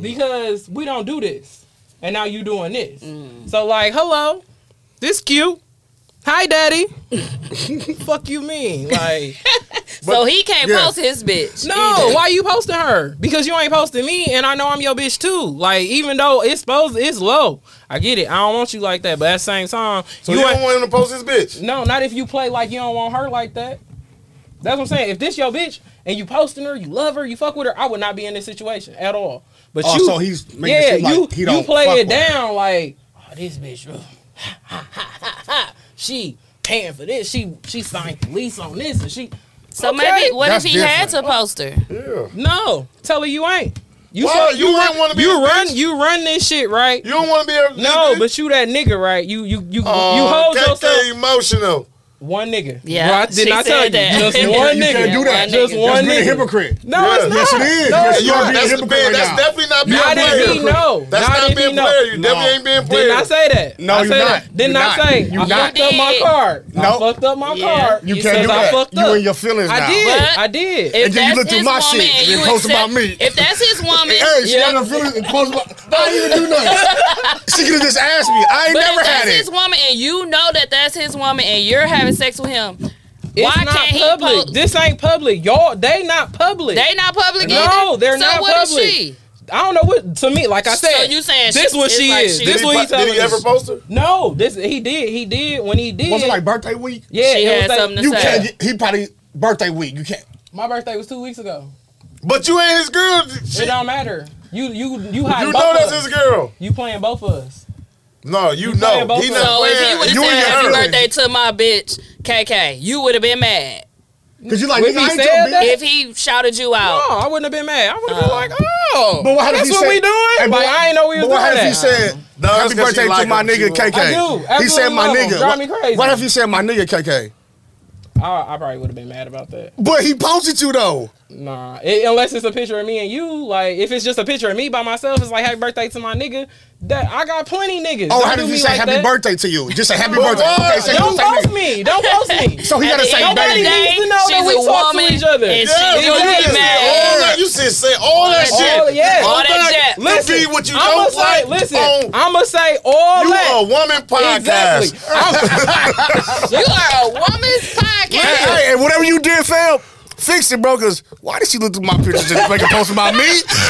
Because we don't do this. And now you doing this. So like, hello. This cute. Hi daddy. fuck you mean? Like so he can't yeah. post his bitch. no, either. why you posting her? Because you ain't posting me, and I know I'm your bitch too. Like even though it's supposed, it's low. I get it. I don't want you like that, but at the same time, so you, you, ain't. don't want him to post his bitch. no, not if you play like you don't want her like that. That's what I'm saying. If this your bitch and you posting her, you love her, you fuck with her, I would not be in this situation at all. But Oh, you, so he's making it yeah, seem like you he don't you play fuck it with her. down like oh, this bitch. ugh, ha, ha, ha, ha, ha. She paying for this. She she signed the lease on this, and she So Okay. maybe what That's if he had to post her? Yeah. No, tell her you ain't. You Why? said You you run, ain't wanna be you his run, bitch? you run this shit right. You don't want to be a no, bitch? but you that nigga right. You you you you Oh, hold KK yourself emotional. one nigga. Yeah, Bro, I did she not tell you said that. just You one You nigga. can't do that. One Just nigga. one That's being a nigga. hypocrite. No, Yeah. it's not. Yes, it is. No, Yes, it's you are not. being a That's, hypocrite being, right that's now. definitely not being Not a if player. he know. That's Not not, if being he know. player. You definitely No. ain't being player. Did I say that? No, I you said not. that. Didn't You I not. say You I not. fucked up my You card? I Nope. fucked up my Yeah. card. You He can't says do I that. fucked You up. in your feelings I now. did. But- I did. If And then you that's look through his my woman, shit and you then post accept- about me. If that's his woman, Hey, she got her feelings and post about. I didn't even do nothing. she could have just asked me. I ain't but never if had that's it. his woman, and you know that that's his woman, and you're having sex with him, it's why not can't he public. post? This ain't public. Y'all, they not public. They not public No, either. they're so not what is public. she? I don't know what to me. Like I So said, you saying this she- what it's she like is. she- this Did he, what he po- telling did he ever us. post her? No, this he did. He did when he did. Was it like birthday week? yeah, She it was had like- something to You say. can't. He probably birthday week. You can't. My birthday was two weeks ago. But you ain't his girl. She- It don't matter. You you you hiding you both know of that's us. his girl. You playing both of us. No, you, You playing know. both He of not us. So if playing. he would have you said and happy your girl. birthday to my bitch, KK, you would have been mad Cause you like. If nigga, he I ain't your said bitch. that- if he shouted you No, out. I wouldn't have been mad. I would have been Uh. like, oh, But what if that's he what said- we doing? Hey, but like I ain't know we But was doing what if that. he said No, that's 'cause happy she birthday like to my him. She nigga wants- KK? I do. He said Absolutely my love him. nigga. Drive What- me crazy. What if he said my nigga KK? I, I probably would have been mad about that. But he posted you though. Nah, it, unless it's a picture of me and you. Like, if it's just a picture of me by myself, it's like happy birthday to my nigga. That I got plenty niggas. Oh, Don't how do did you me say like happy that. birthday to you? Just say happy Bruh, birthday. Okay, so you don't say post nigga. me. Don't post me. So he gotta At the say end of Nobody the baby. day, needs to know that she's we a talk to woman, each other. and Yeah, she gonna you get said mad. all that. You said say all that All- shit. yeah. All All that that shit. shit. Listen, Listen, be what you I'ma don't say, like. listen, on- I'ma say all you that. are a woman podcast. Exactly. You are a woman's podcast. Hey, hey, and whatever you did, fam, fix it, bro. Cause why did she look through my pictures and make a post about me?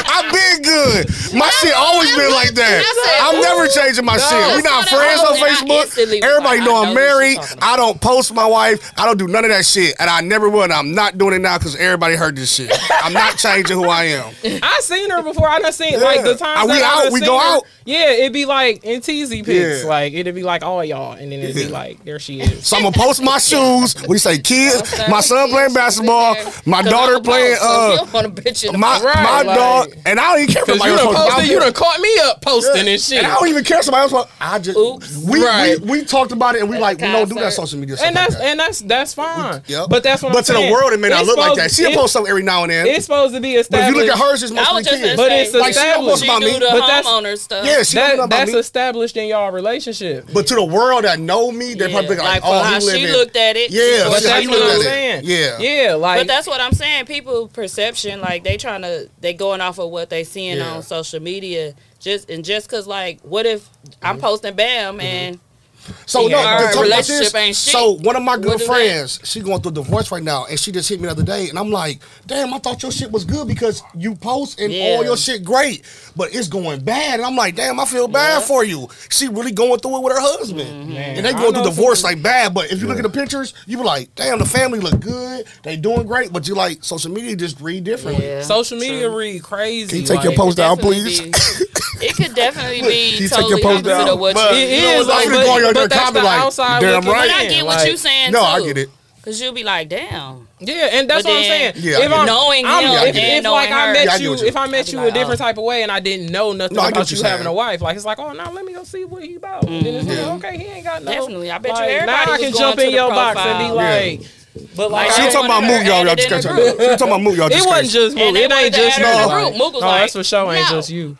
I've been good. My shit always been like that. I'm never changing my shit. We not that friends whole on thing, I Facebook. instantly was Everybody like, know I know what I'm married. she's talking about. I don't post my wife. I don't do none of that shit, and I never will. And I'm not doing it now because everybody heard this shit. I'm not changing who I am. I seen her before. I done seen like Yeah. the times Are we that I out? done We seen go her, out? Yeah, it'd be like in teasy pics. Yeah. Like it'd be like all y'all, and then it'd be like there she is. So I'm gonna post my shoes. What do you say, kids? My son playing basketball. My daughter playing. you Uh, don't want a bitch in the my Right, my like- dog. And I don't even care if Cause somebody you else done posts my posted, you picture. done caught me up posting and shit. And I don't even care if somebody else. want- I just we, Right. we we talked about it and we like we don't do that concert. social media. stuff and like that's that. and that's that's fine. Yep. But that's what but I'm to saying. the world it may not It's look like supposed- that. She'll it- post something every now and then. It's supposed to be But if established. you look at hers, it's I mostly was just kids. gonna But say, it's Like, she established. almost she about me. do the But that's- homeowner stuff. Yeah, she don't know That, about that's me. established in y'all relationship. But to the world that know me, they probably think like, like, for oh, how he she living. looked at it. Yeah, But that's how that's you what look I'm at it. saying. Yeah. yeah, like But that's what I'm saying. People perception, like they trying to, they going off of what they seeing Yeah. on social media. Just and just cause, like, what if I'm posting Bam and So no, Our to talk about relationship this, ain't shit. So one of my good What is that? friends, she going through a divorce right now, and she just hit me the other day, and I'm like, damn, I thought your shit was good because you post and Yeah. all your shit great, but it's going bad, and I'm like, damn, I feel bad for you. She really going through it with her husband, and they I going through know divorce like bad. But if you look at the pictures, you be like, damn, the family look good, they doing great, but you like social media just read differently. Yeah. social media read crazy. Can you take your like- post down, definitely please? be- it could definitely Can be you take your totally post opposite down? of what But- you. It You is know, it's like, always but, going on your but that's comment the like, outside damn looking right. But I in, get what like- you saying. No, too, I get it. Cause you'll be like, damn. Yeah, and that's But what I'm saying. then- Yeah, I if get I'm, it. Knowing I'm, him if, and if knowing like I her. met Yeah, I get you, what you- if I met I'd be you a like, different oh. type of way and I didn't know nothing No, I get what about you you're saying. having a wife, like it's like, oh no, let me go see what he about. And then it's like, okay, he ain't got no. Definitely. I bet you like, everybody Now I was can going jump to in the your box and be profile. like, but like, She She I- talking about wanted Mook, her y'all, y'all added just in catch the her. group. She talking about Mook, y'all just it wasn't catch her. just And Mook. they It ain't wanted to just add you. her in the Like, group. Mook was no, like, that's for sure. Ain't no. just you.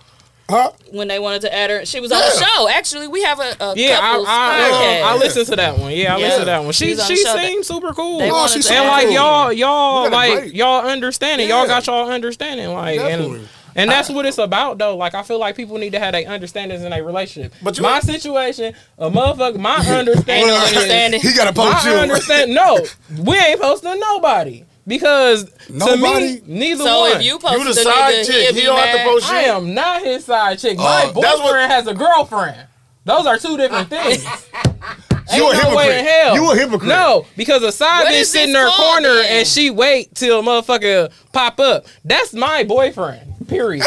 Huh? When they wanted to add her, she was on the Yeah. show. Actually, we have a, a Yeah, I, couples I, uh, podcast. I, I listened to that one. Yeah, I Yeah. listened to that one. She She's on she the show that- seems super cool. They And Oh, wanted she's to add like her. y'all y'all We got it like right. y'all understanding. Y'all Yeah. got y'all understanding. Like Definitely. and and that's what it's about though. Like I feel like people need to have their understandings in their relationship. But But you- my situation, a motherfucker, my understanding Ain't no is- understanding. He got to post I you. understand. No, we ain't posting nobody because Nobody? to me neither So one. if you post You the the side nigga, he'll chick. be He don't have to mad. post I shit. am not his side chick. Uh, My that's what- boyfriend has a girlfriend. Those are two different things. You a Ain't no way in hell. hypocrite. You a hypocrite. No, because a side What bitch is sit in this her called corner then? and she wait till motherfucker pop up. That's my boyfriend. Period.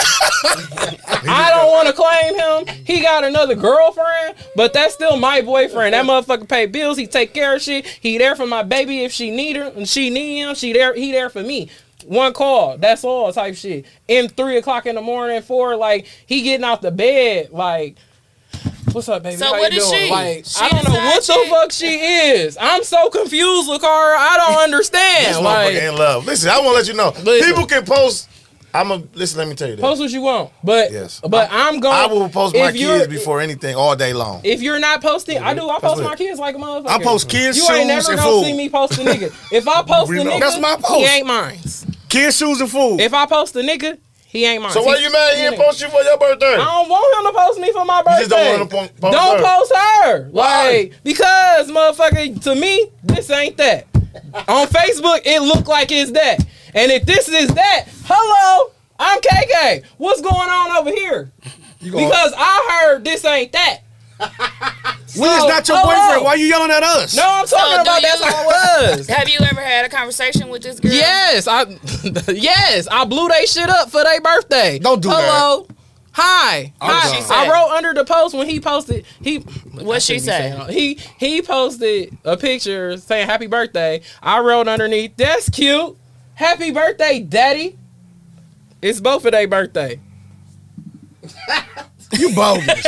I don't want to claim him. He got another girlfriend, but that's still my boyfriend. That motherfucker pay bills. He take care of shit. He there for my baby if she need her and she need him. She there. He there for me. One call. That's all type shit. In three o'clock in the morning, four like he getting out the bed like. What's up, baby? So How what you is doing? she? Like, She I don't know the side what the chick? fuck she is. I'm so confused, Lakara. I don't This understand. motherfucker like, in love. Listen, I want to let you know. Listen. People can post. I'm a listen. Let me tell you this. post what you want, but Yes. but I'm going. I will post my if you're- kids before anything all day long. If you're not posting, I do. I That's post my it. kids like a motherfucker. I post kids, You shoes, ain't never and gonna food. see me post a nigga. If I post a We know. nigga, That's my post. He ain't mine. Kids, shoes, and food. If I post a nigga, he ain't mine. So why He- you mad? He didn't nigga. post you for your birthday. I don't want him to post me for my birthday. You just don't want him to po- post Don't her. post her. Why? Like because motherfucker, to me, this ain't that. On Facebook, it look like it's that. And if this is that, hello, I'm KK. What's going on over here? Because I heard this ain't that. we is not your hello. boyfriend. Why you yelling at us? No, I'm talking do about that's you- how it was. Have you ever had a conversation with this girl? Yes, I yes, I blew they shit up for their birthday. Don't do Hello. Hi. done. Hi. She I said- wrote under the post when he posted he What she say? saying. He he posted a picture saying happy birthday. I wrote underneath, that's cute. Happy birthday, daddy. It's both of their birthday. You bogus.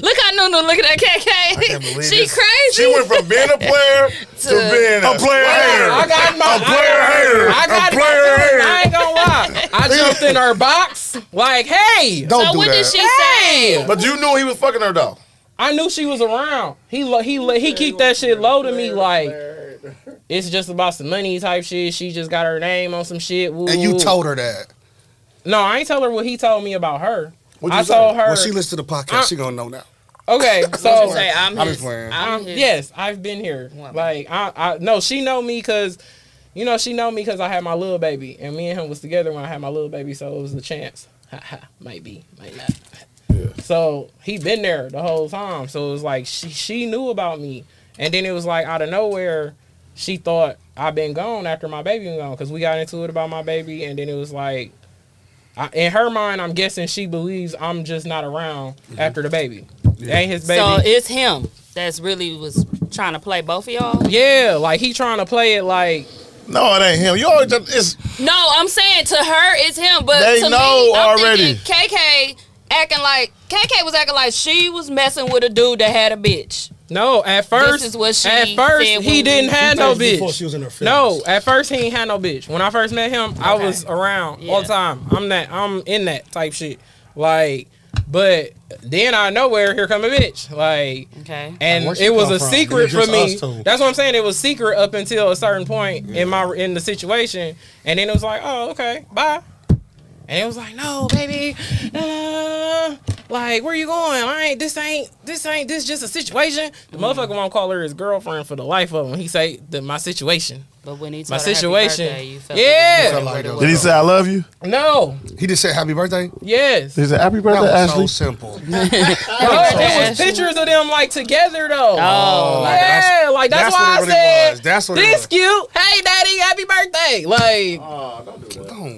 Look how Nunu look at that can't KK. believe She this. crazy. She went from being a player to, To- being a, player hater. I got my. a player hater. I got a it. player hater. I ain't gonna lie. I jumped in her box like, hey, Don't so do what that. did she say? hey. But you knew he was fucking her though. I knew she was around. He lo- he lo- he keep that shit low to me like it's just about some money type shit. She just got her name on some shit. Woo, and you woo. told her that. No, I ain't told her what he told me about her. What'd I you say? told her- When she listens to the podcast, I- she gonna know now. Okay, She so say, I'm, I'm his, just playing. I'm um, his. yes, I've been here. Like I, I no, she know me because you know she know me because I had my little baby, and me and him was together when I had my little baby, so it was the chance. Ha, ha, might be, might not. So he been there the whole time. So it was like she she knew about me, and then it was like out of nowhere, she thought i been gone after my baby been gone because we got into it about my baby, and then it was like. I, in her mind, I'm guessing she believes I'm just not around Mm-hmm. after the baby. Ain't his baby. So it's him that's really was trying to play both of y'all. Yeah, like he trying to play it like No, it ain't him. You always just, it's No, I'm saying to her it's him, but They to know me, I'm already. thinking KK acting like KK was acting like she was messing with a dude that had a bitch. no. At first, is what she at first said he when didn't we- have no That was Before bitch. she was in her feelings. No, at first he ain't had no bitch. When I first met him, I was around all the Yeah. time. I'm that I'm in that type shit. Like, but then out of nowhere, here come a bitch. Like, Okay. and Where'd she it was come a from? secret It's just for me. us two. That's what I'm saying. It was secret up until a certain point in my in the situation, and then it was like, oh, okay, bye. And it was like, no, baby, no, no, no, no, no. like where you going? I ain't this ain't this ain't this just a situation. Mm. The motherfucker won't call her his girlfriend for the life of him. He say that my situation. But when he told My her happy situation. birthday, you felt Yeah. like it Felt was like the it way was- did he say I love you? No, He just said happy birthday. yes, Did he say happy That birthday, was Ashley? so simple. But it was Ashley. pictures of them like together though. Oh, like, that's- yeah, like that's, that's why what it I really said was. That's what it this was. cute. Hey, daddy, happy birthday! Like.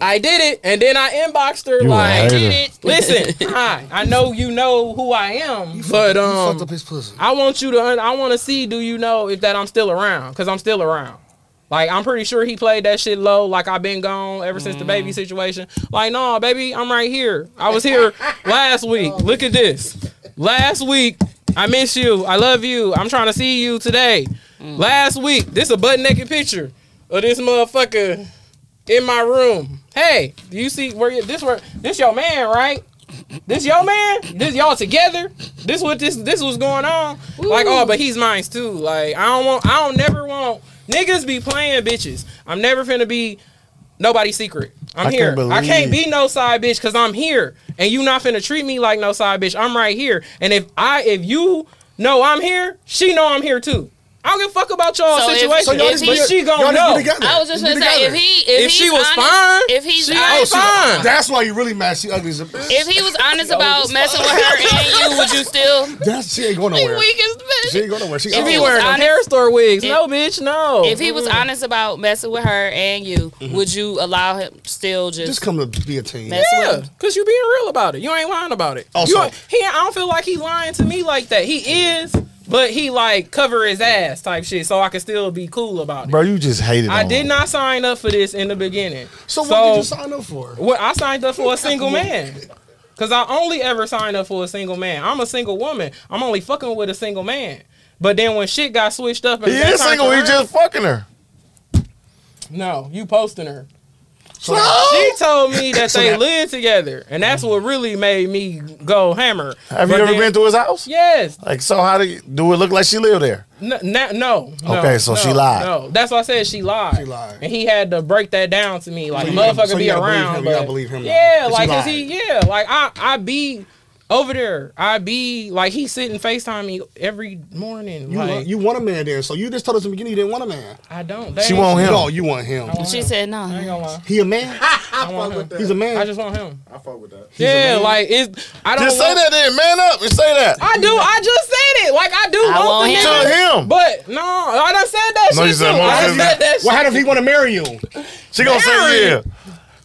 I did it, and then I inboxed her You a like, hater. "Listen, hi, I know you know who I am, but you um, fucked up his pussy. I want you to, un- I want to see, do you know if that I'm still around? Cause I'm still around. Like I'm pretty sure he played that shit low. Like I've been gone ever since the Mm. baby situation. Like no, baby, I'm right here. I was here last week. Look at this. Last week, I miss you. I love you. I'm trying to see you today. Mm. Last week, this a butt naked picture of this motherfucker in my room. Hey, do you see where you, this where this your man, right? This your man? This y'all together? This what this this was going on? Like, oh, but he's mine too. Like, I don't want I don't never want niggas be playing bitches. I'm never finna be nobody's secret. I'm I can't here. I believe- can't be no side bitch because I'm here. And you not finna treat me like no side bitch. I'm right here. And if I if you know I'm here, she know I'm here too. I don't give a fuck about y'all So if- situation. so y'all just but be- she Y'all gonna need to know. be together. I was just You gonna be say if together. he if, If he's she was honest, fine, if he's she honest, was fine. That's why you really mad. She ugly as a bitch. if he was honest about messing with her and you, would you still be That's she ain't going nowhere. weak as She bitch? ain't going nowhere. She If old. he be was wearing them honest- hair store wigs. if- no, bitch, no. If he was honest about messing with her and you, would you allow him still just, just come to be a team. mess with yeah, him? cause you being real about it. You ain't lying about it. Also- You ain't- he, I don't feel like he lying to me like that. He is, but he like cover his ass type shit, so I can still be cool about it. Bro, you just hated I on did him. not sign up for this in the beginning. So, what did you sign up for? What I signed up for a single man. Cause I only ever signed up for a single man. I'm a single woman. I'm only fucking with a single man. But then when shit got switched up, and He that is time single. for He her- just fucking her. no, you posting her. So, She told me that So they that- live together, and that's what really made me go hammer. Have you But ever then- been to his house? Yes. Like, so how do you, do it look like she lived there? N- na- no, no. Okay, so she no, lied. No, that's why I said she lied. She lied. And he had to break that down to me, like you gotta- motherfucker, so you be gotta believe around. him, but you gotta believe him now, Yeah, 'cause he like 'cause lied. he, yeah, like I, I be over there. I be like he sitting Facetime me every morning. you, like want, you want a man then, so you just told us in the beginning you didn't want a man. I don't. They She ain't- want him. No, you want him. She said no. I ain't gonna lie. He a man. I want him. He's a I man. just want him. I fuck with that. yeah, like it's. I don't. Just say want- that then. Man up and say that. I do. I just said it. Like I do. I want want the him. nigga. to him. But no, I done said that No, you shit said too. more I than done that. said that Well, shit. how does he want to marry you? she gonna Mary. say yeah.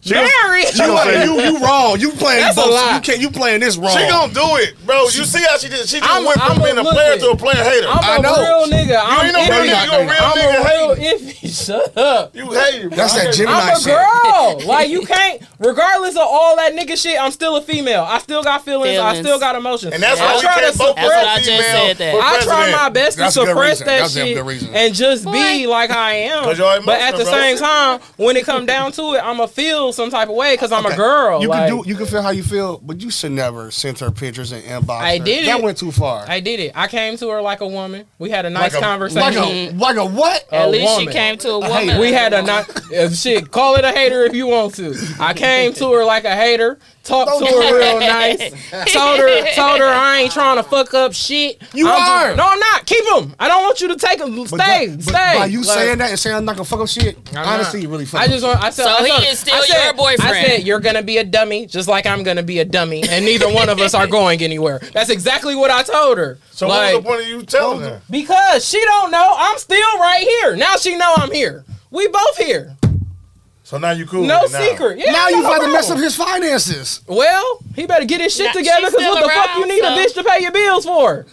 She gonna, Mary. she gonna, say, you, you wrong. You playing That's a both. lie. You can't. You playing this wrong. she gonna do it, bro. You see how she did? She just I'm- went from I'm a- being a player to listen. a player hater. I'm a I know. real nigga. I'm you ain't no real in it. nigga. You a real I'm nigga a real so iffy. Shut up. You hate him. That's that Gemini I'm a shit. girl. Like you can't, regardless of all that nigga shit. I'm still a female. I still got feelings. I Feelings. still got emotions. And that's I why we try can't to vote for That's what I suppress. just said that. I try my best That's a to good suppress reason. that That's a damn shit good reason. and just be like I am. 'Cause you're But at the emotional, bro. same time, when it come down to it, I'ma feel some type of way because I'm a Okay. girl. You like- can do. You can feel how you feel, but you should never send her pictures and inbox. I her. did That it. went too far. I did it. I came to her like a woman. We had a nice like a, conversation. Like a, like a what? A At least she woman. came to a woman. we had a not uh, shit. Call it a hater if you want to. I came to her like a hater, talked to her real nice, told her, told her I ain't trying to fuck up shit. You I'm ju- are. no, I'm not. Keep him. I don't want you to take him. But Stay, that- stay. but By you Like, saying that and saying I'm not gonna fuck up shit, I'm honestly, not. you really fuck. I up. just want. I said, So I he said, is still I said, your boyfriend. I said you're gonna be a dummy, just like I'm gonna be a dummy, and neither one of us are going anywhere. That's exactly what I told her. So like, what was the point of you telling her? because she don't know, I'm still right here. Now she know I'm here. We both here. So now you cool. No with it now. secret. Yeah, now no you about to mess up problem. his finances. Well, he better get his shit Nah, together she's because what still the fuck around, you need a so- bitch to pay your bills for?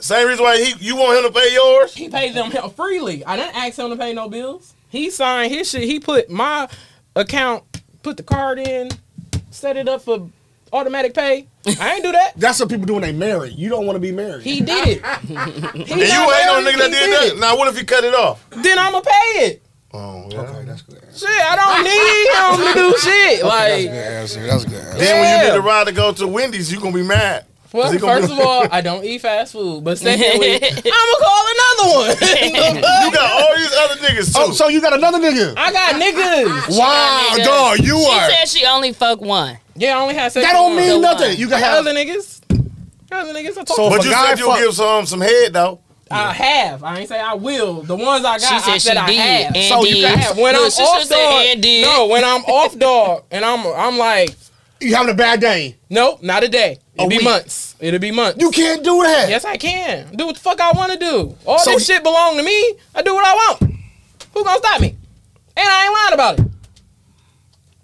Same reason why he you want him to pay yours. He paid them freely. I didn't ask him to pay no bills. He signed his shit. He put my account, put the card in, set it up for automatic pay. I ain't do that. That's what people do when they marry. You don't want to be married. He did it. He And you ain't no nigga that it. did that. Now what if he cut it off? then I'ma pay it. Oh, yeah. okay, that's good. Shit, I don't need him to do That's a shit. good Like, answer. That's a good. Answer. Then when you Yeah. get a ride to go to Wendy's, you gonna be mad. well, Is he gonna first be- of all, I don't eat fast food, but secondly, I'ma call another one. You got all these other niggas too. Oh, so you got another nigga? I got niggas. Wow, nigga. dog, you She are. said she only fuck one. Yeah, I only had sex. That with don't one. The mean one. nothing. You can I got have. other niggas. I got Other niggas. I talk So- to. but if a you guy said you'll fuck- give some some head though. I have. I ain't say I will. The ones I got, She said I said she I did. have. And So did. you can have- when Look, I'm she off should dog, say and did. no, when I'm off dog, and I'm I'm like, You having a bad day? nope, not a day. It'll A be week. months. It'll be months. You can't do that. Yes, I can. Do what the fuck I want to do. All So this he- shit belong to me. I do what I want. Who gonna stop me? And I ain't lying about it.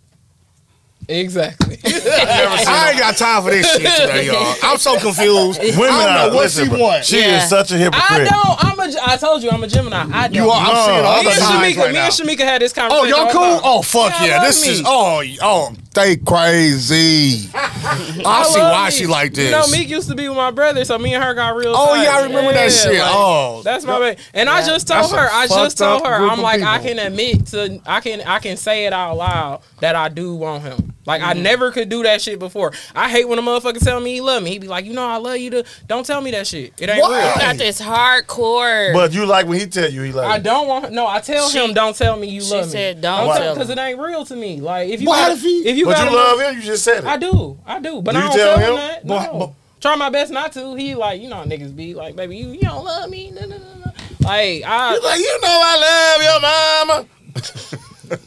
Exactly. I ain't got time for this shit today, y'all. I'm so confused. Women I don't know what she bro, wants. She Yeah. is such a I hypocrite. don't. I'm a. Ge- I told you I'm a Gemini. I don't. You are. I'm seeing all Me the and signs Shamika. right me now. and Shamika had this Oh, conversation. y'all all cool? the time. Oh, fuck Yeah, I yeah. love This is, me. oh, oh, they crazy. I, see love why Meek. she like this. You know, Meek used to be with my brother, so me and her got real. oh, tight. yeah, I remember that Yeah, shit. like, oh. That's my baby. And I just That's told a her, I just fucked up told her, group I'm of like, I people. can admit to, I can, I can say it out loud that I do want him. Like I never could do that shit before. I hate when a motherfucker tell me he love me. He be like, you know, I love you. To don't tell me that shit. It ain't Why? real. You got this hardcore. But you like when he tell you he I like. don't want. No, I tell She- him, don't tell me you she love me. said, don't tell because him. it ain't real to me. Like if you, Why got, if he- you, But got you a- love him. You just said I it. do, I do, but Do I you don't tell tell, him him? that. But- no. but- Try my best not to. He like, you know, how niggas be like, baby, you, you don't love me. Nah, nah, nah, nah. Like I, Like you know I love your mama.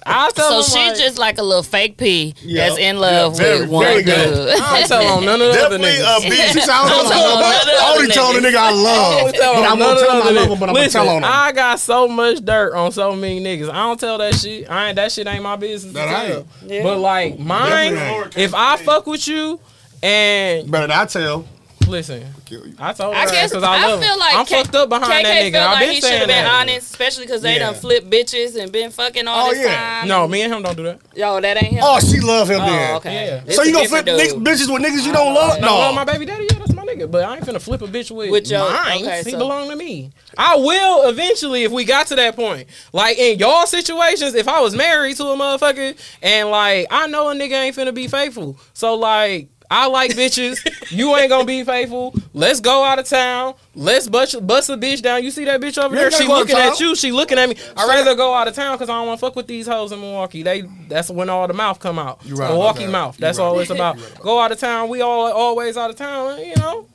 I tell so him she like, just like a little fake P that's in love Yeah, very- with one very good. dude. I don't tell on none of the other Definitely uh, niggas. a bitch. She said, I don't know, I only told the nigga I I love. don't tell But on I'm none going of to tell him I the love other niggas. him, but I'm going to Listen, tell on him. I got so much dirt on so many niggas. I don't tell that shit. I ain't that shit ain't my business. That to I tell. ain't. But like mine, Definitely ain't. if I fuck with you and Better not tell. listen, Kill you. I told her I guess because I, I love feel him. like I'm K- fucked up behind that KK nigga. felt I've like been he should saying have been that. honest, especially because they done Yeah. flipped bitches and been fucking all Oh, this yeah. time. No, me and him don't do that. Yo, that ain't him. Oh, she love him Oh, then. okay. Yeah. This So you a gonna flip different niggas, dude. bitches with niggas you don't love? No, No. my baby daddy, yeah, that's my nigga. But I ain't finna flip a bitch with, With your- mine. okay, he so- belong to me. I will eventually if we got to that point. Like in y'all situations, if I was married to a motherfucker and like I know a nigga ain't finna be faithful. So like I like bitches. you ain't gonna be faithful. Let's go out of town. Let's bust, bust a bitch down. You see that bitch over You there? ain't gotta She go out of looking at town. you. She looking at me. I'd rather go out of town because I don't want to fuck with these hoes in Milwaukee. They that's when all the mouth come out. You right about Milwaukee that. mouth. You That's right all about it's about. Go out of town. We all always out of town. You know.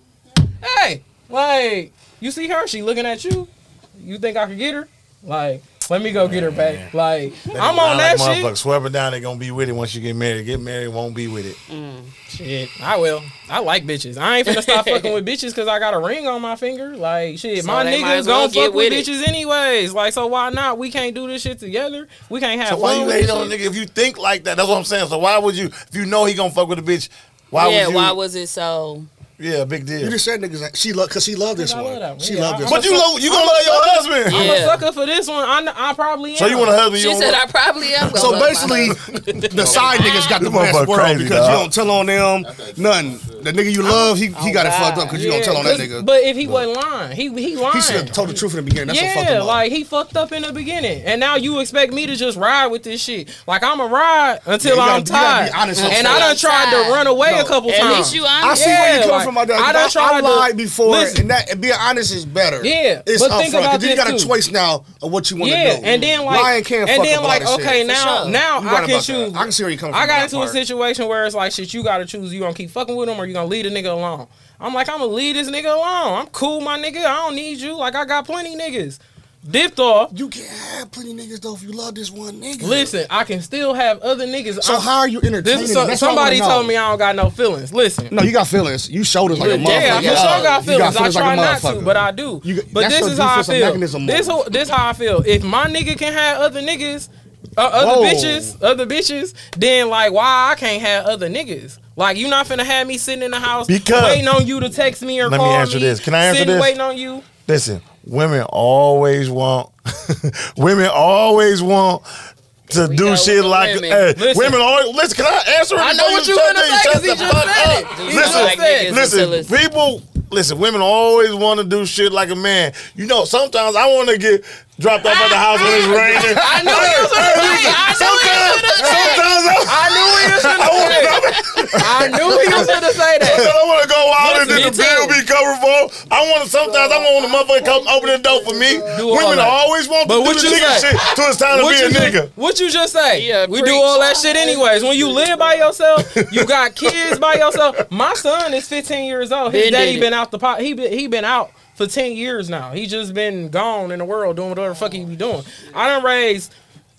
Hey, like you see her, she looking at you. You think I could get her? Like, let me go get her back. Like I'm on that shit. Swearing down, they gonna be with it once you get married. Get married, won't be with it. Shit, I will. I like bitches. I ain't finna stop fucking with bitches because I got a ring on my finger. Like shit, So my they might niggas as well gonna get fuck with, with it. bitches anyways. Like so, why not? We can't do this shit together. We can't have. So why fun you with hate this on shit. a nigga if you think like that? That's what I'm saying. So why would you if you know he gonna fuck with a bitch? Why yeah, would you? why was it so? Yeah, big deal. You just said niggas. Like, she love because she loved this I one. love that one. She Yeah, loved I- this. I'm one. but you love you gonna love your husband. I'm Yeah. a sucker for this one. I'm, I probably am. So you want a husband? You She don't said, want- I probably am. gonna So love my basically, husband." the side niggas got the This motherfucker best world crazy, because you dog. don't tell on them nothing. The nigga you love, he, he got it God. fucked up because you don't tell on that nigga. But if he wasn't lying, he he lying. He should have told the truth in the beginning. That's what fucked yeah, him up. like he fucked up in the beginning, and now you expect me to just ride with this shit. Like I'm a ride until Yeah, you gotta- I'm you gotta be tired, honest with and yourself. I done tried to run away a couple At times. least you honest. I see where Yeah, you come like, from. My dog. I I, done tried I to- lied before, Listen. and that and being honest is better. Yeah, it's but upfront think about 'cause you this, got a too. choice now of what you want to yeah, do. and then like lying can't and fuck then up a like lot of okay shit. now sure. now You right I can about that. choose. I can see where you come from. I on got that into part. a situation where it's like, shit, you gotta choose. You gonna keep fucking with him or you gonna leave the nigga alone? I'm like, I'm gonna leave this nigga alone. I'm cool, my nigga. I don't need you. Like I got plenty niggas. Dipped off. You can have plenty niggas though if you love this one nigga. Listen, I can still have other niggas. So I'm- how are you entertaining? this, them? so, That's what I somebody wanna know. told me I don't got no feelings. Listen, No, you got feelings. You showed us like a motherfucker. Yeah, I for sure got You feelings. I try like a not to, motherfucker. but I do. You- but that's this your is how I defensive feel. mechanism This move. wh- this how I feel. If my nigga can have other niggas, uh, other Whoa. bitches, other bitches, then like why I can't have other niggas? Like you not finna have me sitting in the house Because- waiting on you to text me or Let me call answer this. Can I answer sitting this? Waiting on you. Listen, women always want women always want to go do with shit the like women. hey, Listen. women always listen. Can I answer? it I know before what you shut finna the- say, 'cause shut he the just fuck said it. up. Do you Listen, like niggas listen, until it's- people. Listen, women always want to do shit like a man. You know, sometimes I want to get dropped off at the house when it's raining. I know. Sometimes I, I knew he was finna say that. I knew he was finna say that. sometimes I want to go out and then the Listen, me bed will too. be covered for. I want to. Sometimes I want the motherfucker come open the door for me. Do all Women that. always want to But do what the you nigga say? shit till it's time to be What a you, nigga. just, what you just say? Yeah, we do preach. all that shit anyways. When you live by yourself, you got kids by yourself. My son is 15 years old. His Been did daddy it. been out the pot. He been, he been out for 10 years now. He just been gone in the world doing whatever the fuck he be doing. I done raised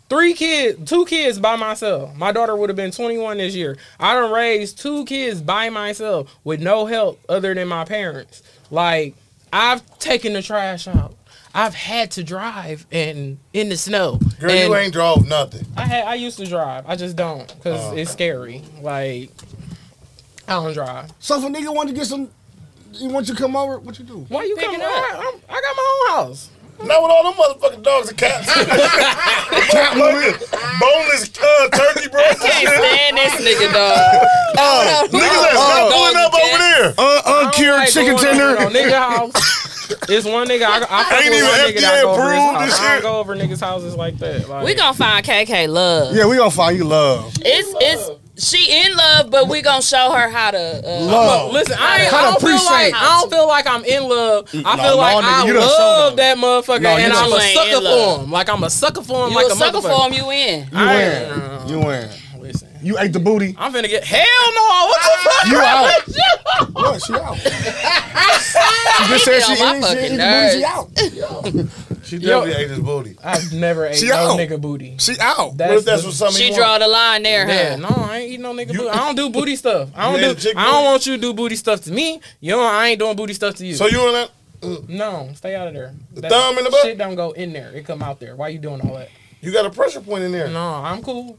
three kids, two kids by myself. My daughter would have been 21 this year. I done raised two kids by myself with no help other than my parents. Like I've taken the trash out. I've had to drive and in the snow. and drove nothing. I had I used to drive. I just don't because it's scary. Like I don't drive. So if a nigga wanted to get some, he wants you to come over. What you do? Why you coming? it up? I, I'm- I got my own house. Not with all them motherfucking dogs and cats. Cat woman. Boneless uh, turkey breast. and shit. Stand this nigga, dog. Niggas that's not pulling up over there. Uh, I uncured don't like chicken going over tender. no nigga house. It's one nigga. I, I fuck Ain't with even one nigga FDA that go over his approved house. this I shit. don't go over niggas' houses like that. Like, We gonna find KK love. Yeah, we gonna find you love. It's it's she in love, but we gonna show her how to uh, But Love. listen, I, ain't, How I to don't feel Oh, appreciate. like I don't feel like I'm in love. I no, feel like no, nigga, I you done love showed that motherfucker, No, you and done- I'm a You ain't in sucker love. for him. Like I'm a sucker for him. you like a sucker motherfucker. for him. You in. You I win. You win. Listen, You ate the booty. I'm finna get hell no. What the fuck? You out. What? She out. She just said she on my ate she fucking ate the booty. She nerves. out. She definitely ate his booty. I've never ate She no out. nigga booty. She out. What if that's the- what something She you draw the line there, Yeah, huh? no, I ain't eating no nigga booty. I don't do booty stuff. I You don't ain't do. chick I don't booty? want you to do booty stuff to me. You know, I ain't doing booty stuff to you. Want. So you in that? no, stay out of there. That thumb in the butt? Shit don't go in there. It come out there. Why you doing all that? You got a pressure point in there. No, I'm cool.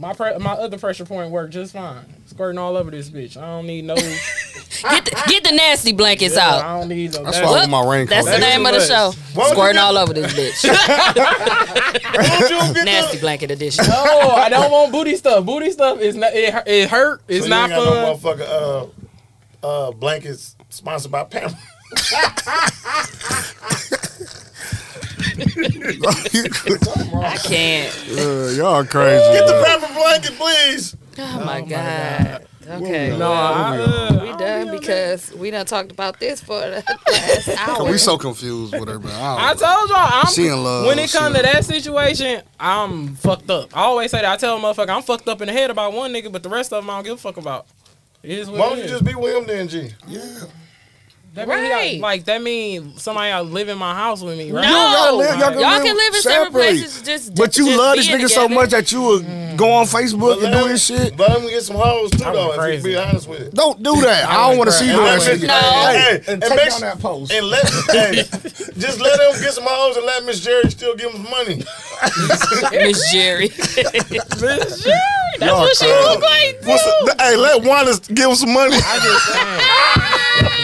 My pre- my other pressure point worked just fine. Squirting all over this bitch. I don't need no. Get the, get the nasty blankets out. I don't need no. That's why I nasty- with my raincoat. That's the That's name of the too show. much. Why don't you Squirting get- all over this bitch. Don't you get nasty the- blanket edition. No, Oh, I don't want booty stuff. Booty stuff is not. It, hu- it hurt. It's So you not ain't fun. got no motherfucking uh, uh, blankets sponsored by Pam. I can't. Uh, y'all crazy. Get the bro. Pamper blanket, please. Oh my god. Okay. no, I, uh, We done because we done talked about this for the last hour. we so confused with her, bro. I I don't know. told y'all, I'm She in love. when it She come to in- that situation, I'm fucked up. I always say that. I tell a motherfucker, I'm fucked up in the head about one nigga, but the rest of them I don't give a fuck about. It is what Why it don't you is. just be with him then, G? that mean he got- Right. like that means somebody out live in my house with me, right? gotta No, live- y'all can y'all live can live in separate separate. places. Just But you just love this being nigga so together. much that you would go on Facebook and let do him- his shit. Let him get some hoes too, I'm though. If crazy. you be honest with it. Don't do that. I don't want to see you And do let that Miss- shit. No. hey, And and take Miss- down that post. and let hey, just let him get some hoes and let Miss Jerry still give him some money. Miss Jerry. Miss Jerry. Y'all That's what she crazy. look like. What's the- hey, let Wanda give him some money. I just saying.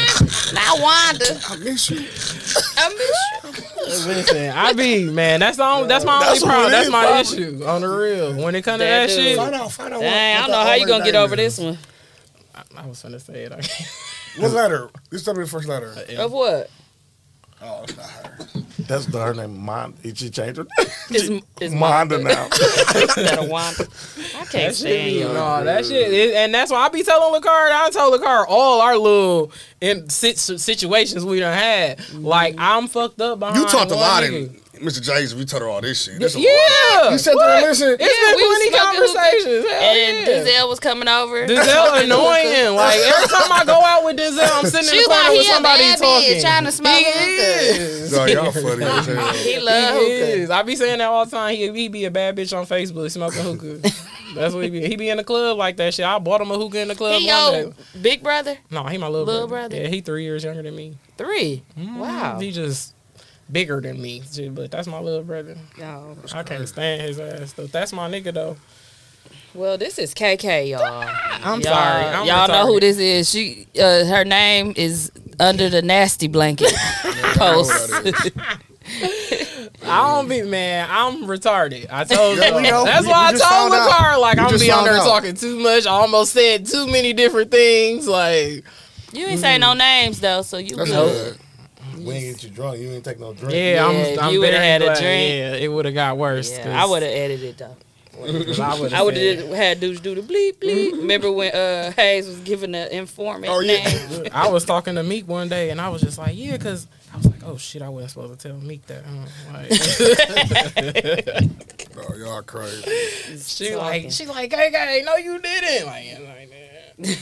I wander. I miss you. I miss you. Listen, I be man. That's the only, that's my That's only what problem. it That's is, my probably. issue on the real. When it comes to That that dude. shit, Find out. Find out. what- Dang, I what don't know that how you other gonna get name over is. this one. I was gonna say it. I What letter? Just tell me the first Uh, letter. Of what? Oh, it's not her. That's the, her name. Mon. She changed her. Is is Monda now. that a wander? I can't stand you. No, that shit, it, and that's why I be telling Lacard. I tell Lacard all our little in sit, situations we done had. Like Mm-hmm. I'm fucked up. Behind You talked a one lot, nigga. in Mr. Jason. We taught her all this shit. This a lot. Yeah, You sat there What? and listened. It's Yeah, we was been smoking plenty conversations. Hell And yeah. Denzel was coming over. Denzel annoying. Like every time I go out with Denzel, I'm sitting in She the corner like with he a somebody bad talking. bitch trying to smoke he hookah. is. No, y'all funny as hell. He He love hookah. is. I be saying that all the time. He, he be a bad bitch on Facebook smoking hookah. That's what he be. He be in the club like that shit. I bought him a hookah in the club. He one yo day. big brother No, he my little, Little brother. brother. Yeah, he three years younger than me. three. Wow. He just bigger than me. shit, But that's my little brother. Yo. I can't stand his ass. Though. That's my nigga though. Well, this is KK, y'all. I'm Y'all- sorry. I'm y'all know who retarded. this is. She, uh, her name is under the nasty blanket post. I don't be man. I'm retarded. I told you. we know. That's We- why we I just told found out. Lakar like We I'm gonna just be on found there out. talking too much. I almost said too many different things. Like you ain't say no names though, so you That's good. good. we ain't get you drunk. You ain't take no drink. yeah, I'm. Yeah, I'm you would've very had a glad. drink. Yeah, it would have got worse. Yeah, I would have edited though. have. I would I would have. have had dudes do the bleep bleep. Remember when uh, Hayes was giving the informant Oh, yeah. name? I was talking to Meek one day, and I was just like, yeah, because I was like, oh shit, I wasn't supposed to tell Meek that. I'm like, Oh, No, y'all crazy. she like, she like, hey, hey, no, you didn't. Like, yeah, like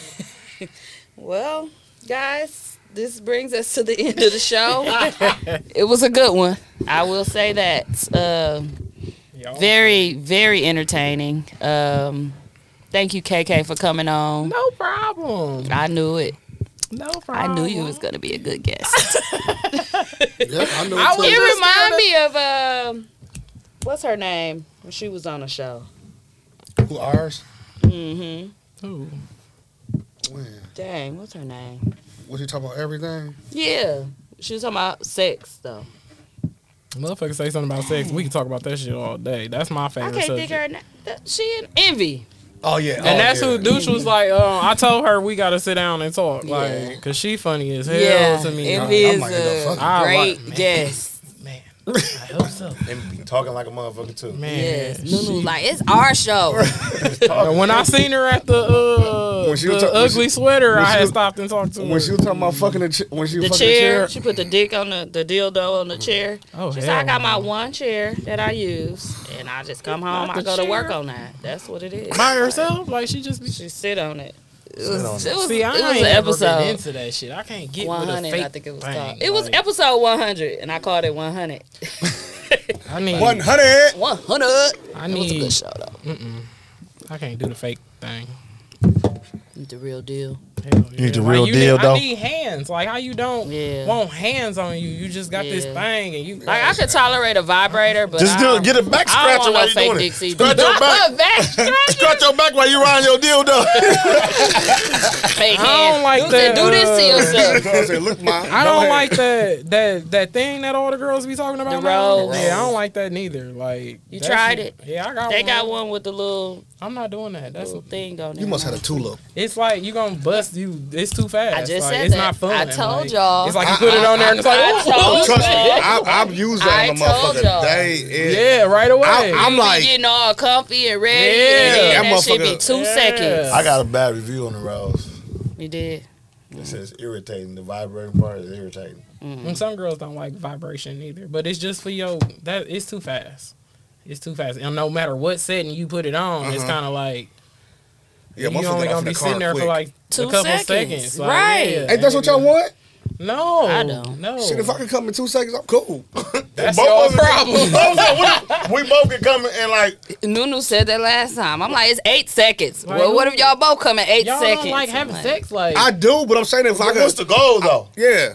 that. Well, guys, this brings us to the end of the show. it was a good one. I will say that. Uh, Y'all- very, very entertaining. Um, thank you, KK, for coming on. no problem. I knew it. No problem. I knew Oh. you was gonna be a good guest. Yeah, I know. I too. was it just remind gonna- me of um, what's her name when she was on a show. Who ours? Mm-hmm. Ooh. Man, Dang, what's her name? was he talking about everything? Yeah, she was talking about sex though. Motherfucker say something about sex. We can talk about that shit all day. That's my I favorite can't subject. think of her name. She in envy. Oh yeah. and that's who Dooch was like. Uh, I told her we gotta sit down and talk, like, cause she funny as hell to me. envy I- I is might end up a fucking her. uh, great I like- guest. man, I hope so. And be talking like a motherfucker too. Man, Yes, Nunu like it's our show. when I seen her at the uh, When she the was talk- when ugly she- sweater, when I she had was- stopped and talked to her. When she was talking about fucking the chair, when she was the fucking chair. the chair, She put the dick on the, the dildo on the chair. Oh, she said, hell I got my no. one chair that I use, and I just come home, Not I the go to work chair. on that. That's what it is. by herself, like she just be. She sit on it. It was, it was, See, I it was ain't an ever been episode. into that shit. I can't get with a 100, fake I think it was thing. called. It was Like, episode 100, and I called it 100. I need. one hundred. 100. I It was a need. good show, though. I can't do the fake thing. The real deal. Hell yeah. need the real deal, need, though. I need hands. Like how you don't Yeah. want hands on you. You just got this Yeah. thing and you Like, I could tolerate a vibrator, but Just I do don't, it. Get a back I scratcher don't while want you no fake doing dick it. CD. Scratch your back. Back scratch Scratch your back while you riding your dildo. fake I hands. don't like Dude said, that. do this to yourself. Look, mom. I don't like that that that thing that all the girls be talking The about. now. rose. Yeah, I don't like that neither. Like You that tried shit- it? Yeah, I got. They one. got one with the little, I'm not doing that. That's little thing on it. You must have a tulip. it's like you gonna bust you. It's too fast. I just like, said it's that. not fun. I told Like, y'all. It's like you put it on there and it's like I "Ooh." told Trust me, y'all. I, I've used that on a I told motherfucker y'all. day. in. yeah, right away. I, I'm You be like, getting all comfy and ready. Yeah. and then That that should be motherfucker- two Yeah. seconds. I got a bad review on the rose. You did. It says irritating. The vibrating part is irritating. And some girls don't like vibration either, but it's just for your that it's too fast. It's too fast, and no matter what setting you put it on, it's kind of like Uh-huh. yeah, you only gonna be sitting there for like Two a couple seconds. seconds, Like, Right. yeah. Hey, that's what y'all want? No, I don't. No, Shit, if I can come in two seconds, I'm cool. that's Both your of us- problem. Both of us- we both can come and like Nunu said that last time. I'm like, it's eight seconds. Like, well, what if y'all both come in 8 Y'all seconds? don't like I'm having like, sex, like I do, but I'm saying if I what's could. the goal though? Yeah.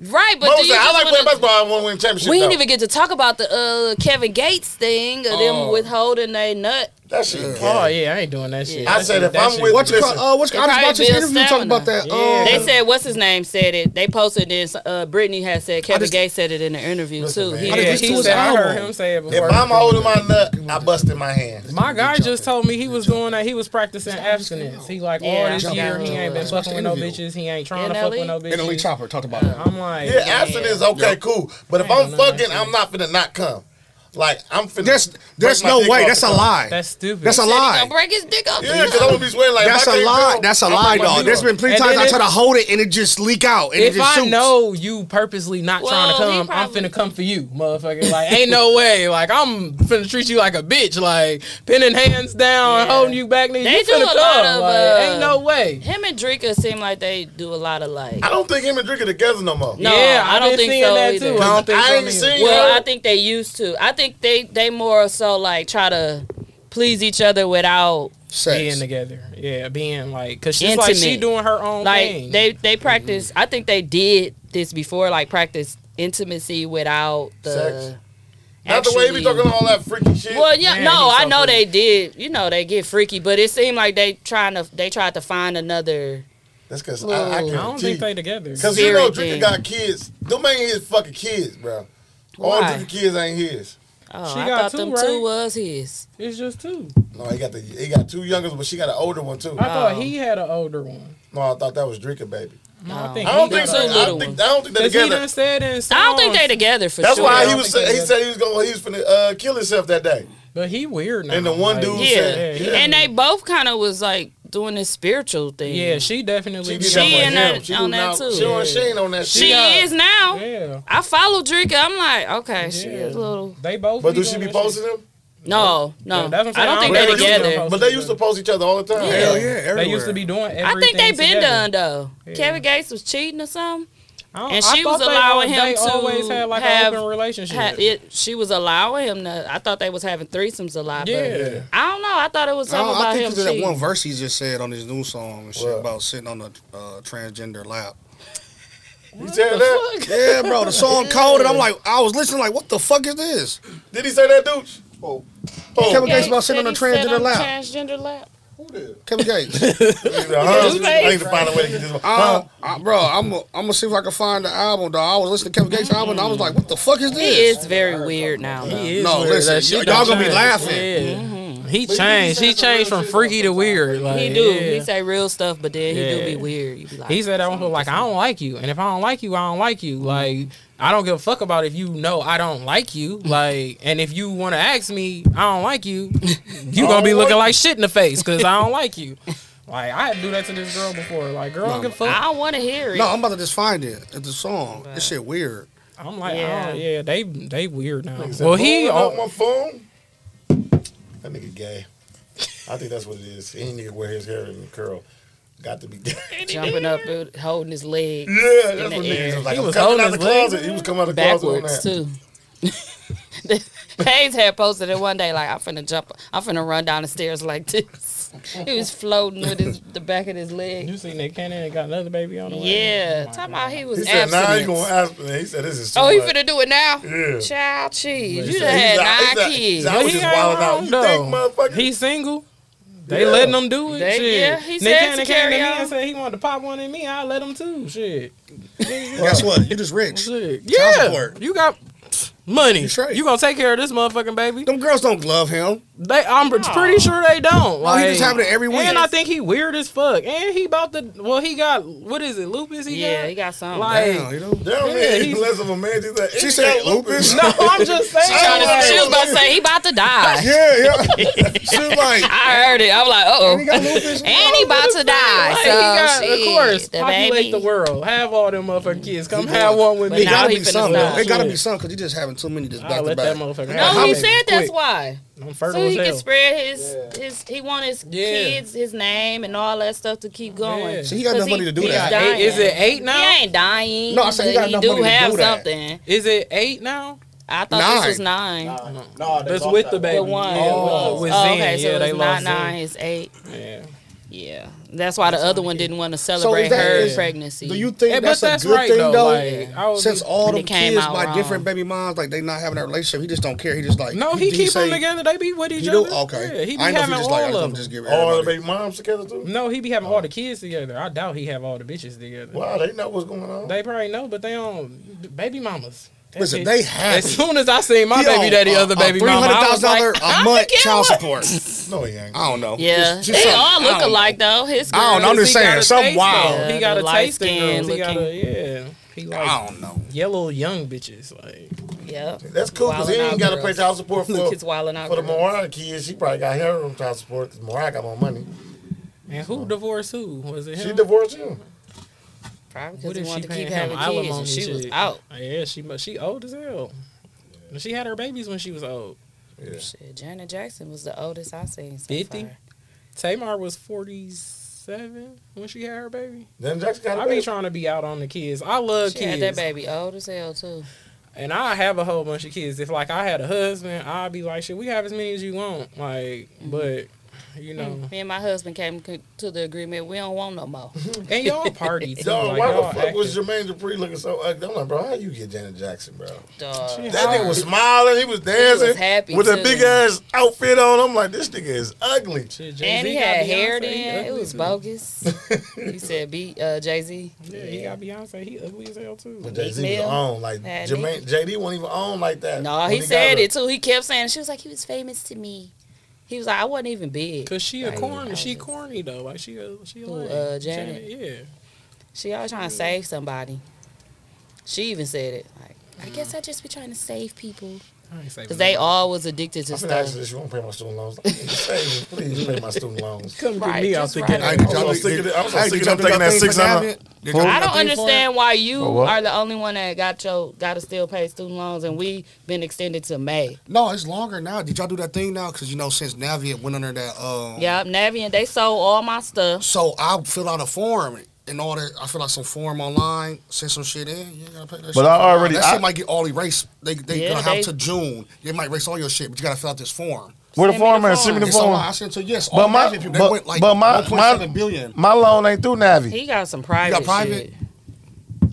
Right, but Mo do you said, I just like playing wanna- basketball. I want to win championship. We didn't though." even get to talk about the uh, Kevin Gates thing of them withholding their nut That shit. Oh gay. yeah, I ain't doing that shit. I That said shit- if that I'm shit- with What you listen, call? Uh, what you, I It was probably watching builds this interview talking stamina. about that. Yeah. They Um, said what's his name said it. They posted this. Uh, Brittany had said Kevin just- Gates said it in the interview Listen, too. man. He- Yeah, I didn't listen he to his said, I heard album. him say it before. if I'm holding my nut, I busted my hand. My guy just told me he was doing that. He was practicing abstinence. He like all Yeah, this I year he got ain't you. been fucking with no Interview. bitches. He ain't trying to NLE? fuck with no and Lee bitches. Chopper talked about it. I'm like, Yeah, abstinence, okay, cool. But if I I'm don't know that fucking, shit. I'm not finna not come. Like I'm finna. There's break there's my no dick way. off That's to a come. lie. that's stupid. That's a said he gonna lie. break his dick off. Yeah, because I'm gonna be sweating like. if That's I a can't lie. come, That's a I'll break lie, my dog. dick There's off. been plenty And times then I if- try to hold it and it just leak out and it If just I shoots. know you purposely not trying Well, to he come, probably- I'm finna come for you, motherfucker. Like, ain't no way. Like, I'm finna treat you like a bitch. Like, pinning hands down, and Yeah. holding you back, nigga. They you do finna a lot come. of, like, uh, ain't no way. Him and Drika seem like they do a lot of like. I don't think him and Drinker together no more. No, yeah, I I've don't been think seeing so that either. too. I don't think I so ain't neither. seen- Well, I think they used to. I think they they more so like try to please each other without being Sex. together. Yeah, being like, cause she's like she Intimate. doing her own like thing. they they practice. I think they did this before, like practice intimacy without the. Sex. Not the way he be actually- talking all that freaky shit. Well, yeah, Man, no, he's so I know freaky. they did. You know, they get freaky, but it seemed like they trying to they tried to find another. That's because I, I I don't can't think they together. Because you know Spirit Drinker thing. got kids. Them ain't his fucking kids, bro. All Why? Drinker kids ain't his. Oh, She I got thought two, them right? two was his. It's just two. No, he got the he got two youngest, but she got an older one too. I thought he Oh. had an older one. No, I thought that was Drinker baby. No, I, think I don't he think got so. a- I got a don't little think I don't think they Cause he together. done said it in songs, I don't think they together for That's sure. why I he don't was. think He they said he was going. He was gonna uh, kill himself that day. But he weird now. And the one dude Yeah. said, he- and they both kind of was like doing this spiritual thing. yeah, she definitely. She, did did that that for in him. that- she on was that not- too. She, on, she ain't on that. she shit. is now. Yeah, I follow Drinker. I'm like, okay, she Yeah. is a little. they both. But be do she doing be that shit. posting them? No, no, Yeah, that's what I'm I don't saying. think I they don't think they together. do. But they used to post each other all the time. Hell yeah, everywhere. They used to be doing. Everything I think they been together. done though. Yeah. Kevin Gates was cheating or something. I don't- and I she thought was they allowing al- him they to always had like have- an open relationship. Ha- it, she was allowing him to. I thought they was having threesomes a lot. Yeah. But I don't know. I thought it was I, something I about think him because of that cheating. one verse he just said on his new song and shit What? about sitting on a uh, transgender lap. You tell that? Yeah, bro, the song cold, and I'm like, I was listening, like, what the fuck is this? Did he say that, dude? Oh, Kevin Oh, Gates about sitting on a Said he said transgender I'm lap. Transgender lap. who did? Kevin Gates. huh? I need to find a way to get this one. Uh, I, bro, I'm I'm gonna see if I can find the album. Though I was listening to Kevin Gates' album, and I was like, what the fuck is He this? is very weird now. though. He is No, weird. listen, That shit y'all done gonna be changed. laughing. Yeah. Mm-hmm. He changed. He changed from freaky to weird. Like, He do. yeah. He say real stuff, but then he do Yeah. be weird. You be like, He said that one like I don't like you, and if I don't like you, I don't like Mm-hmm. you. Like I don't give a fuck about if you know I don't like you. Like, and if you want to ask me, I don't like you. You gonna Oh. be looking like shit in the face because I don't like you. Like I had to do that to this girl before. Like girl, I don't give a I fuck. don't want to hear it. No, I'm about to just find it. It's the song. This shit weird. I'm like, Yeah. yeah, oh, yeah they they weird now. Well, he on oh, my phone. That nigga gay. I think that's what it is. Any nigga wear his hair in a curl, got to be gay. jumping up, and holding his leg Yeah, that's the what air. niggas was like. He I'm was coming holding out the his leg closet. He was coming out the closet on backwards that. too. Paige had posted it one day like I'm finna jump, I'm finna run down the stairs like this. He was floating with his the back of his leg. you see Nick Cannon and got another baby on the way. Yeah, talking about he was He said, "Nah, abstinent. you gonna ask me?" He said, "This is too oh, he much." finna do it now. Yeah. Child, cheese, He you done had said- he said- nine he kids. said, I was He just ain't wilding out. wrong, You though. think, motherfucker? He's single. They Yeah. letting him do it. They- shit. yeah, he Nick said Cannon to came to carry me on. and said he wanted to pop one in me. I let him too. Shit. Guess what? You just rich. Shit. Yeah, support. you got money. You straight. You gonna take care of this motherfucking baby? Them girls don't love him. They, I'm pretty sure they don't. Oh, Like, he just having it every week. and I think he weird as fuck. And he about to. Well, he got what is it? Lupus? He Yeah, got. he got something. Like- Damn, you know. Damn, Yeah, man, he's- less of a man. She's like, She said lupus. no, I'm just saying. Trying to- she was like, about to say he about to die. Yeah, yeah. She was like, I heard it. I'm like, he oh, got lupus. and he about to die. like, so he got, shit, of course, the populate baby. the world. Have all them motherfucking kids. Come have one with But me. now gotta he be finna some. though. stop. It gotta be Shit. some because you just having too many just I'll back to let that back. motherfucker. have No, he it. said that's Quick. why. I'm fertile So he as can hell. spread his Yeah. his he want his Yeah. kids, his name, and all that stuff to keep going. Yeah. So he got enough money to do He that. Got got- eight- is it eight He now? ain't dying. No, I said he but got enough do money to have do that. something. Is it eight now? I thought this was nine. Nah, nah, they That's lost with that the baby. The one. Yeah, Oh, with oh, Zen. okay, so yeah, they it's not lost nine, Zen. it's eight. Yeah. Yeah, that's why the other one didn't want to celebrate that- her is- pregnancy. Do you think Yeah, that's, but that's a good right thing though. though? Like, I was Since all And the it came kids out by wrong. different baby moms, like they not having that relationship, he just don't care. He just like no, he, do keep say- them together. They be with each He other. do okay. Yeah, he be I know if having he just all like of I'm them. just Oh. give All the everybody. baby moms together too. No, he be having all the kids together. I doubt he have all the bitches together. Wow, they know what's going on. They probably know, but they don't. Baby mamas. That's Listen, it. they have. As soon as I seen my baby daddy, other baby three mama, hundred I was thousand like, dollar a month child support. no, he ain't. I don't know. yeah, It's just they something- all I look don't know. alike though. His I don't know. girl. I'm just He got saying a something taste wild. though. Yeah, He got the a light taste in skin girls. He got a looking. yeah. He I like don't know. yellow young bitches. Like Yep. That's cool because he Wildin' ain't out got to girls. pay child support for, Look, it's wilding out. for the girl. Mariah kids. She probably got her own child support because Mariah got more money. and who divorced who? Was it She him? divorced him. Probably What because if he she wanted to keep paying having him kids and alimony? she was shit? out. Oh, Yeah, she mu- she old as hell. She had her babies when she was old. Shit, Janet Jackson was the oldest I seen. So 50? far. Tamar was forty seven when she had her baby. Then Jackson got a I be baby. trying to be out on the kids. I love She had kids, that baby old as hell too. and I have a whole bunch of kids. If like I had a husband, I'd be like, "Shit, we have as many as you want." Like, Mm-hmm. but you know, Me and my husband came c- to the agreement. We don't want no more. and y'all party too. Dog, like, why the y'all fuck active. was Jermaine Dupri looking so ugly? I'm like, bro, how you get Janet Jackson, bro? Dog. She That nigga was smiling, he was dancing, happy, with too. a big ass outfit on. I'm like, this nigga is ugly. Shit, Jay-Z And he got had hair Beyonce, he then. It ugly was too. bogus. he said, "Be uh, Jay Z." Yeah, he got Beyonce. He ugly as hell too. But Jay Z was Meek Mill on like had Jermaine, JD wasn't even on like that. No, When he, got said her- it too. He kept saying it. she was like he was famous to me. He was like I wasn't even big. Cause she a Like, I corny. was She just- corny though. Like she a she a Who, lame. uh, Janet? Yeah. She always trying to save somebody. She even said it. Like I guess I just be trying to save people I ain't saving because they all was addicted to I'm gonna ask stuff. you this. You won't pay my student loans? Like, please, please pay my student loans. Come Right, to me. I'll just think right. Hey, that. did I'm y'all think- so sick of it. I'm so hey, sick did of y'all them taking that think six about hundred. that? Did y'all I think don't about that? understand why you For what? are the only one that got your got to still pay student loans and we been extended to May. No, it's longer now. Did y'all do that thing now? Because you know, since Navient went under that, um, Yep, Navian they sold all my stuff. So I fill out a form and all that. I fill out some form online, send some shit in. You ain't gotta pay that. shit. I already- that I- shit might get all erased. They they Yeah, gonna have they- to June. They might erase all your shit, but you gotta fill out this form. Where Send me the form. It's online. I sent to yes. But all my- Navient people, they but- went like but my- 1.7 my- billion. My loan ain't through Navi. He got some private. private?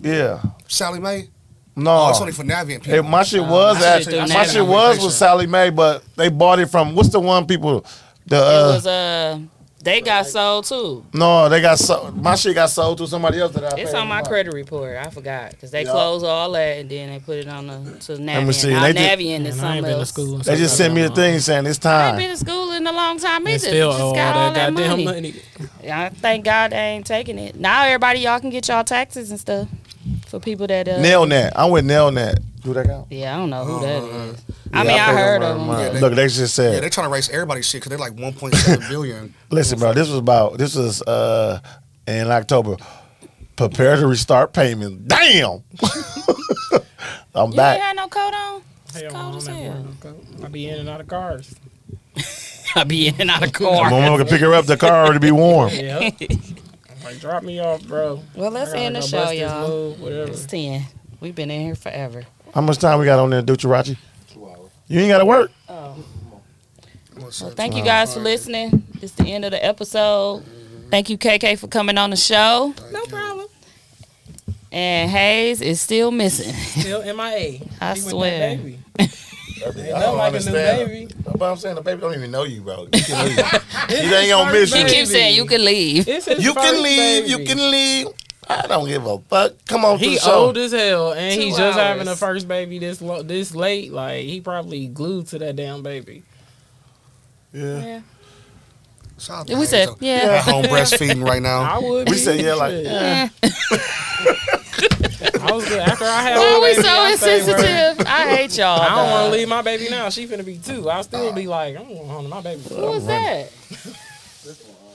shit. Yeah, Sally Mae. Oh, no. it's only for Navient people. If my shit was I at should've done my that. shit was with Sally Mae, but they bought it from what's the one people the it uh, was uh they got sold too. no they got sold my shit got sold to somebody else that I It's paid on my for. credit report. I forgot because they Yeah. closed all that and then they put it on the to Navian. me see. Now They just- Navian is Man, I something ain't been to else. school. in They so just sent me the long. thing saying it's I ain't time. been to school in a long time either. And still Just owe all got all that that goddamn money. money. I thank God they ain't taking it. Now everybody y'all can get y'all taxes and stuff for people that uh, Nail net. I'm with nail net. Do that count? Yeah, I don't know who that is. Yeah, I mean, I, paid heard them of them. mine. Yeah, they- Look, they just Yeah, said. they're trying to erase everybody's shit because they're like 1.7 billion. Listen, bro, this was about this was uh in October. Prepare to restart payment. Damn. I'm You ain't back. had no coat on. Hell, cold I as don't hell. have one. I be in and out of cars. I be in and out of The car. moment I can pick her up, the car already be warm. Yeah. like drop me off, bro. Well, let's I gotta end the go show, bust this y'all. move, whatever. It's ten. We've been in here forever. How much time we got on there, Ducharachi? You ain't gotta work. Well, thank you guys for listening. This the end of the episode. Thank you, KK, for coming on the show. No problem. And Hayes is still missing. Still MIA. I She with that swear. baby. I don't Nothing like a new understand. baby. But I'm saying the baby don't even know you, bro. You can leave. It ain't gonna miss He you. keeps saying you can leave. It's his You can first leave. You baby. can leave. I don't give a fuck. Come on to He the show. old as hell, and Two he just having a hours. first baby this lo- this late. Like he probably glued to that damn baby. Yeah. Shout out to We said, Hazel. yeah. At home breastfeeding right I now. would. We be. said yeah, like Shit. yeah. I was good after I had. Oh, my we baby, so I stayed where- insensitive. I hate y'all. I don't want dog. to leave my baby now. She finna be two. I'll still be like, I'm going home to my baby. Who was that?